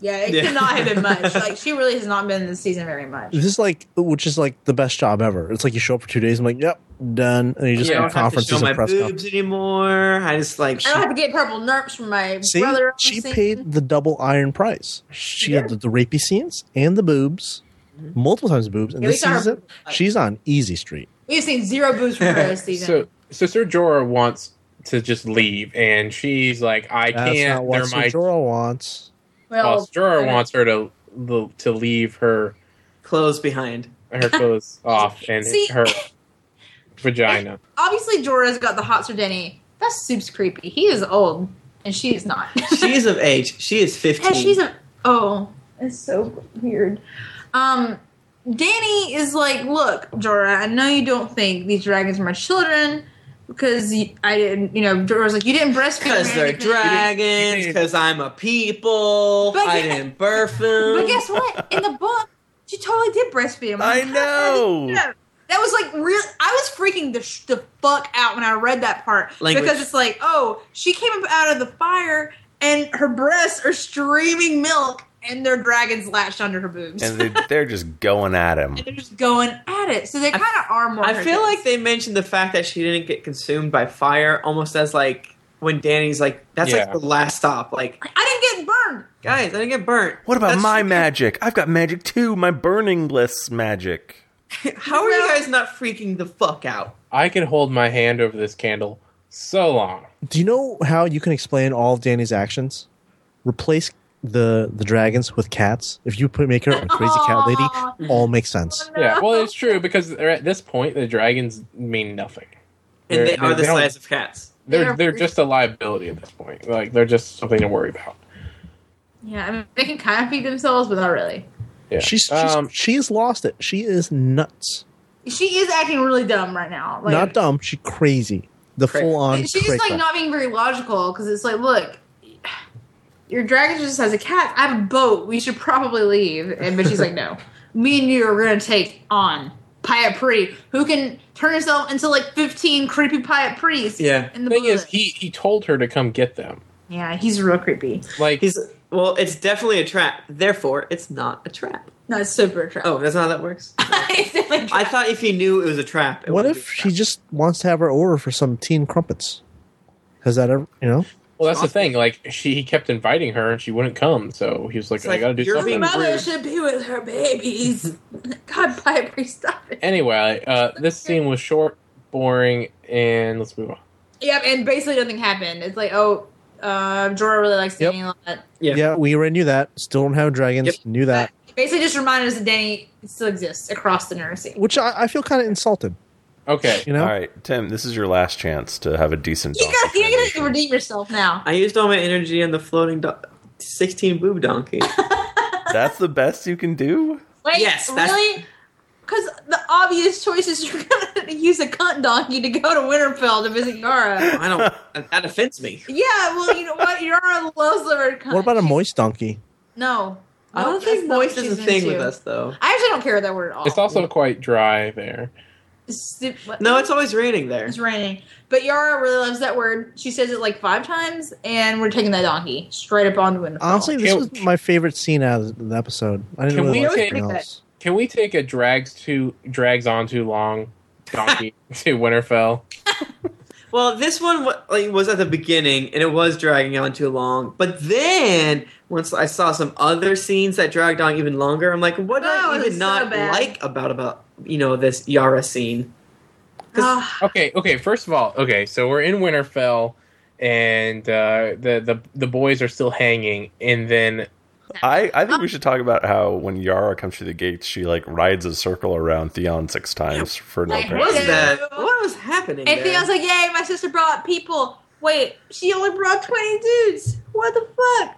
Speaker 3: Yeah, it
Speaker 5: Yeah.
Speaker 3: could not have been much. Like she really has not been in this season very much.
Speaker 2: This is like, which is like the best job ever. It's like you show up for two days. I'm like, yep, done, and you just
Speaker 5: Yeah, I
Speaker 2: have
Speaker 5: don't have to
Speaker 2: conferences
Speaker 5: show
Speaker 2: and
Speaker 5: my
Speaker 2: press
Speaker 5: boobs
Speaker 2: conferences.
Speaker 5: anymore. I just like
Speaker 3: I
Speaker 5: she,
Speaker 3: don't have to get purple nerps from my
Speaker 2: See,
Speaker 3: brother. on
Speaker 2: she
Speaker 3: the scene.
Speaker 2: paid the double iron price. She had the, the rapey scenes and the boobs, multiple times the boobs. And
Speaker 3: Yeah, Mm-hmm. we Uh,
Speaker 2: this
Speaker 3: saw her-
Speaker 2: season, she's on easy street.
Speaker 3: We've seen zero boobs from her this season.
Speaker 1: So, so Sir Jorah wants to just leave, and she's like, "I
Speaker 2: That's not
Speaker 1: can't."
Speaker 2: what
Speaker 1: They're my.
Speaker 2: Sejora wants.
Speaker 1: Well,
Speaker 3: well,
Speaker 1: Jorah wants her to to leave her
Speaker 5: clothes
Speaker 3: (laughs)
Speaker 5: behind.
Speaker 1: her clothes off and
Speaker 3: See- (laughs)
Speaker 1: her vagina.
Speaker 3: obviously Jorah's got the hots for Denny. That soup's creepy. He is old, (laughs) and she's not.
Speaker 5: She's of age. She is fifteen.
Speaker 3: Yeah, she's a oh, it's so weird. Um, Danny is like, look, Jorah, I know you don't think these dragons are my children because you, I didn't, you know, Jorah's like, you didn't breastfeed
Speaker 5: because
Speaker 3: me,
Speaker 5: they're
Speaker 3: you didn't-"
Speaker 5: dragons. Because I'm a people.
Speaker 3: But
Speaker 5: I
Speaker 3: yeah-
Speaker 5: didn't birth them.
Speaker 3: But guess what? In the book, she totally did breastfeed him.
Speaker 4: I know.
Speaker 3: Yeah. That was like real. I was freaking the, sh- the fuck out when I read that part
Speaker 5: Language.
Speaker 3: because it's like, oh, she came up out of the fire and her breasts are streaming milk, and their dragons latched under her boobs.
Speaker 4: And they, they're just going at him.
Speaker 3: and they're just going at it. So they kind of are more.
Speaker 5: I feel
Speaker 3: heretics.
Speaker 5: like they mentioned the fact that she didn't get consumed by fire, almost as like when Danny's like, "That's
Speaker 1: Yeah.
Speaker 5: like the last stop." Like,
Speaker 3: I didn't get burned.
Speaker 5: guys, I didn't get burnt.
Speaker 4: What about
Speaker 5: That's-
Speaker 4: my magic? I've got magic too. My burningless magic.
Speaker 5: How are you
Speaker 3: Well-
Speaker 5: guys not freaking the fuck out?
Speaker 1: I can hold my hand over this candle so long.
Speaker 2: Do you know how you can explain all of Danny's actions? Replace the the dragons with cats. If you put make her a crazy cat
Speaker 3: (laughs)
Speaker 2: lady, all makes sense.
Speaker 1: Yeah, well, it's true because they're- at this point the dragons mean nothing.
Speaker 5: And they
Speaker 1: They're-
Speaker 5: are the
Speaker 1: don't-
Speaker 5: slayers of cats.
Speaker 1: They're
Speaker 3: They're-
Speaker 1: they're just a liability at this point. Like they're just something to worry about.
Speaker 3: Yeah, I mean, they can kind of feed themselves, but not really.
Speaker 1: Yeah.
Speaker 2: She's she's,
Speaker 1: um,
Speaker 2: she's lost it. She is nuts.
Speaker 3: She is acting really dumb right now. Like,
Speaker 2: Not dumb. She crazy. The
Speaker 5: Cray-
Speaker 2: full on.
Speaker 3: She's just like not being very logical because it's like, look, your dragon just has a cat. I have a boat. We should probably leave. And but she's like, no, me and you are gonna take on Payat Pri, who can turn himself into like fifteen creepy Payat Pris.
Speaker 5: Yeah.
Speaker 3: in
Speaker 1: The
Speaker 3: the
Speaker 1: thing
Speaker 3: book.
Speaker 1: is, he he told her to come get them.
Speaker 3: yeah, he's real creepy.
Speaker 1: Like
Speaker 5: He's well, it's definitely a trap. Therefore, it's not a trap.
Speaker 3: Not super attractive.
Speaker 5: Oh, that's not how that works. (laughs) I (laughs)
Speaker 3: I
Speaker 5: thought if you knew it was a trap. It
Speaker 2: What
Speaker 5: wouldn't
Speaker 2: if
Speaker 5: be a
Speaker 2: she
Speaker 5: trap.
Speaker 2: just wants to have her order for some teen crumpets? Has that ever you know?
Speaker 1: well, that's the
Speaker 5: awful.
Speaker 1: thing. Like she he kept inviting her and she wouldn't come. So he was like,
Speaker 5: It's
Speaker 1: I
Speaker 5: like,
Speaker 1: gotta do
Speaker 5: you're
Speaker 1: something.
Speaker 5: being
Speaker 3: Mother
Speaker 5: rude.
Speaker 3: should be with her babies. (laughs) God, Payat Pri, stop it.
Speaker 1: Anyway, uh, this scene was short, boring, and let's move on.
Speaker 3: Yep, and basically nothing happened. It's like, oh, uh, Jorah really likes
Speaker 2: Yep.
Speaker 3: Danny a lot.
Speaker 5: Yeah.
Speaker 2: Yeah. we already knew that. Still don't have dragons.
Speaker 5: Yep.
Speaker 2: Knew that.
Speaker 3: Basically, just reminded us that Danny still exists across the nursing.
Speaker 2: Which I, I feel kind of insulted.
Speaker 1: Okay,
Speaker 2: You know.
Speaker 4: All right, Tim, this is your last chance to have a decent.
Speaker 3: You
Speaker 4: donkey
Speaker 3: gotta, you
Speaker 4: transition.
Speaker 3: gotta redeem yourself now.
Speaker 5: I used all my energy on the floating do- sixteen boob donkey?
Speaker 3: (laughs)
Speaker 4: That's the best you can do.
Speaker 3: Wait,
Speaker 5: Yes, that's-
Speaker 3: really? Because the obvious choice is (laughs) you're gonna use a cunt donkey to go to Winterfell to visit Yara.
Speaker 5: I don't. that offends me.
Speaker 3: yeah, well, you know what? Yara loves the word cunt.
Speaker 2: What about a
Speaker 3: She's-
Speaker 2: moist donkey?
Speaker 3: No.
Speaker 5: I don't
Speaker 3: Nope,
Speaker 5: think
Speaker 3: that's not what
Speaker 5: moist is
Speaker 3: she's
Speaker 5: a thing with
Speaker 3: into.
Speaker 5: us though.
Speaker 3: I actually don't care that word at all.
Speaker 1: it's also quite dry there.
Speaker 3: It's stu- what-
Speaker 5: No, it's always raining there.
Speaker 3: It's raining. But Yara really loves that word. She says it like five times, and we're taking that donkey straight up on the window.
Speaker 5: Oh,
Speaker 2: Honestly, this
Speaker 1: Can-
Speaker 2: was my favorite scene out of the episode. I didn't
Speaker 1: Can
Speaker 2: really
Speaker 1: we
Speaker 2: like
Speaker 1: okay-
Speaker 5: (laughs)
Speaker 2: anything else.
Speaker 1: Can we take a drags too drags on too long
Speaker 5: (laughs)
Speaker 1: donkey to Winterfell?
Speaker 5: Well, this one wa- like, was at the beginning, and it was dragging on too long. But then, once I saw some other scenes that dragged on even longer, I'm like, what did
Speaker 3: Oh,
Speaker 5: I
Speaker 3: it was
Speaker 5: even
Speaker 3: so
Speaker 5: not
Speaker 3: bad.
Speaker 5: like about about you know this Yara scene?
Speaker 3: Ah,
Speaker 1: okay, okay. First of all, okay, so we're in Winterfell, and uh, the the the boys are still hanging, and then
Speaker 4: I, I
Speaker 5: Uh,
Speaker 4: think we should talk about how when Yara comes through the gates, she like rides a circle around Theon six times for no
Speaker 3: Like,
Speaker 5: What was
Speaker 4: purpose.
Speaker 3: Yeah.
Speaker 5: that? What was happening?
Speaker 3: and
Speaker 5: there?
Speaker 3: Theon's like, "Yay, my sister brought people." Wait, she only brought twenty dudes. What the fuck?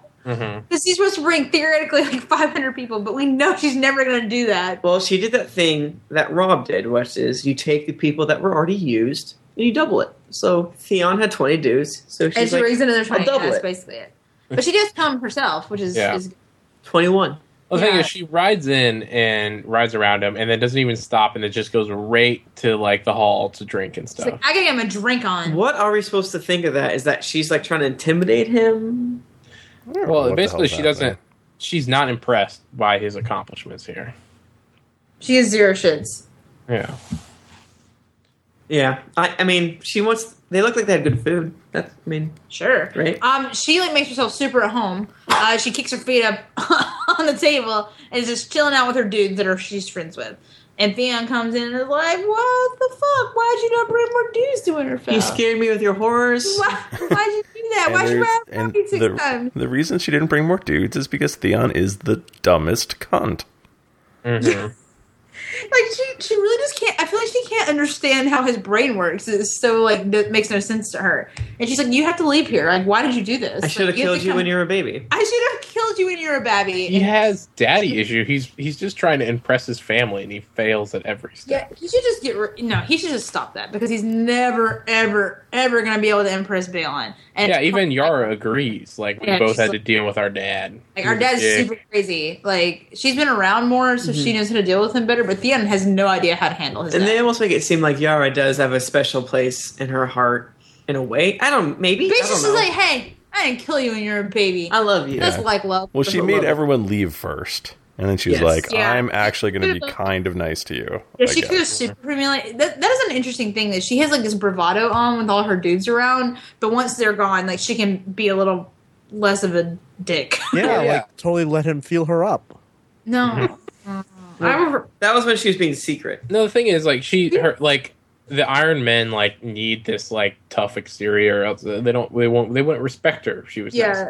Speaker 3: Because she's supposed to bring theoretically like (laughs) five hundred people, but we know she's never gonna do that.
Speaker 5: Well, she did that thing that Rob did, which is you take the people that were already used and you double it. So Theon had 20 dudes, so
Speaker 3: and
Speaker 5: she's
Speaker 3: she
Speaker 5: like
Speaker 3: brings another twenty.
Speaker 5: double
Speaker 3: That's
Speaker 5: it.
Speaker 3: basically it. But she does come herself,
Speaker 5: (laughs)
Speaker 3: which is,
Speaker 1: Yeah.
Speaker 3: is
Speaker 5: 21.
Speaker 1: the thing
Speaker 3: Yeah.
Speaker 1: is, she rides in and rides around him, and then doesn't even stop, and it just goes right to like the hall to drink and
Speaker 3: she's
Speaker 1: stuff.
Speaker 3: like, "I gotta get him a drink on."
Speaker 5: What are we supposed to think of that? Is that she's like trying to intimidate him?
Speaker 4: What
Speaker 1: well,
Speaker 4: the
Speaker 1: basically,
Speaker 4: hell's
Speaker 1: she
Speaker 4: happening?
Speaker 1: doesn't. She's not impressed by his accomplishments here.
Speaker 3: She has zero shits.
Speaker 1: Yeah.
Speaker 5: Yeah, I, I mean, she wants. They look like they had good food. That's, I mean,
Speaker 3: Sure.
Speaker 5: Right.
Speaker 3: Um, she like makes herself super at home. Uh, she kicks her feet up (laughs) on the table and is just chilling out with her dudes that are she's friends with. And Theon comes in and is like, "What the fuck? Why'd you not bring more dudes to Winterfell?
Speaker 5: you scared me with your horrors.
Speaker 3: Why, why'd you do that?
Speaker 4: (laughs)
Speaker 3: (laughs)
Speaker 4: And
Speaker 3: Why'd you
Speaker 4: there's-
Speaker 3: ride
Speaker 4: and
Speaker 3: around me six
Speaker 4: the,
Speaker 3: times?"
Speaker 4: the reason she didn't bring more dudes is because Theon is the dumbest cunt.
Speaker 3: (laughs)
Speaker 1: Mhm.
Speaker 3: Like she, she really just can't. I feel like she can't understand how his brain works. It's so like that makes no sense to her. And she's like, "You have to leave here. Like, why did you do this?
Speaker 5: I should have
Speaker 3: Like, have
Speaker 5: killed
Speaker 3: to
Speaker 5: you
Speaker 3: come-
Speaker 5: when you were a baby.
Speaker 3: I should have killed you when you were a baby.
Speaker 1: he has daddy issue. He's he's just trying to impress his family, and he fails at every step.
Speaker 3: Yeah, he should just get rid. No, he should just stop that because he's never, ever, ever going to be able to impress Balon. And
Speaker 1: yeah, even Yara agrees. Like we
Speaker 3: Yeah,
Speaker 1: both
Speaker 3: she's
Speaker 1: had to
Speaker 3: like-
Speaker 1: deal with our dad.
Speaker 3: Like
Speaker 1: He
Speaker 3: our
Speaker 1: was a
Speaker 3: dad's
Speaker 1: dick.
Speaker 3: super crazy. Like she's been around more, so
Speaker 1: Mm-hmm.
Speaker 3: she knows how to deal with him better. But Theon has no idea how to handle his.
Speaker 5: And
Speaker 3: dad.
Speaker 5: they almost make it seem like Yara does have a special place in her heart, in a way. I don't. Maybe. I
Speaker 3: Bitch,
Speaker 5: don't
Speaker 3: she's
Speaker 5: know.
Speaker 3: like, "Hey, I didn't kill you when you were a baby.
Speaker 5: I love you.
Speaker 3: That's like love."
Speaker 4: Well, she
Speaker 5: Doesn't
Speaker 4: made
Speaker 5: love it.
Speaker 4: everyone leave first, and then she was
Speaker 5: Yes.
Speaker 4: like,
Speaker 3: Yeah.
Speaker 4: "I'm actually
Speaker 3: (laughs)
Speaker 4: going to be kind of nice to you."
Speaker 3: Yeah,
Speaker 4: I
Speaker 3: she
Speaker 4: guess.
Speaker 3: could have super humiliated. That, that is an interesting thing that she has like this bravado on with all her dudes around, but once they're gone, like she can be a little less of a dick.
Speaker 2: Yeah,
Speaker 1: Yeah.
Speaker 2: like totally let him feel her up.
Speaker 3: (laughs)
Speaker 5: Mm-hmm.
Speaker 3: no,
Speaker 5: I remember that was when she was being secret.
Speaker 1: No, the thing is, like she, her, like the Iron Men, like need this like tough exterior, or else they don't, they won't, they wouldn't respect her. if She was,
Speaker 3: yeah,
Speaker 1: nice.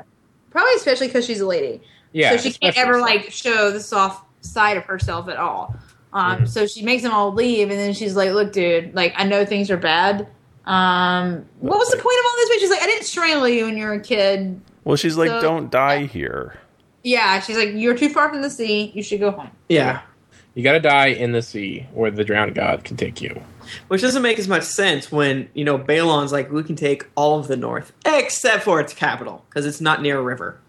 Speaker 3: probably especially because she's a lady.
Speaker 1: yeah.
Speaker 3: so she can't
Speaker 1: especially
Speaker 3: ever
Speaker 1: so.
Speaker 3: like show the soft side of herself at all. Um,
Speaker 1: Mhm.
Speaker 3: So she makes them all leave, and then she's like, "Look, dude, like I know things are bad. Um, what was the point of all this?" But she's like, "I didn't strangle you when you were a kid."
Speaker 4: Well, she's like,
Speaker 3: So-
Speaker 4: "Don't die here."
Speaker 3: Yeah, she's like, "You're too far from the sea. You should go home."
Speaker 5: Yeah.
Speaker 1: you gotta die in the sea where the drowned god can take you. (laughs)
Speaker 5: Which doesn't make as much sense when, you know, Balon's like, we can take all of the north except for its capital because it's not near a river.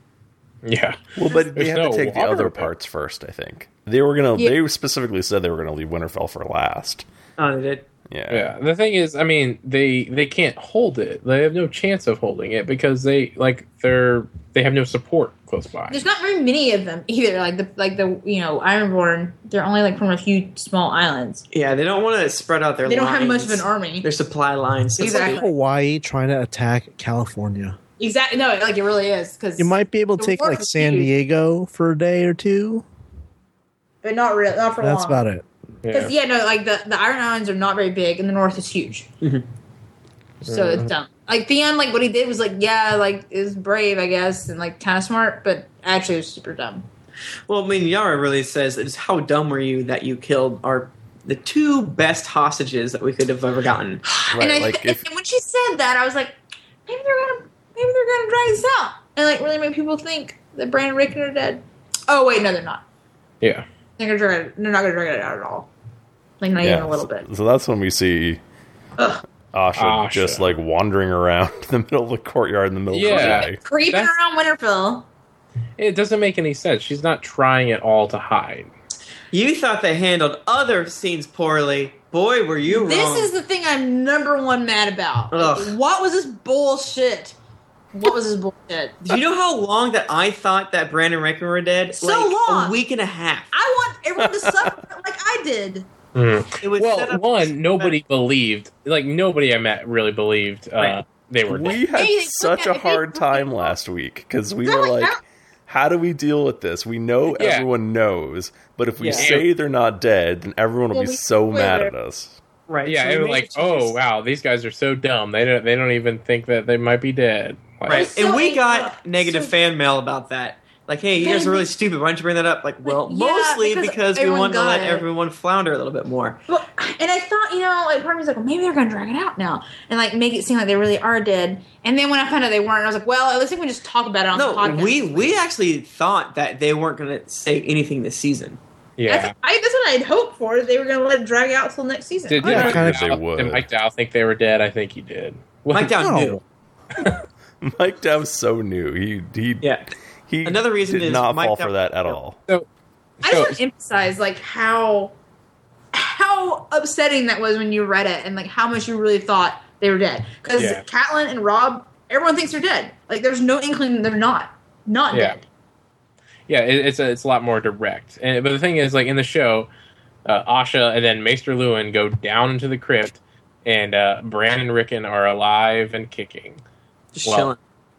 Speaker 1: Yeah,
Speaker 4: Well, but they
Speaker 1: There's
Speaker 4: had
Speaker 1: no
Speaker 4: to take the
Speaker 1: water
Speaker 4: other
Speaker 1: there.
Speaker 4: parts first. I think they were gonna.
Speaker 3: Yeah.
Speaker 4: They specifically said they were gonna leave Winterfell for last.
Speaker 5: Oh, they did.
Speaker 4: Yeah.
Speaker 1: yeah. The thing is, I mean, they they can't hold it. They have no chance of holding it because they like they're they have no support close by.
Speaker 3: There's not very many of them either. Like the like the you know Ironborn, they're only like from a few small islands.
Speaker 5: Yeah, they don't want to spread out their
Speaker 3: They don't have much of
Speaker 5: lines,
Speaker 3: an army.
Speaker 5: Their supply lines.
Speaker 2: It's like
Speaker 3: Exactly.
Speaker 2: Hawaii trying to attack California.
Speaker 3: Exactly. No, like it really is because
Speaker 2: You might be able to
Speaker 3: The
Speaker 2: take
Speaker 3: war
Speaker 2: like
Speaker 3: is
Speaker 2: San
Speaker 3: huge.
Speaker 2: Diego for a day or two.
Speaker 3: but not real, not for long.
Speaker 2: That's about it.
Speaker 1: Yeah.
Speaker 3: Because yeah, no, like the the Iron Islands are not very big, and the North is huge.
Speaker 4: Mm-hmm.
Speaker 5: Mhm.
Speaker 3: So it's dumb. Like Theon, like what he did was like, yeah, like it was brave, I guess, and like kind of smart, but actually it was super dumb.
Speaker 5: Well, I mean, Yara really says, it's how dumb were you that you killed our the two best hostages that we could have ever gotten.
Speaker 4: Right,
Speaker 3: and I
Speaker 4: like,
Speaker 3: th-
Speaker 4: if-
Speaker 3: and when she said that, I was like, maybe they're gonna maybe they're gonna drag this out and like really make people think that Bran and Rickon are dead. Oh wait, no, they're not.
Speaker 1: Yeah,
Speaker 3: They're gonna drag it. They're not gonna drag it out at all. Like not even a little bit.
Speaker 4: So that's when we see
Speaker 3: Ugh.
Speaker 4: Asha,
Speaker 1: Asha.
Speaker 4: just like wandering around (laughs) the middle of the courtyard in the middle
Speaker 1: Yeah.
Speaker 4: of the day.
Speaker 3: Creeping
Speaker 1: That's-
Speaker 3: around Winterfell.
Speaker 1: it doesn't make any sense. She's not trying at all to hide.
Speaker 5: You thought they handled other scenes poorly. Boy, were you
Speaker 3: This
Speaker 5: wrong.
Speaker 3: is the thing I'm number one mad about.
Speaker 5: Ugh.
Speaker 3: What was this bullshit? What was this bullshit?
Speaker 5: Do you know how long that I thought that Brandon Rankin were dead?
Speaker 3: So
Speaker 5: Like,
Speaker 3: long.
Speaker 5: A week and a half.
Speaker 3: I want everyone
Speaker 5: (laughs)
Speaker 3: to suffer like I did.
Speaker 5: It was set
Speaker 1: Mm. Well,
Speaker 5: up-
Speaker 1: one nobody believed. Like nobody I met really believed uh,
Speaker 5: Right.
Speaker 1: they were. dead.
Speaker 4: We had
Speaker 3: Hey, look
Speaker 4: such
Speaker 3: at-
Speaker 4: a
Speaker 3: if they-
Speaker 4: hard time last week because we
Speaker 3: They're
Speaker 4: were
Speaker 3: like,
Speaker 4: like,
Speaker 3: "How-"
Speaker 4: how do we deal with this? We know
Speaker 1: Yeah.
Speaker 4: everyone knows, but if we
Speaker 5: Yeah.
Speaker 4: say they're not dead, then everyone will
Speaker 3: Well,
Speaker 4: be
Speaker 3: we
Speaker 4: so mad
Speaker 3: swear.
Speaker 4: at us. (laughs)
Speaker 5: Right.
Speaker 1: yeah,
Speaker 5: so
Speaker 1: it
Speaker 5: we
Speaker 1: was
Speaker 5: made
Speaker 1: like,
Speaker 5: the choice.
Speaker 1: oh wow, these guys are so dumb. They don't they don't even think that they might be dead. Like,
Speaker 5: Right.
Speaker 3: So
Speaker 5: and we
Speaker 3: they-
Speaker 5: got negative
Speaker 3: so-
Speaker 5: fan mail about that. Like, hey, you guys
Speaker 3: They-
Speaker 5: are really stupid. Why don't you bring that up? Like, well,
Speaker 3: Yeah,
Speaker 5: mostly
Speaker 3: because
Speaker 5: because, we
Speaker 3: everyone
Speaker 5: wanted to let
Speaker 3: got it.
Speaker 5: everyone flounder a little bit more.
Speaker 3: Well, and I thought, you know, like part of me's like, well, maybe they're going to drag it out now and like make it seem like they really are dead. And then when I found out they weren't, I was like, well, at least we can just talk about it on the
Speaker 5: No,
Speaker 3: podcast.
Speaker 5: we we actually thought that they weren't going to say anything this season.
Speaker 1: Yeah.
Speaker 3: That's, I, that's what I'd hoped for. is They were going to let it drag out till next season.
Speaker 1: Did,
Speaker 2: I don't
Speaker 1: Mike
Speaker 2: think
Speaker 4: they
Speaker 1: Dow-
Speaker 4: would.
Speaker 1: did Mike Dow think they were dead? I think he did.
Speaker 5: Mike Dow
Speaker 2: No.
Speaker 5: knew.
Speaker 4: Mike Dow's so new. He he
Speaker 5: Yeah.
Speaker 4: he
Speaker 5: Another reason
Speaker 4: did
Speaker 5: is
Speaker 4: not
Speaker 5: Mike
Speaker 4: fall
Speaker 5: Dow-
Speaker 4: for that at all.
Speaker 3: I
Speaker 1: So-
Speaker 3: just want to emphasize like how how upsetting that was when you read it, and like how much you really thought they were dead. Because
Speaker 1: Yeah.
Speaker 3: Catelyn and Rob, everyone thinks they're dead. Like there's no inkling that they're not not
Speaker 1: Yeah.
Speaker 3: dead.
Speaker 1: yeah, it, it's a, it's a lot more direct. And but the thing is, like in the show, uh, Asha and then Maester Lewin go down into the crypt, and uh, Bran and Rickon are alive and kicking.
Speaker 5: Just
Speaker 1: Well,
Speaker 5: chilling.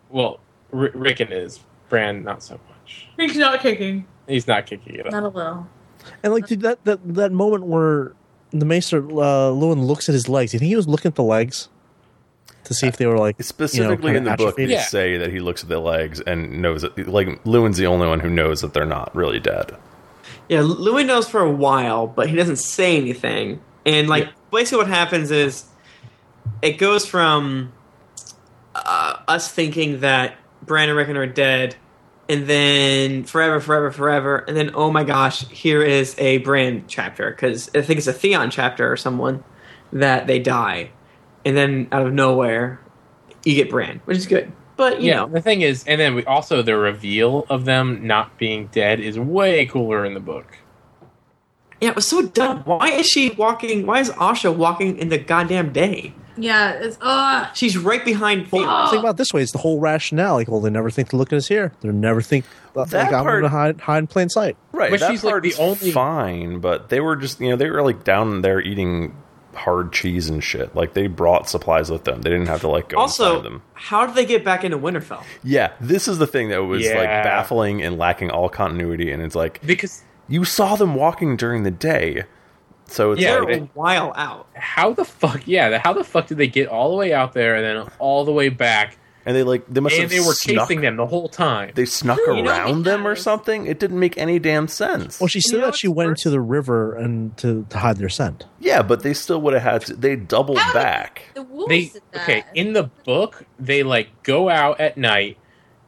Speaker 1: Well, R- Rickon is Bran, not so much.
Speaker 3: He's not kicking.
Speaker 1: He's not kicking at all.
Speaker 3: Not a little.
Speaker 2: And like dude, that that that moment where the Maester uh, Lewin looks at his legs. You think he was looking at the legs to see if they were like
Speaker 4: Specifically
Speaker 2: kinda
Speaker 4: in the book, they
Speaker 2: atrophied?
Speaker 1: Yeah.
Speaker 4: say that he looks at the legs and knows that, like Lewin's the only one who knows that they're not really dead.
Speaker 5: Yeah, Louis knows for a while, but he doesn't say anything. And like
Speaker 1: Yeah.
Speaker 5: basically, what happens is it goes from uh, us thinking that Bran and Rickon are dead, and then forever, forever, forever, and then oh my gosh, here is a Bran chapter because I think it's a Theon chapter or someone that they die, and then out of nowhere you get Bran, which is good. But you
Speaker 1: yeah,
Speaker 5: know,
Speaker 1: the thing is, and then we also the reveal of them not being dead is way cooler in the book.
Speaker 5: yeah, it was so dumb. Why is she walking? Why is Asha walking in the goddamn day?
Speaker 3: Yeah. It's uh
Speaker 5: She's right behind Theon.
Speaker 3: Oh.
Speaker 2: think about it this way: it's the whole rationale. Like, well, they never think to look at us here. They never think uh, like
Speaker 4: That
Speaker 2: I'm going
Speaker 4: part-
Speaker 2: to hide, hide in plain sight.
Speaker 4: Right,
Speaker 1: But
Speaker 4: that
Speaker 1: she's, like,
Speaker 4: part's
Speaker 1: the only-
Speaker 4: fine, but they were just you know they were like down there eating hard cheese and shit. Like they brought supplies with them. They didn't have to like go
Speaker 5: also,
Speaker 4: find them.
Speaker 5: how did they get back into Winterfell?
Speaker 4: Yeah, this is the thing that was like
Speaker 1: Yeah.
Speaker 4: baffling and lacking all continuity. And it's like
Speaker 1: Because
Speaker 4: you saw them walking during the day, so it's
Speaker 1: Yeah,
Speaker 5: They're
Speaker 4: like,
Speaker 5: a while out.
Speaker 1: how the fuck, yeah, the, how the fuck did they get all the way out there and then all the way back,
Speaker 4: and they like they must
Speaker 1: and
Speaker 4: have
Speaker 1: they were
Speaker 4: snuck,
Speaker 1: chasing them the whole time?
Speaker 4: They snuck
Speaker 5: You know,
Speaker 4: around them or
Speaker 3: because-
Speaker 4: something. It didn't make any damn sense.
Speaker 2: Well, she said
Speaker 5: You know
Speaker 2: that she
Speaker 5: what's
Speaker 2: went
Speaker 5: worse?
Speaker 2: into the river and to, to hide their scent.
Speaker 4: yeah, but they still would have had to. They doubled
Speaker 3: How did-
Speaker 4: back.
Speaker 3: the wolves
Speaker 1: they
Speaker 3: did that.
Speaker 1: okay in the book they like go out at night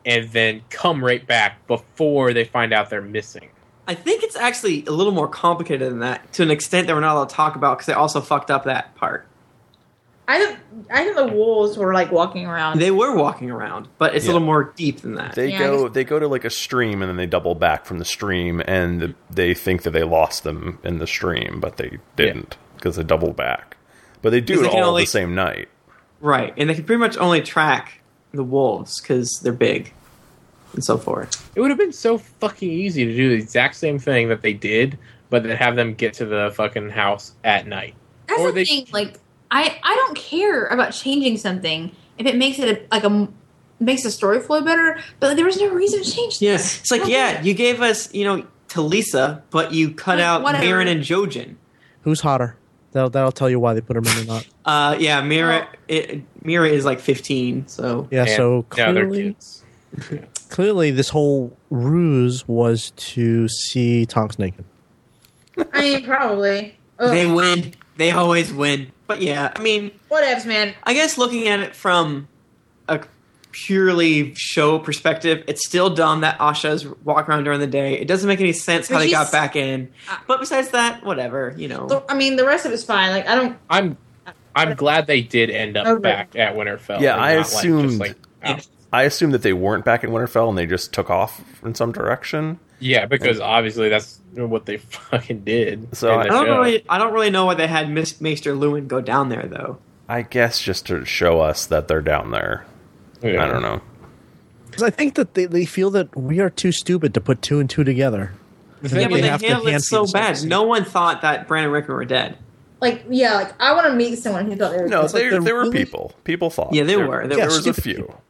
Speaker 1: and then come right back before they find out they're missing
Speaker 5: I think it's actually a little more complicated than that to an extent that we're not allowed to talk about because they also fucked up that part.
Speaker 3: I think I think the wolves were like walking around.
Speaker 5: They were walking around, but it's
Speaker 4: Yeah.
Speaker 5: a little more deep than that.
Speaker 4: They
Speaker 3: Yeah, I
Speaker 4: go.
Speaker 3: guess-
Speaker 4: They go to like a stream, and then they double back from the stream, and the, they think that they lost them in the stream, but they didn't because they doubled back. But they do
Speaker 5: 'Cause
Speaker 4: it
Speaker 5: they can
Speaker 4: all
Speaker 5: only-
Speaker 4: the same night.
Speaker 5: right. And they can pretty much only track the wolves because they're big and so forth.
Speaker 1: it would have been so fucking easy to do the exact same thing that they did but then have them get to the fucking house at night
Speaker 3: That's
Speaker 1: Or
Speaker 3: the
Speaker 1: they-
Speaker 3: thing. Like, I I don't care about changing something if it makes it a, like a m- makes the story flow better. But there was no reason to change.
Speaker 5: Yes. It's like,
Speaker 3: Okay.
Speaker 5: yeah, you gave us, you know, Talisa, but you cut
Speaker 3: Like,
Speaker 5: out
Speaker 3: whatever.
Speaker 5: Mirren and Jojen.
Speaker 2: Who's hotter? That'll, that'll tell you why they put him in or (laughs) not.
Speaker 5: Uh, yeah, Mira.
Speaker 3: Well-
Speaker 5: It, Mira is like fifteen, so
Speaker 2: Yeah.
Speaker 1: And-
Speaker 2: so
Speaker 1: no, they're
Speaker 2: clearly,
Speaker 1: kids.
Speaker 2: clearly, this whole ruse was to see Tonks naked.
Speaker 3: I mean, probably. Ugh,
Speaker 5: they win. They always win. But yeah, I mean,
Speaker 3: whatevs, man.
Speaker 5: I guess looking at it from a purely show perspective, it's still dumb that Asha's walk around during the day. It doesn't make any sense how
Speaker 3: But
Speaker 5: they got
Speaker 3: she's-
Speaker 5: back in.
Speaker 3: I-
Speaker 5: But besides that, whatever, you know.
Speaker 3: The- I mean, the rest of it's fine. Like, I don't.
Speaker 1: i'm i'm glad they did end up
Speaker 3: Uh, Okay.
Speaker 1: back at winterfell
Speaker 4: Yeah,
Speaker 1: and
Speaker 4: I
Speaker 1: not, like, just,
Speaker 4: assumed-
Speaker 1: like, out.
Speaker 4: I assume that they weren't back in Winterfell, and they just took off in some direction.
Speaker 1: yeah because obviously that's what they (laughs) fucking did
Speaker 4: So
Speaker 1: in
Speaker 4: I-
Speaker 5: I
Speaker 1: the
Speaker 5: don't
Speaker 1: show.
Speaker 5: really. I don't really know why they had Miss Maester Lewin go down there though.
Speaker 4: I guess just to show us that they're down there.
Speaker 1: Yeah.
Speaker 4: I don't know.
Speaker 2: 'Cause I think that they, they feel that we are too stupid to put two and two together.
Speaker 1: The
Speaker 5: Yeah,
Speaker 1: thing
Speaker 5: but
Speaker 1: is-
Speaker 5: they
Speaker 2: have to
Speaker 5: handled it
Speaker 2: hand
Speaker 5: so
Speaker 2: feed
Speaker 5: bad.
Speaker 2: something.
Speaker 5: No one thought that Brandon Rickon were dead.
Speaker 3: Like, yeah. Like, I want to meet someone who thought they were.
Speaker 4: No,
Speaker 2: like
Speaker 4: there
Speaker 2: they're
Speaker 4: there were
Speaker 2: really-
Speaker 4: people. People thought.
Speaker 5: Yeah, there
Speaker 4: There-
Speaker 5: were. There
Speaker 4: There
Speaker 2: were
Speaker 4: was a
Speaker 2: stupid
Speaker 4: few.
Speaker 2: people.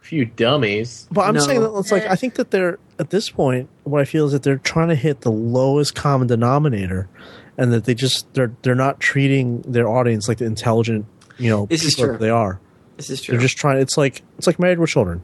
Speaker 1: few dummies
Speaker 2: But I'm
Speaker 5: No.
Speaker 2: saying that it's like I think that they're at this point. What I feel is that they're trying to hit the lowest common denominator, and that they just they're they're not treating their audience like the intelligent you know
Speaker 5: This is
Speaker 2: people that
Speaker 5: true.
Speaker 2: they are.
Speaker 5: This is true.
Speaker 2: They're just trying. It's like it's like married
Speaker 5: (laughs)
Speaker 2: with children,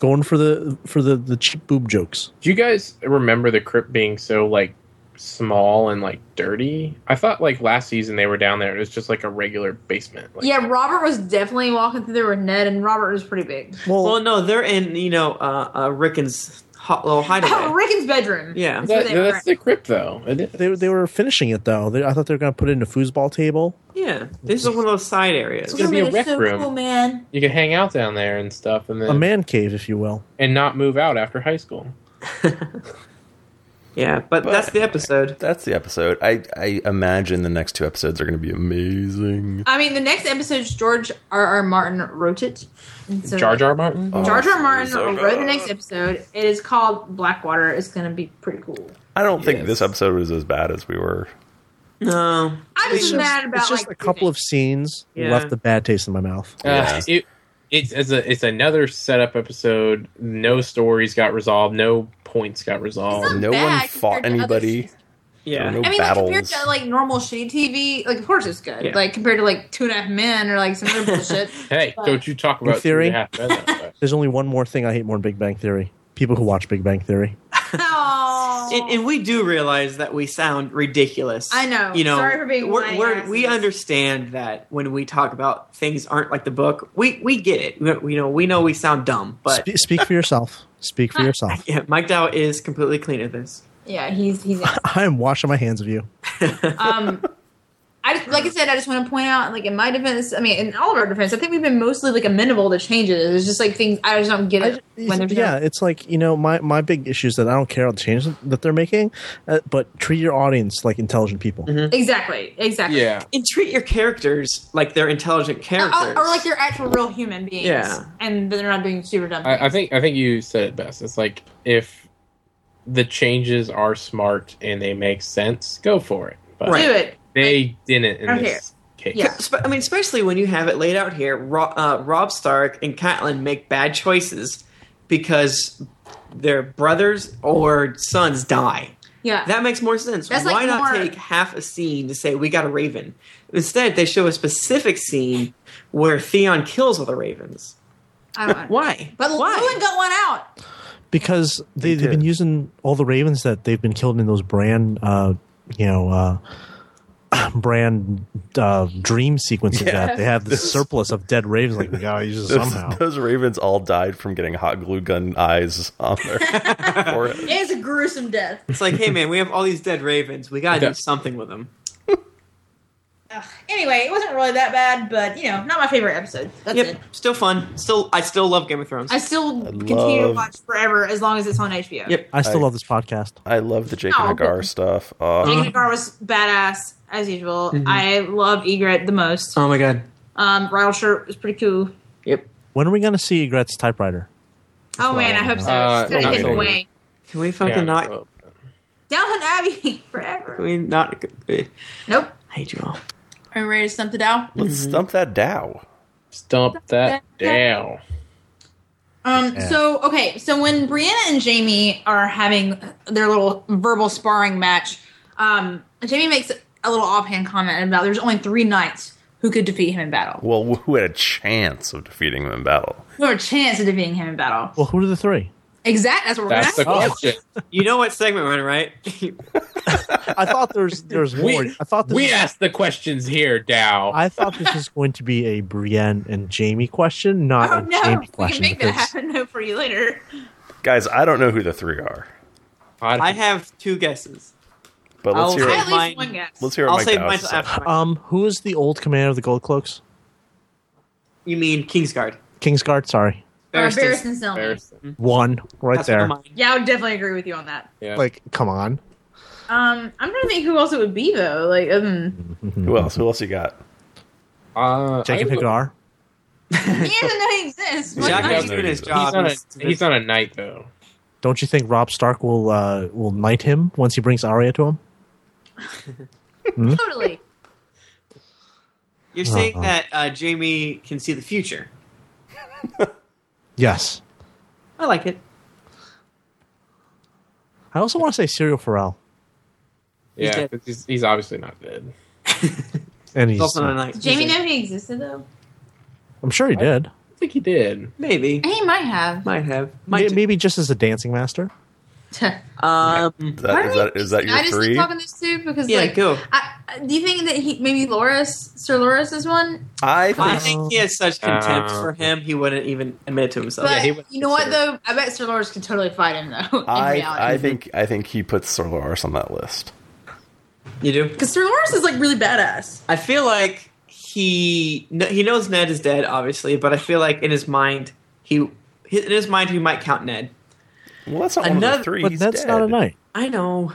Speaker 2: going for the for the the cheap boob jokes.
Speaker 1: Do you guys remember the crypt being so like small and like dirty? I thought like last season they were down there. It was just like a regular basement. Like,
Speaker 3: yeah, Robert was definitely walking through there with Ned, and Robert was pretty big.
Speaker 5: well, no, they're in you know uh, uh, Rickon's hot little
Speaker 3: (laughs) Oh,
Speaker 5: hideaway.
Speaker 3: Rickon's bedroom.
Speaker 5: Yeah.
Speaker 3: That's where
Speaker 1: That-
Speaker 3: they were.
Speaker 1: that's the crypt though. It is.
Speaker 2: They, they were finishing it though. They, I thought they were going to put it in a foosball table.
Speaker 5: Yeah, this is one of those side areas.
Speaker 1: gonna be a
Speaker 3: Women are
Speaker 1: rec
Speaker 3: so
Speaker 1: room.
Speaker 3: Cool, man.
Speaker 1: You can hang out down there and stuff, and
Speaker 2: a
Speaker 1: then
Speaker 2: man cave, if you will.
Speaker 1: and not move out after high school.
Speaker 5: Yeah, but,
Speaker 4: But-
Speaker 5: that's the episode.
Speaker 4: That's the episode. I, I imagine the next two episodes are going to be amazing.
Speaker 3: I mean, the next episode's George R. R. Martin wrote it. And so-
Speaker 1: Jar Jar Martin.
Speaker 4: Oh,
Speaker 3: Jar Jar Martin
Speaker 4: so
Speaker 3: wrote the
Speaker 4: good.
Speaker 3: next episode. It is called Blackwater. It's going to be pretty cool.
Speaker 4: I don't think
Speaker 1: Yes.
Speaker 4: this episode was as bad as we were.
Speaker 5: No,
Speaker 3: I'm just, mad about
Speaker 2: it's just
Speaker 3: like
Speaker 2: a couple of scenes
Speaker 5: Yeah.
Speaker 2: left the bad taste in my mouth.
Speaker 1: Uh, it, it's it's a it's another setup episode. No stories got resolved. No points got
Speaker 3: It's
Speaker 1: resolved.
Speaker 3: not
Speaker 4: No
Speaker 3: bad
Speaker 4: one
Speaker 3: compared
Speaker 4: fought
Speaker 3: to other
Speaker 4: anybody.
Speaker 3: seasons.
Speaker 5: yeah,
Speaker 4: No
Speaker 3: I mean, like, compared
Speaker 4: battles.
Speaker 3: to like normal shitty TV, like of course it's good.
Speaker 5: Yeah.
Speaker 3: Like compared to like Two and a Half Men or like some other bullshit. (laughs)
Speaker 1: Hey,
Speaker 3: But-
Speaker 1: don't you talk about
Speaker 2: theory?
Speaker 1: Two and a Half Men
Speaker 2: (laughs)
Speaker 1: that much.
Speaker 2: There's only one more thing I hate more than Big Bang Theory. People who watch Big Bang Theory.
Speaker 3: Aw.
Speaker 5: and, and we do realize that we sound ridiculous.
Speaker 3: I know.
Speaker 5: You know,
Speaker 3: Sorry for being
Speaker 5: we're,
Speaker 3: lying
Speaker 5: we're, we
Speaker 3: asses.
Speaker 5: understand that when we talk about things aren't like the book, we we get it. We, you know, we know we sound dumb, but
Speaker 2: Spe- speak for yourself. Speak (laughs) for yourself.
Speaker 5: (laughs) yeah, Mike Dow is completely clean of (laughs) this.
Speaker 3: yeah, he's he's.
Speaker 2: I am washing my hands of you.
Speaker 3: Um, I just, like I said, I just want to point out, like in my defense, I mean, in all of our defense, I think we've been mostly like amenable to changes. It's just like things I just don't get it when they're
Speaker 2: yeah, it's like you know my my big issue is that I don't care about the changes that they're making, uh, but treat your audience like intelligent people.
Speaker 1: Mm-hmm.
Speaker 3: exactly, exactly,
Speaker 1: Yeah,
Speaker 5: And treat your characters like they're intelligent
Speaker 3: Or,
Speaker 5: characters.
Speaker 3: or like they're actual real human beings,
Speaker 5: Yeah.
Speaker 3: and they're not doing super dumb.
Speaker 1: I, I
Speaker 3: things.
Speaker 1: think I think you said it best. It's like if the changes are smart and they make sense, go for it. But
Speaker 5: Right.
Speaker 3: do it.
Speaker 1: they didn't in
Speaker 3: Okay.
Speaker 1: this case.
Speaker 3: Yeah.
Speaker 5: Spe- I mean, especially when you have it laid out here. Ro- uh, Rob Stark and Catelyn make bad choices because their brothers or sons die.
Speaker 3: Yeah,
Speaker 5: That makes more sense.
Speaker 3: That's,
Speaker 5: Why
Speaker 3: like,
Speaker 5: not
Speaker 3: more-
Speaker 5: take half a scene to say we got a raven? Instead, they show a specific scene where Theon kills all the ravens.
Speaker 3: I don't. know.
Speaker 5: Why?
Speaker 3: But
Speaker 5: Why?
Speaker 3: Llewyn got one out.
Speaker 2: because they, they have been
Speaker 4: did.
Speaker 2: using all the ravens that they've been killed in those brand uh you know uh (clears throat) brand uh dream sequences that they have this surplus of dead ravens like we
Speaker 1: (laughs)
Speaker 2: gotta use
Speaker 4: (laughs)
Speaker 2: it
Speaker 4: Those,
Speaker 2: somehow
Speaker 4: those ravens all died from getting hot glue gun eyes on their forehead.
Speaker 3: It's a gruesome death.
Speaker 5: It's like, hey man, we have all these dead ravens. We gotta
Speaker 1: Yeah.
Speaker 5: do something with them.
Speaker 3: Ugh. Anyway, it wasn't really that bad, but you know, not my favorite episode. That's
Speaker 5: Yep,
Speaker 3: it.
Speaker 5: still fun. Still, I still love Game of Thrones.
Speaker 3: I still continue to
Speaker 4: love-
Speaker 3: watch forever as long as it's on HBO.
Speaker 5: yep,
Speaker 2: i still
Speaker 4: I-
Speaker 2: love this podcast
Speaker 4: I love the Jake
Speaker 3: Oh,
Speaker 4: and Hagar
Speaker 3: but-
Speaker 4: stuff. Oh,
Speaker 3: Jake Nagar was badass as usual.
Speaker 1: Mm-hmm.
Speaker 3: I love Egret the most.
Speaker 5: Oh my god.
Speaker 3: Um, Rattle Shirt was pretty cool.
Speaker 5: Yep.
Speaker 2: when are we gonna see gret's typewriter
Speaker 3: Oh man, I hope so.
Speaker 1: Uh,
Speaker 3: It's kind
Speaker 1: not
Speaker 3: of hidden
Speaker 1: really.
Speaker 3: away.
Speaker 5: Can we fucking
Speaker 1: Yeah,
Speaker 5: not?
Speaker 1: so-
Speaker 3: Downton Abbey (laughs)
Speaker 5: Can
Speaker 3: forever.
Speaker 5: we not? eh, I
Speaker 3: Nope.
Speaker 5: hate you all.
Speaker 3: Are you ready to stump it out?
Speaker 4: let's stump that Dow.
Speaker 1: Stump that down.
Speaker 3: Um.
Speaker 2: Yeah.
Speaker 3: So okay. So when Brianna and Jamie are having their little verbal sparring match, um, Jamie makes a little offhand comment about there's only three knights who could defeat him in battle.
Speaker 4: Well, who had a chance of defeating him in battle?
Speaker 3: Who have a chance of defeating him in battle?
Speaker 2: well who are the three
Speaker 3: Exact. That's what we're
Speaker 1: That's the
Speaker 2: Oh,
Speaker 3: gonna ask.
Speaker 1: question.
Speaker 5: You know what segment we're in, right?
Speaker 2: (laughs) i thought there's there's more
Speaker 1: (laughs) We,
Speaker 2: i thought this
Speaker 1: we
Speaker 2: was-
Speaker 1: asked the questions here, Dow.
Speaker 2: I thought this was going to be a Brienne and Jamie question,
Speaker 3: (laughs)
Speaker 2: not
Speaker 3: Oh
Speaker 2: a
Speaker 3: no!
Speaker 2: Jamie
Speaker 3: We can
Speaker 2: question.
Speaker 3: make that
Speaker 2: because-
Speaker 3: happen. No, for you later.
Speaker 4: Guys, I don't know who the three are,
Speaker 1: I'd-
Speaker 5: I have two guesses.
Speaker 4: but let's
Speaker 5: I'll-
Speaker 3: I
Speaker 4: hear.
Speaker 5: Right.
Speaker 3: at
Speaker 4: What,
Speaker 3: least
Speaker 5: Mine-
Speaker 3: one guess.
Speaker 4: let's hear. What
Speaker 5: I'll
Speaker 4: Mike
Speaker 5: save
Speaker 4: Dow
Speaker 5: mine
Speaker 4: has
Speaker 5: till
Speaker 4: to say.
Speaker 5: after. mine.
Speaker 2: Um, who is the old commander of the Gold Cloaks?
Speaker 5: You mean Kingsguard?
Speaker 2: Kingsguard, sorry.
Speaker 3: Or
Speaker 5: Barristan.
Speaker 3: Barristan Selmy.
Speaker 2: Mm-hmm.
Speaker 1: Embarrassing.
Speaker 2: One right
Speaker 5: That's
Speaker 2: there.
Speaker 5: mine.
Speaker 3: Yeah, I would definitely agree with you on that.
Speaker 1: Yeah.
Speaker 2: Like, come on.
Speaker 3: Um, I'm trying to think who else it would be though. Like,
Speaker 5: (laughs)
Speaker 3: um,
Speaker 4: Who else? Who else you got?
Speaker 1: uh,
Speaker 2: Jacob
Speaker 1: I would-
Speaker 2: Hagar.
Speaker 3: he doesn't know he exists. What
Speaker 5: Jack
Speaker 4: Jack
Speaker 3: nice.
Speaker 5: is
Speaker 4: Hagar's
Speaker 5: doing
Speaker 4: doing
Speaker 5: his
Speaker 4: his
Speaker 1: He's
Speaker 5: job.
Speaker 1: not, a, he's not a knight though.
Speaker 2: Don't you think Rob Stark will uh, will knight him once he brings Arya to him?
Speaker 3: totally.
Speaker 5: You're saying
Speaker 2: Uh-huh.
Speaker 5: that uh, Jamie can see the future.
Speaker 2: Yes.
Speaker 5: I like it. (laughs)
Speaker 2: I also want to say Serial Pharrell.
Speaker 5: He's
Speaker 1: Yeah,
Speaker 5: dead.
Speaker 1: 'cause he's, he's obviously not dead.
Speaker 2: And he's,
Speaker 5: It's also not a nice.
Speaker 3: Did Jamie
Speaker 5: music.
Speaker 3: know he existed though?
Speaker 2: I'm sure he did.
Speaker 1: I think he did.
Speaker 5: Maybe
Speaker 3: He might have.
Speaker 5: might have
Speaker 2: May-
Speaker 5: might.
Speaker 2: Maybe just as a dancing master.
Speaker 5: Um.
Speaker 4: Is that,
Speaker 3: Why
Speaker 4: is
Speaker 3: do we-
Speaker 4: that, is that
Speaker 3: I
Speaker 4: your
Speaker 3: just
Speaker 4: three?
Speaker 3: keep talking this too because
Speaker 5: Yeah.
Speaker 3: like,
Speaker 5: Go.
Speaker 3: I, I- do you think that he maybe Loris, Sir Loris is one?
Speaker 4: I
Speaker 5: I
Speaker 4: think.
Speaker 5: think he has such contempt
Speaker 1: Uh,
Speaker 5: for him, he wouldn't even admit to himself.
Speaker 3: But
Speaker 1: he was
Speaker 3: you know what
Speaker 1: considered.
Speaker 3: though? I bet Sir Loris could totally fight him though. (laughs) in
Speaker 4: I, I
Speaker 3: reality.
Speaker 4: think I think he puts Sir Loris on that list.
Speaker 5: you do.
Speaker 3: because Sir Loris is like really badass.
Speaker 5: I feel like he kn- he knows Ned is dead, obviously, but I feel like in his mind he hi- in his mind he might count Ned.
Speaker 4: Well, that's not one of
Speaker 5: Another-
Speaker 4: the three.
Speaker 2: But
Speaker 4: He's
Speaker 2: that's
Speaker 4: dead.
Speaker 2: not a knight.
Speaker 5: I know,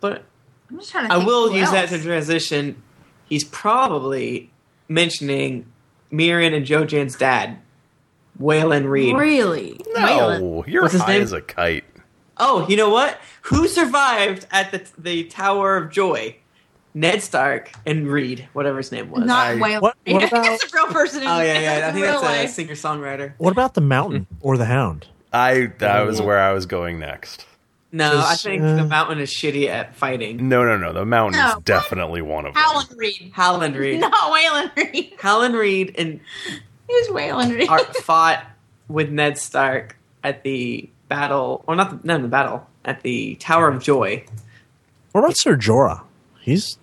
Speaker 5: but
Speaker 3: I'm just trying to.
Speaker 5: I
Speaker 3: Think
Speaker 5: will
Speaker 3: who
Speaker 5: use that to
Speaker 3: else.
Speaker 5: transition. He's probably mentioning Mirren and Jojan's dad, Waylon Reed.
Speaker 3: Really?
Speaker 4: No, you're
Speaker 5: What's his
Speaker 4: high
Speaker 5: name?
Speaker 4: as a kite.
Speaker 5: Oh, you know what? Who survived at the the Tower of Joy? Ned Stark and Reed, whatever his name was.
Speaker 3: Not
Speaker 4: I-
Speaker 3: Waylon. (laughs)
Speaker 2: What- what
Speaker 3: I think
Speaker 2: about-
Speaker 3: that's a real person. in-
Speaker 5: oh yeah, yeah. I
Speaker 3: in
Speaker 5: think
Speaker 3: real
Speaker 5: that's a
Speaker 3: life.
Speaker 5: singer songwriter.
Speaker 2: What about the mountain or the hound?
Speaker 4: I that was where I was going next.
Speaker 5: No, I
Speaker 2: Does,
Speaker 5: think
Speaker 2: uh,
Speaker 5: the Mountain is shitty at fighting.
Speaker 4: No, no, no. The mountain
Speaker 3: No,
Speaker 4: is
Speaker 3: what?
Speaker 4: definitely one of them.
Speaker 3: Howland Reed.
Speaker 5: Howland Reed.
Speaker 3: Not Waylon Reed. (laughs)
Speaker 5: Howland Reed and
Speaker 3: Who's Waylon Reed? (laughs)
Speaker 5: Art fought with Ned Stark at the battle, or not the, not the battle, at the Tower of Joy.
Speaker 2: What about Sir Jorah? He's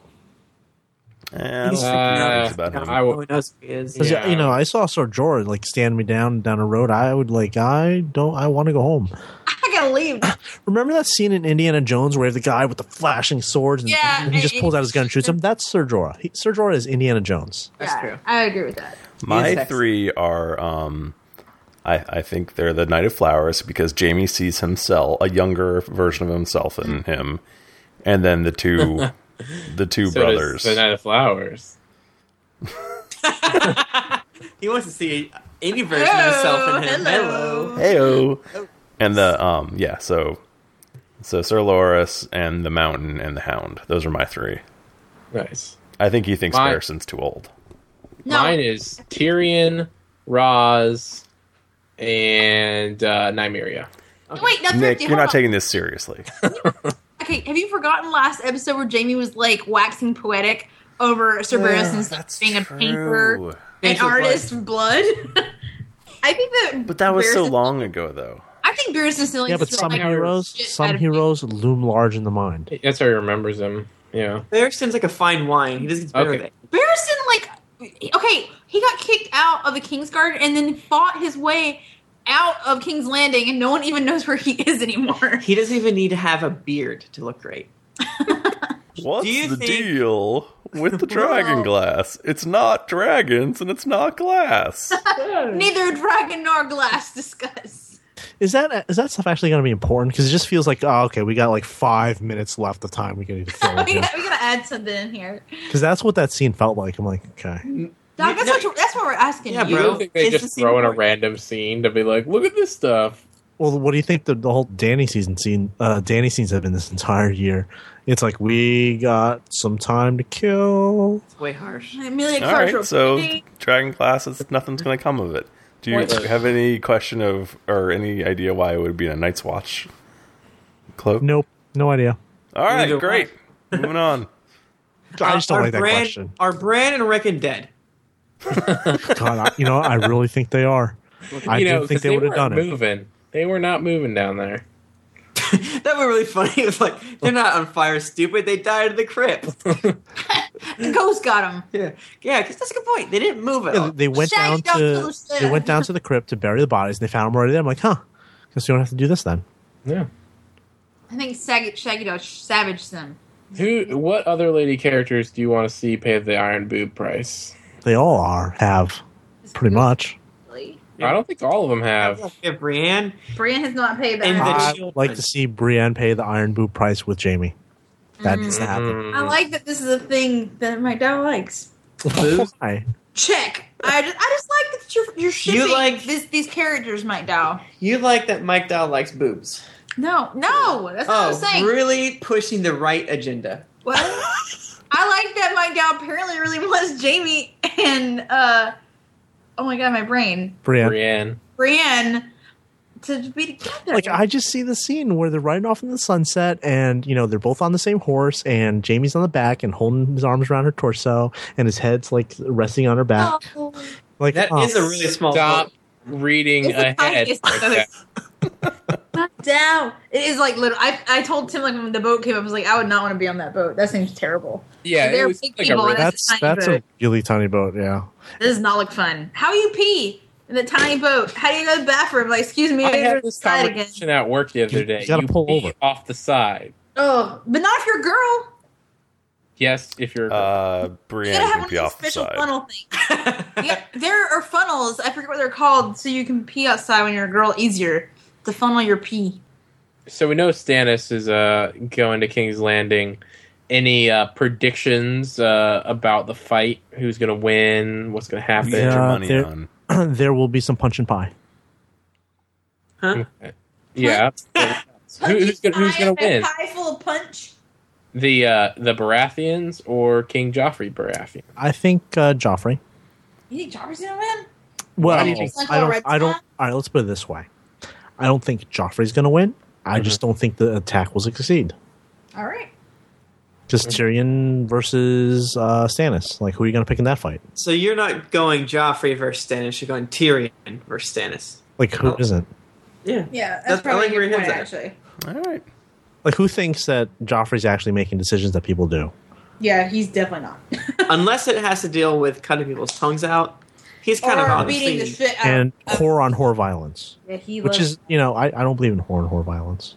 Speaker 4: Eh, I don't
Speaker 5: He's-
Speaker 4: think
Speaker 1: Uh,
Speaker 4: it's about him.
Speaker 1: I w-
Speaker 5: Who knows who he is?
Speaker 2: 'cause, uh,
Speaker 1: Yeah.
Speaker 2: you know I saw Sir Jorah like stand me down down a road. I would like I don't I want to go home.
Speaker 3: I gotta leave.
Speaker 2: Remember that scene in Indiana Jones where the guy with the flashing swords and
Speaker 3: Yeah,
Speaker 2: he just
Speaker 3: and-
Speaker 2: pulls out his gun and shoots
Speaker 3: (laughs)
Speaker 2: him? That's Sir Jorah. He, Sir Jorah is Indiana Jones.
Speaker 5: That's
Speaker 3: Yeah,
Speaker 5: true.
Speaker 3: I agree with that.
Speaker 5: He's
Speaker 4: My
Speaker 5: sexy.
Speaker 4: three are um I, I think they're the Knight of Flowers because Jamie sees himself a younger version of himself
Speaker 1: Hmm.
Speaker 4: in him. And then the
Speaker 1: (laughs)
Speaker 4: two the two
Speaker 1: So does
Speaker 4: brothers.
Speaker 1: the Knight of Flowers.
Speaker 5: He wants to see any version of
Speaker 3: Hello,
Speaker 5: himself in him.
Speaker 3: Oh, hello.
Speaker 5: Hello.
Speaker 4: Heyo.
Speaker 1: Oh.
Speaker 4: And the um yeah, so so Sir Loris and the Mountain and the Hound. Those are my three.
Speaker 1: Nice.
Speaker 4: I think he thinks
Speaker 1: My-
Speaker 4: Harrison's too old.
Speaker 3: No,
Speaker 1: Mine is Tyrion, Roz, and uh, Nymeria.
Speaker 3: wait, no,
Speaker 4: (laughs) Nick,
Speaker 3: Thrifty,
Speaker 4: you're
Speaker 3: hold
Speaker 4: not
Speaker 3: on.
Speaker 4: taking this seriously.
Speaker 3: Okay, have you forgotten last episode where Jamie was like waxing poetic over Sir Barrison's like, being a painter, an
Speaker 5: Painter's blood.
Speaker 3: artist, in blood? (laughs) I think that,
Speaker 4: But that was so
Speaker 3: Barristan-
Speaker 4: long ago though.
Speaker 3: I think Barristan still
Speaker 2: yeah,
Speaker 3: needs
Speaker 2: but
Speaker 3: to
Speaker 2: some
Speaker 3: like,
Speaker 2: heroes,
Speaker 3: shit out
Speaker 2: some
Speaker 3: of him.
Speaker 2: heroes loom large in the mind.
Speaker 1: That's how he remembers him. Yeah.
Speaker 5: Barristan's like a fine wine. He just gets better
Speaker 1: Okay.
Speaker 5: with it.
Speaker 3: Barristan, like, okay, he got kicked out of the King's Guard and then fought his way out of King's Landing, and no one even knows where he is
Speaker 4: (laughs)
Speaker 3: anymore. (laughs)
Speaker 5: He doesn't even need to have a beard to look great.
Speaker 4: What's
Speaker 5: Do you
Speaker 4: the
Speaker 5: think-
Speaker 4: deal
Speaker 3: (laughs)
Speaker 4: with the dragon glass? It's not dragons and it's not
Speaker 3: (laughs)
Speaker 4: glass.
Speaker 3: Neither dragon nor glass discuss.
Speaker 2: Is that is that stuff actually going to be important? Because it just feels like oh, okay, we got like five minutes left of time we
Speaker 3: (laughs)
Speaker 2: could even
Speaker 3: we,
Speaker 2: fill
Speaker 3: gotta,
Speaker 2: it
Speaker 3: we
Speaker 2: in.
Speaker 3: gotta add something in here.
Speaker 2: Because that's what that scene felt like. I'm like, okay,
Speaker 3: Doc, that's,
Speaker 5: No,
Speaker 3: what, that's what we're asking
Speaker 5: Yeah,
Speaker 1: You
Speaker 3: you.
Speaker 5: bro.
Speaker 1: don't think they
Speaker 5: It's the
Speaker 1: just
Speaker 5: scene
Speaker 1: throw in a
Speaker 5: where-
Speaker 1: random scene to be like, look at this stuff.
Speaker 2: Well, what do you think the, the whole Danny season scene? Uh, Danny scenes have been this entire year. It's like we got some time to kill.
Speaker 5: It's way harsh.
Speaker 3: Amelia
Speaker 4: All
Speaker 3: Clark.
Speaker 4: right, so
Speaker 3: Hey,
Speaker 4: dragon glass is nothing's going to come of it. Do you
Speaker 1: Pointless.
Speaker 4: have any question of or any idea why it would be in a Night's Watch cloak?
Speaker 2: Nope, no idea.
Speaker 4: All right,
Speaker 5: Neither
Speaker 4: great. Moving
Speaker 2: (laughs)
Speaker 4: on.
Speaker 2: I just don't
Speaker 5: Are
Speaker 2: like that
Speaker 5: Bran-
Speaker 2: question.
Speaker 5: Are Bran and Rickon dead? (laughs)
Speaker 2: God, I, you know, I really think they are.
Speaker 1: (laughs)
Speaker 2: I
Speaker 1: you know,
Speaker 2: do think
Speaker 1: 'cause
Speaker 2: they would
Speaker 1: weren't
Speaker 2: have done it.
Speaker 1: moving. They were not moving down there.
Speaker 5: that would be really funny. It was like they're not on fire, stupid. They died in the crypt.
Speaker 3: The ghost got him.
Speaker 5: Yeah, yeah. Because that's a good point. They didn't move at
Speaker 2: Yeah,
Speaker 5: all.
Speaker 2: they went
Speaker 3: Shaggy
Speaker 2: down
Speaker 3: don't
Speaker 2: to
Speaker 3: lose
Speaker 2: they
Speaker 3: it.
Speaker 2: went down to the crypt to bury the bodies, and they found them already there. I'm like, huh? Because you don't have to do this then.
Speaker 1: Yeah.
Speaker 3: I think Shaggy, Shaggy Dog savaged them.
Speaker 1: Who? What other lady characters do you want to see pay the iron boob price?
Speaker 2: They all are have pretty much.
Speaker 3: Really.
Speaker 1: I don't think all of them have.
Speaker 5: Yeah, Brienne.
Speaker 3: Brian has not paid
Speaker 5: And
Speaker 3: that.
Speaker 5: the
Speaker 2: I
Speaker 5: children.
Speaker 2: would like to see Brienne pay the Iron Boot price with Jamie. That needs
Speaker 1: Mm-hmm.
Speaker 2: to happen.
Speaker 3: I like that this is a thing that my dad likes.
Speaker 1: Mm-hmm.
Speaker 2: Why?
Speaker 3: Check. I just, I just like that you're, you're shipping
Speaker 5: like-
Speaker 3: this, these characters, Mike Dow.
Speaker 5: You like that Mike Dow likes (laughs) boobs.
Speaker 3: No, no, that's not what I'm
Speaker 5: Oh,
Speaker 3: saying.
Speaker 5: really pushing the right agenda.
Speaker 3: What? I like that Mike Dow apparently really (laughs) wants Jamie and, uh, oh my god, my brain.
Speaker 2: Brienne.
Speaker 1: Brienne.
Speaker 3: Brienne to be together.
Speaker 2: Like I just see the scene where they're riding off in the sunset, and you know they're both on the same horse, and Jamie's on the back and holding his arms around her torso, and his head's like resting on her back.
Speaker 3: Oh,
Speaker 2: Like
Speaker 5: That is
Speaker 2: oh.
Speaker 5: a really small.
Speaker 1: Stop
Speaker 5: book.
Speaker 1: reading
Speaker 3: It's the
Speaker 1: ahead.
Speaker 3: tiniest
Speaker 1: like that.
Speaker 3: knocked down. It is like literally. I, I told Tim like when the boat came up, I was like, I would not want to be on that boat. That seems terrible.
Speaker 1: Yeah,
Speaker 3: They're
Speaker 1: it was
Speaker 3: big
Speaker 1: like a
Speaker 3: people,
Speaker 1: really-
Speaker 3: and
Speaker 2: that's
Speaker 3: That's a tiny
Speaker 2: that's a really tiny boat. Yeah, (clears throat)
Speaker 3: This does not look fun. How you pee in the tiny boat? How do you go to the bathroom? Like, excuse me,
Speaker 1: I
Speaker 3: I
Speaker 1: had
Speaker 3: gotta
Speaker 1: this
Speaker 3: side again.
Speaker 1: conversation at work the other
Speaker 2: You-
Speaker 1: day.
Speaker 2: you gotta pull
Speaker 1: pee
Speaker 2: over.
Speaker 1: off the side.
Speaker 3: Oh, but not if you're a girl.
Speaker 1: Yes, if you're.
Speaker 4: Uh,
Speaker 3: You
Speaker 4: Brienne
Speaker 3: gotta have
Speaker 4: can
Speaker 3: one of
Speaker 4: be
Speaker 3: those
Speaker 4: off the
Speaker 3: special
Speaker 4: side.
Speaker 3: funnel things.
Speaker 1: (laughs)
Speaker 3: Yeah, there are funnels. I forget what they're called, so you can pee outside when you're a girl. Easier to funnel your pee.
Speaker 1: so we know Stannis is uh, going to King's Landing. Any uh, predictions uh, about the fight? Who's going to win? What's going to
Speaker 4: You get
Speaker 1: happen?
Speaker 4: your
Speaker 2: Yeah,
Speaker 4: money
Speaker 2: they're-
Speaker 4: on.
Speaker 2: there will be some punch and pie.
Speaker 5: Huh?
Speaker 1: Yeah. Who, who's going who's going to win?
Speaker 3: Pie full of punch.
Speaker 1: The uh, the Baratheons or King Joffrey Baratheon?
Speaker 2: I think uh, Joffrey.
Speaker 3: You think Joffrey's gonna win?
Speaker 2: Well,
Speaker 1: do you think?
Speaker 2: I
Speaker 3: Like
Speaker 2: don't.
Speaker 3: a red
Speaker 2: I don't.
Speaker 3: flag?
Speaker 2: All right, let's put it this way. I don't think Joffrey's going to win. I just
Speaker 5: Mm-hmm.
Speaker 2: don't think the attack will succeed.
Speaker 3: All right.
Speaker 2: Just
Speaker 5: Mm-hmm.
Speaker 2: Tyrion versus uh, Stannis. Like, who are you going to pick in that fight?
Speaker 5: So you're not going Joffrey versus Stannis. You're going Tyrion versus Stannis.
Speaker 2: Like,
Speaker 5: Oh.
Speaker 2: who not
Speaker 5: (laughs) Yeah.
Speaker 3: Yeah, that's,
Speaker 5: That's- I
Speaker 3: probably
Speaker 5: like
Speaker 3: a
Speaker 5: where
Speaker 3: good
Speaker 5: your
Speaker 3: point,
Speaker 5: head's at.
Speaker 3: actually.
Speaker 4: All right.
Speaker 2: Like, who thinks that Joffrey's actually making decisions that people do?
Speaker 3: Yeah, he's definitely not. (laughs)
Speaker 5: Unless it has to deal with cutting people's tongues out. He's kind
Speaker 3: or
Speaker 5: of honestly.
Speaker 3: beating the shit out.
Speaker 2: And
Speaker 3: of-
Speaker 2: whore on whore violence,
Speaker 3: yeah, Oh, he
Speaker 2: which
Speaker 3: loves-
Speaker 2: is you know I, I don't believe in whore on whore violence.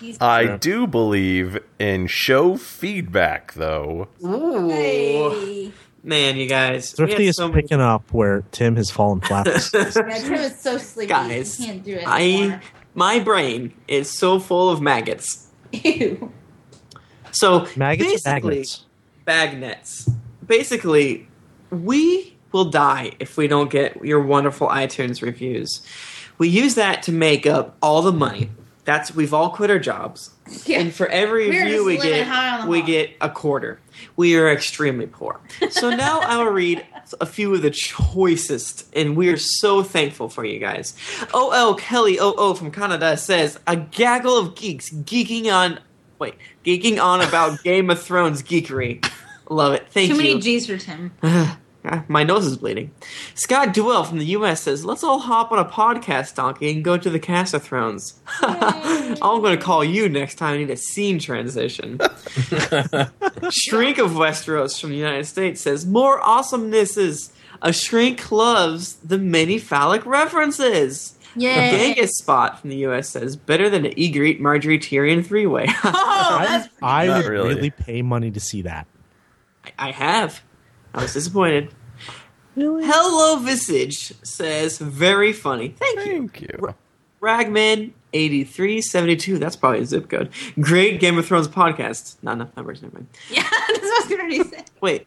Speaker 3: he's-
Speaker 4: I
Speaker 1: Yeah.
Speaker 4: do believe in show feedback, though.
Speaker 5: Ooh.
Speaker 3: Hey.
Speaker 5: Man, you guys. we
Speaker 2: Thrifty
Speaker 5: had
Speaker 2: is
Speaker 5: so many-
Speaker 2: picking up where Tim has
Speaker 5: (laughs)
Speaker 2: fallen flat.
Speaker 3: Yeah, Tim is so sleepy.
Speaker 5: Guys,
Speaker 3: he can't do it.
Speaker 5: I
Speaker 3: anymore. (laughs)
Speaker 5: my brain is so full of maggots.
Speaker 3: Ew.
Speaker 5: So
Speaker 2: Maggots, and
Speaker 5: basically,
Speaker 2: magnets.
Speaker 5: bag nets. Basically, we will die if we don't get your wonderful iTunes reviews. We use that to make up all the money. That's we've all quit our jobs,
Speaker 3: Yeah.
Speaker 5: and for every
Speaker 3: We're
Speaker 5: review
Speaker 3: just
Speaker 5: we
Speaker 3: living
Speaker 5: get,
Speaker 3: high on the
Speaker 5: we
Speaker 3: hog.
Speaker 5: get a quarter. We are extremely poor. So now I will read a few of the choicest, and we are so thankful for you guys. OL Kelly OO from Canada says, A gaggle of geeks geeking on, wait, geeking on
Speaker 3: (laughs)
Speaker 5: about Game of Thrones geekery. Love it. Thank
Speaker 3: Too
Speaker 5: you.
Speaker 3: many G's for Tim.
Speaker 5: (sighs) Ah, My nose is bleeding. Scott Duell from the US says, Let's all hop on a podcast donkey and go to the Cast of Thrones. (laughs) I'm going to call you next time I need a scene transition. Shrink of Westeros from the United States says, More awesomenesses. A shrink loves the many phallic references.
Speaker 3: Yeah.
Speaker 5: Genghis Spot from the US says, Better than an Eager Eat Marjorie Tyrion three (laughs) way.
Speaker 3: Oh,
Speaker 2: I,
Speaker 3: that's
Speaker 2: I
Speaker 4: Not
Speaker 2: would
Speaker 4: really.
Speaker 2: really. pay money to see that.
Speaker 5: I have. I was disappointed. Hello Visage says, Very funny. Thank you.
Speaker 4: Thank you.
Speaker 5: Ragman 8372. That's probably a zip code. Great Game of Thrones podcast. Not enough numbers, never mind.
Speaker 3: (laughs) yeah. That's what I was gonna say.
Speaker 5: Wait.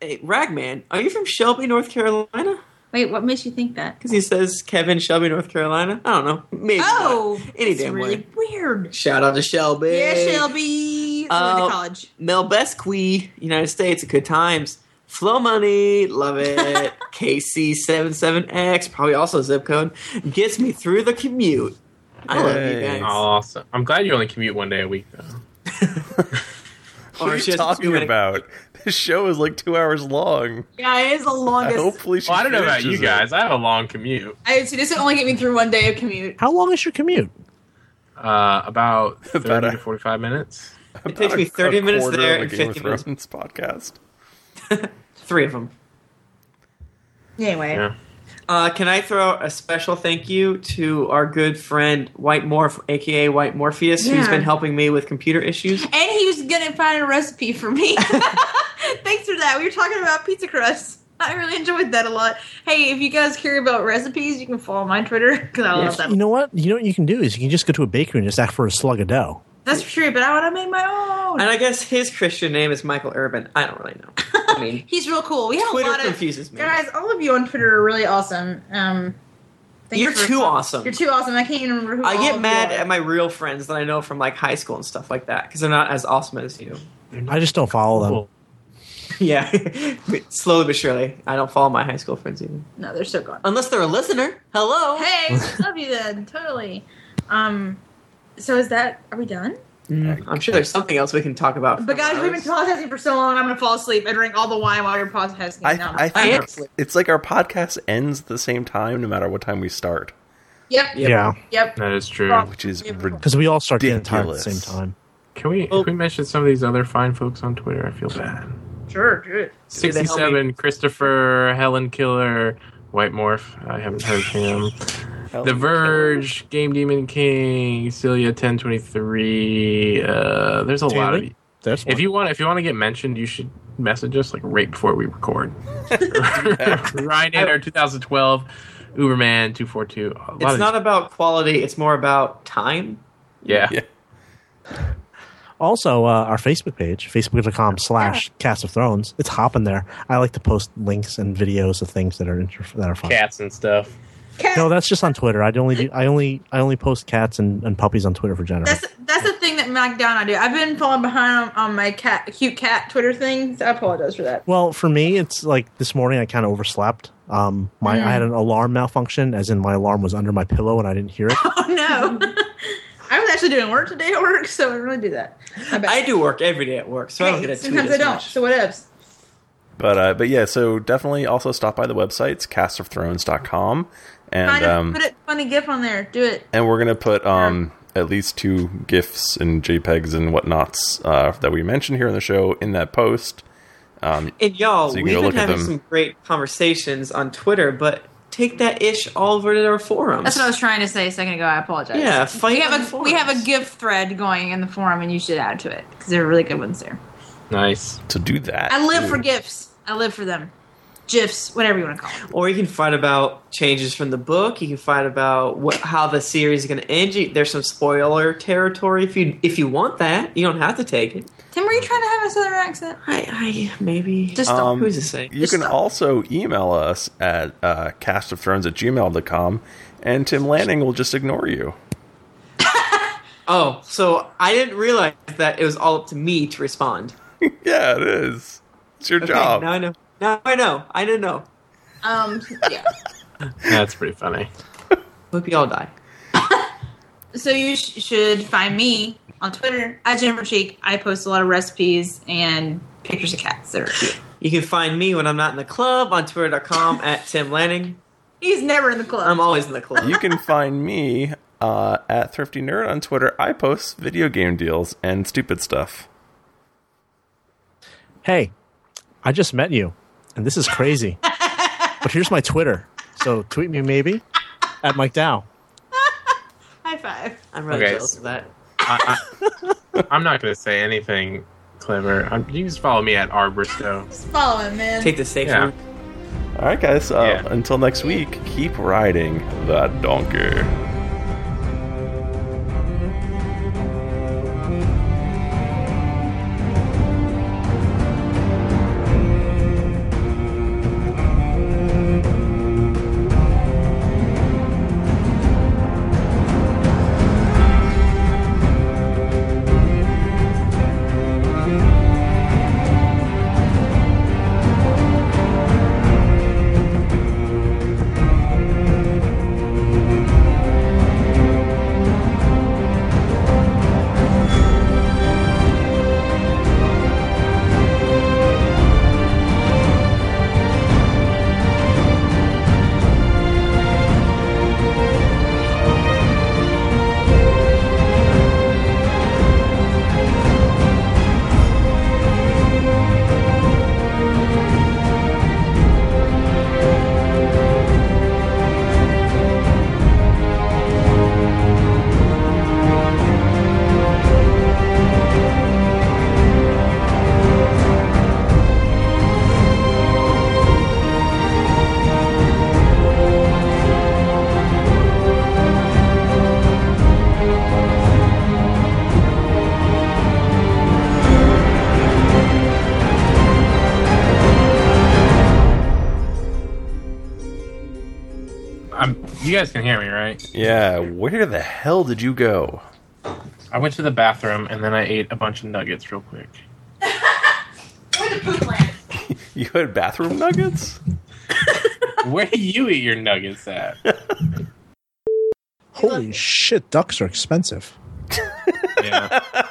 Speaker 5: Hey, Ragman, are you from Shelby, North Carolina?
Speaker 3: Wait, what makes you think that?
Speaker 5: Because he says Kevin Shelby, North Carolina. I don't know. Maybe.
Speaker 3: Oh,
Speaker 5: not. any
Speaker 3: that's
Speaker 5: damn
Speaker 3: really
Speaker 5: way.
Speaker 3: weird.
Speaker 5: Shout out to Shelby.
Speaker 3: Yeah, Shelby. Uh,
Speaker 5: Uh,
Speaker 3: to college.
Speaker 5: Mel Besque, United States, good times. Flow Money, love
Speaker 3: (laughs)
Speaker 5: it. KC77X, probably also a zip code. Gets me through the commute. I love you
Speaker 4: Hey.
Speaker 5: guys.
Speaker 1: (laughs) Awesome. I'm glad you only commute one day a week, though.
Speaker 4: What
Speaker 5: Or
Speaker 4: are
Speaker 5: she
Speaker 4: you
Speaker 5: has too
Speaker 4: talking
Speaker 5: many-
Speaker 4: about? This show is like two hours long.
Speaker 3: Yeah, it is the
Speaker 4: I
Speaker 3: longest.
Speaker 4: Hopefully, she
Speaker 1: Well, I don't know about you
Speaker 4: finishes
Speaker 1: guys. I have a long commute.
Speaker 3: I see this will only get me through one day of commute.
Speaker 2: How long is your commute?
Speaker 1: Uh,
Speaker 2: (laughs)
Speaker 1: about
Speaker 4: About
Speaker 1: 30
Speaker 4: a-
Speaker 1: to 45 minutes.
Speaker 4: it.
Speaker 5: It takes
Speaker 4: About
Speaker 5: me
Speaker 4: a-
Speaker 5: 30
Speaker 4: a
Speaker 5: minutes
Speaker 4: quarter
Speaker 5: there
Speaker 4: of a
Speaker 5: and
Speaker 4: Game
Speaker 5: 50
Speaker 4: of
Speaker 5: minutes-
Speaker 4: Thrones podcast.
Speaker 5: Three of them.
Speaker 3: Anyway.
Speaker 1: Yeah.
Speaker 5: Uh, can I throw a special thank you to our good friend White Morph, aka White Morpheus, who's
Speaker 3: Yeah.
Speaker 5: been helping me with computer issues?
Speaker 3: And he was gonna find a recipe for me. (laughs) Thanks for that. We were talking about pizza crust. I really enjoyed that a lot. Hey, if you guys care about recipes, you can follow my Twitter because I love
Speaker 2: You
Speaker 3: that.
Speaker 2: know what? You know what you can do is you can just go to a bakery and just ask for a slug of dough.
Speaker 3: That's true, but I want to make my own.
Speaker 5: And I guess his Christian name is Michael Urban. I don't really know. I mean,
Speaker 3: (laughs) He's real cool. We have a
Speaker 5: Twitter
Speaker 3: lot of
Speaker 5: confuses me.
Speaker 3: guys. All of you on Twitter are really awesome. Um, thanks
Speaker 5: You're
Speaker 3: for-
Speaker 5: too awesome.
Speaker 3: You're too awesome. I can't even remember who.
Speaker 5: I
Speaker 3: all of
Speaker 5: get
Speaker 3: you
Speaker 5: mad
Speaker 3: are.
Speaker 5: at my real friends that I know from like high school and stuff like that because they're not as awesome as you.
Speaker 2: I just don't follow them.
Speaker 5: (laughs) yeah, (laughs) slowly but surely. I don't follow my high school friends either,
Speaker 3: No, they're still gone.
Speaker 5: unless they're a listener. Hello.
Speaker 3: Hey,
Speaker 5: (laughs)
Speaker 3: love you then. Totally. Um, so is that? Are we done?
Speaker 5: Mm, I'm sure there's something else we can talk about. for
Speaker 3: But guys, we've been
Speaker 5: hours.
Speaker 3: podcasting for so long. I'm gonna fall asleep and drink all the wine while you're podcasting.
Speaker 4: I,
Speaker 3: No.
Speaker 4: I
Speaker 5: I
Speaker 4: think
Speaker 5: am sleeping.
Speaker 4: it's like our podcast ends at the same time, no matter what time we start,
Speaker 3: yep.
Speaker 5: Yep.
Speaker 2: Yeah,
Speaker 3: Yep.
Speaker 1: That is true.
Speaker 3: Well,
Speaker 4: which is
Speaker 3: Yeah.
Speaker 4: rid-
Speaker 2: because we all start getting tired at the same
Speaker 4: Ridiculous.
Speaker 2: time.
Speaker 1: Can we can we mention some of these other fine folks on Twitter? I feel bad.
Speaker 3: Sure.
Speaker 5: Do
Speaker 3: Do it.
Speaker 5: they help
Speaker 1: Sixty-seven, Christopher, Helen Killer, White Morph. I haven't heard him. The Verge, Game Demon King, Celia ten twenty three. Uh, there's a lot of.
Speaker 2: Tammy? There's
Speaker 1: If
Speaker 2: one.
Speaker 1: you want, if you want to get mentioned, you should message us like right before we record. (laughs) Ryanair 2012, Uberman 242. A lot of
Speaker 5: It's
Speaker 1: these-
Speaker 5: not about quality; it's more about time.
Speaker 1: yeah.
Speaker 4: Yeah.
Speaker 2: Also, uh, our Facebook page, facebook.com slash Cast of Thrones, it's hopping there. I like to post links and videos of things that are inter- that are fun.
Speaker 1: cats and stuff.
Speaker 3: Cat.
Speaker 2: No, that's just on Twitter. I only do, I only I only post cats and, and puppies on Twitter for general.
Speaker 3: that's that's the thing that Mac Down I do. I've been falling behind on, on my cat, cute cat Twitter thing. So I apologize for that. (laughs)
Speaker 2: Well, for me, it's like this morning I kind of overslept. Um, my I had an alarm malfunction, as in my alarm was under my pillow and I didn't hear it.
Speaker 3: Oh no.
Speaker 5: (laughs)
Speaker 3: I was actually doing work today at work, so I didn't really do that. I, bet.
Speaker 5: I do work every day at work, so I don't
Speaker 3: Hey,
Speaker 5: get a tweet
Speaker 3: Sometimes I
Speaker 5: as
Speaker 3: don't.
Speaker 5: much.
Speaker 3: So what else?
Speaker 4: (laughs) But uh, but yeah, so definitely also stop by the websites castofthrones.com and
Speaker 3: Find a-
Speaker 4: um,
Speaker 3: put a funny GIF on there. Do it.
Speaker 4: and we're gonna put um at least two gifs and JPEGs and whatnots uh, that we mentioned here in the show in that post. Um,
Speaker 5: And y'all,
Speaker 4: So you can
Speaker 5: we've
Speaker 4: go
Speaker 5: been
Speaker 4: look at
Speaker 5: having
Speaker 4: them.
Speaker 5: some great conversations on Twitter, but take that ish all over to our forums.
Speaker 3: That's what I was trying to say a second ago. I apologize.
Speaker 5: Yeah, fight
Speaker 3: We
Speaker 5: on
Speaker 3: have
Speaker 5: the
Speaker 3: a we have a
Speaker 5: forums.
Speaker 3: GIF thread going in the forum, and you should add to it because there are really good ones there.
Speaker 1: Nice.
Speaker 4: to do that,
Speaker 3: I live for
Speaker 4: Ooh.
Speaker 3: GIFs. I live for them. GIFs, whatever you want to call them.
Speaker 5: or you can fight about changes from the book. You can fight about what, how the series is going to end. You, there's some spoiler territory if you if you want that. You don't have to take it.
Speaker 3: Tim, were you trying to have a southern accent?
Speaker 5: I, I maybe
Speaker 3: Just
Speaker 4: Um,
Speaker 5: who's to say?
Speaker 4: You can
Speaker 3: Stop.
Speaker 4: also email us at uh, castofthrones at gmail.com, and Tim Lanning will just ignore you. (laughs)
Speaker 5: Oh, so I didn't realize that it was all up to me to respond.
Speaker 4: Yeah, it is. It's your
Speaker 5: Okay,
Speaker 4: job.
Speaker 5: now I know. Now I know. I didn't know.
Speaker 3: Um, yeah.
Speaker 1: That's pretty funny.
Speaker 5: Hope you all die.
Speaker 3: So you sh- should find me on Twitter at Jennifer Cheek. I post a lot of recipes and pictures of cats that are cute.
Speaker 5: You can find me when I'm not in the club on Twitter.com at Tim Lanning.
Speaker 3: He's never in the club.
Speaker 5: I'm always in the club.
Speaker 4: you can find me uh, at Thrifty Nerd on Twitter. I post video game deals and stupid stuff.
Speaker 2: Hey, I just met you, and this is crazy. but here's my Twitter, so tweet me maybe at Mike Dow.
Speaker 3: High five.
Speaker 5: I'm really
Speaker 1: Okay.
Speaker 5: jealous of that.
Speaker 1: I, I, am not going to say anything clever. i you just follow me at Arbristow.
Speaker 3: Just follow him, man.
Speaker 5: Take the safe
Speaker 1: Yeah.
Speaker 5: route.
Speaker 4: All right, guys. Uh,
Speaker 1: Yeah.
Speaker 4: Until next week, keep riding the donkey.
Speaker 1: I'm, Um, you guys can hear me, right?
Speaker 4: Yeah, where the hell did you go?
Speaker 1: I went to the bathroom and then I ate a bunch of nuggets real quick.
Speaker 3: Where the poop land?
Speaker 4: You had bathroom nuggets?
Speaker 1: Where do you eat your nuggets at?
Speaker 2: Holy shit, ducks are expensive.
Speaker 1: Yeah.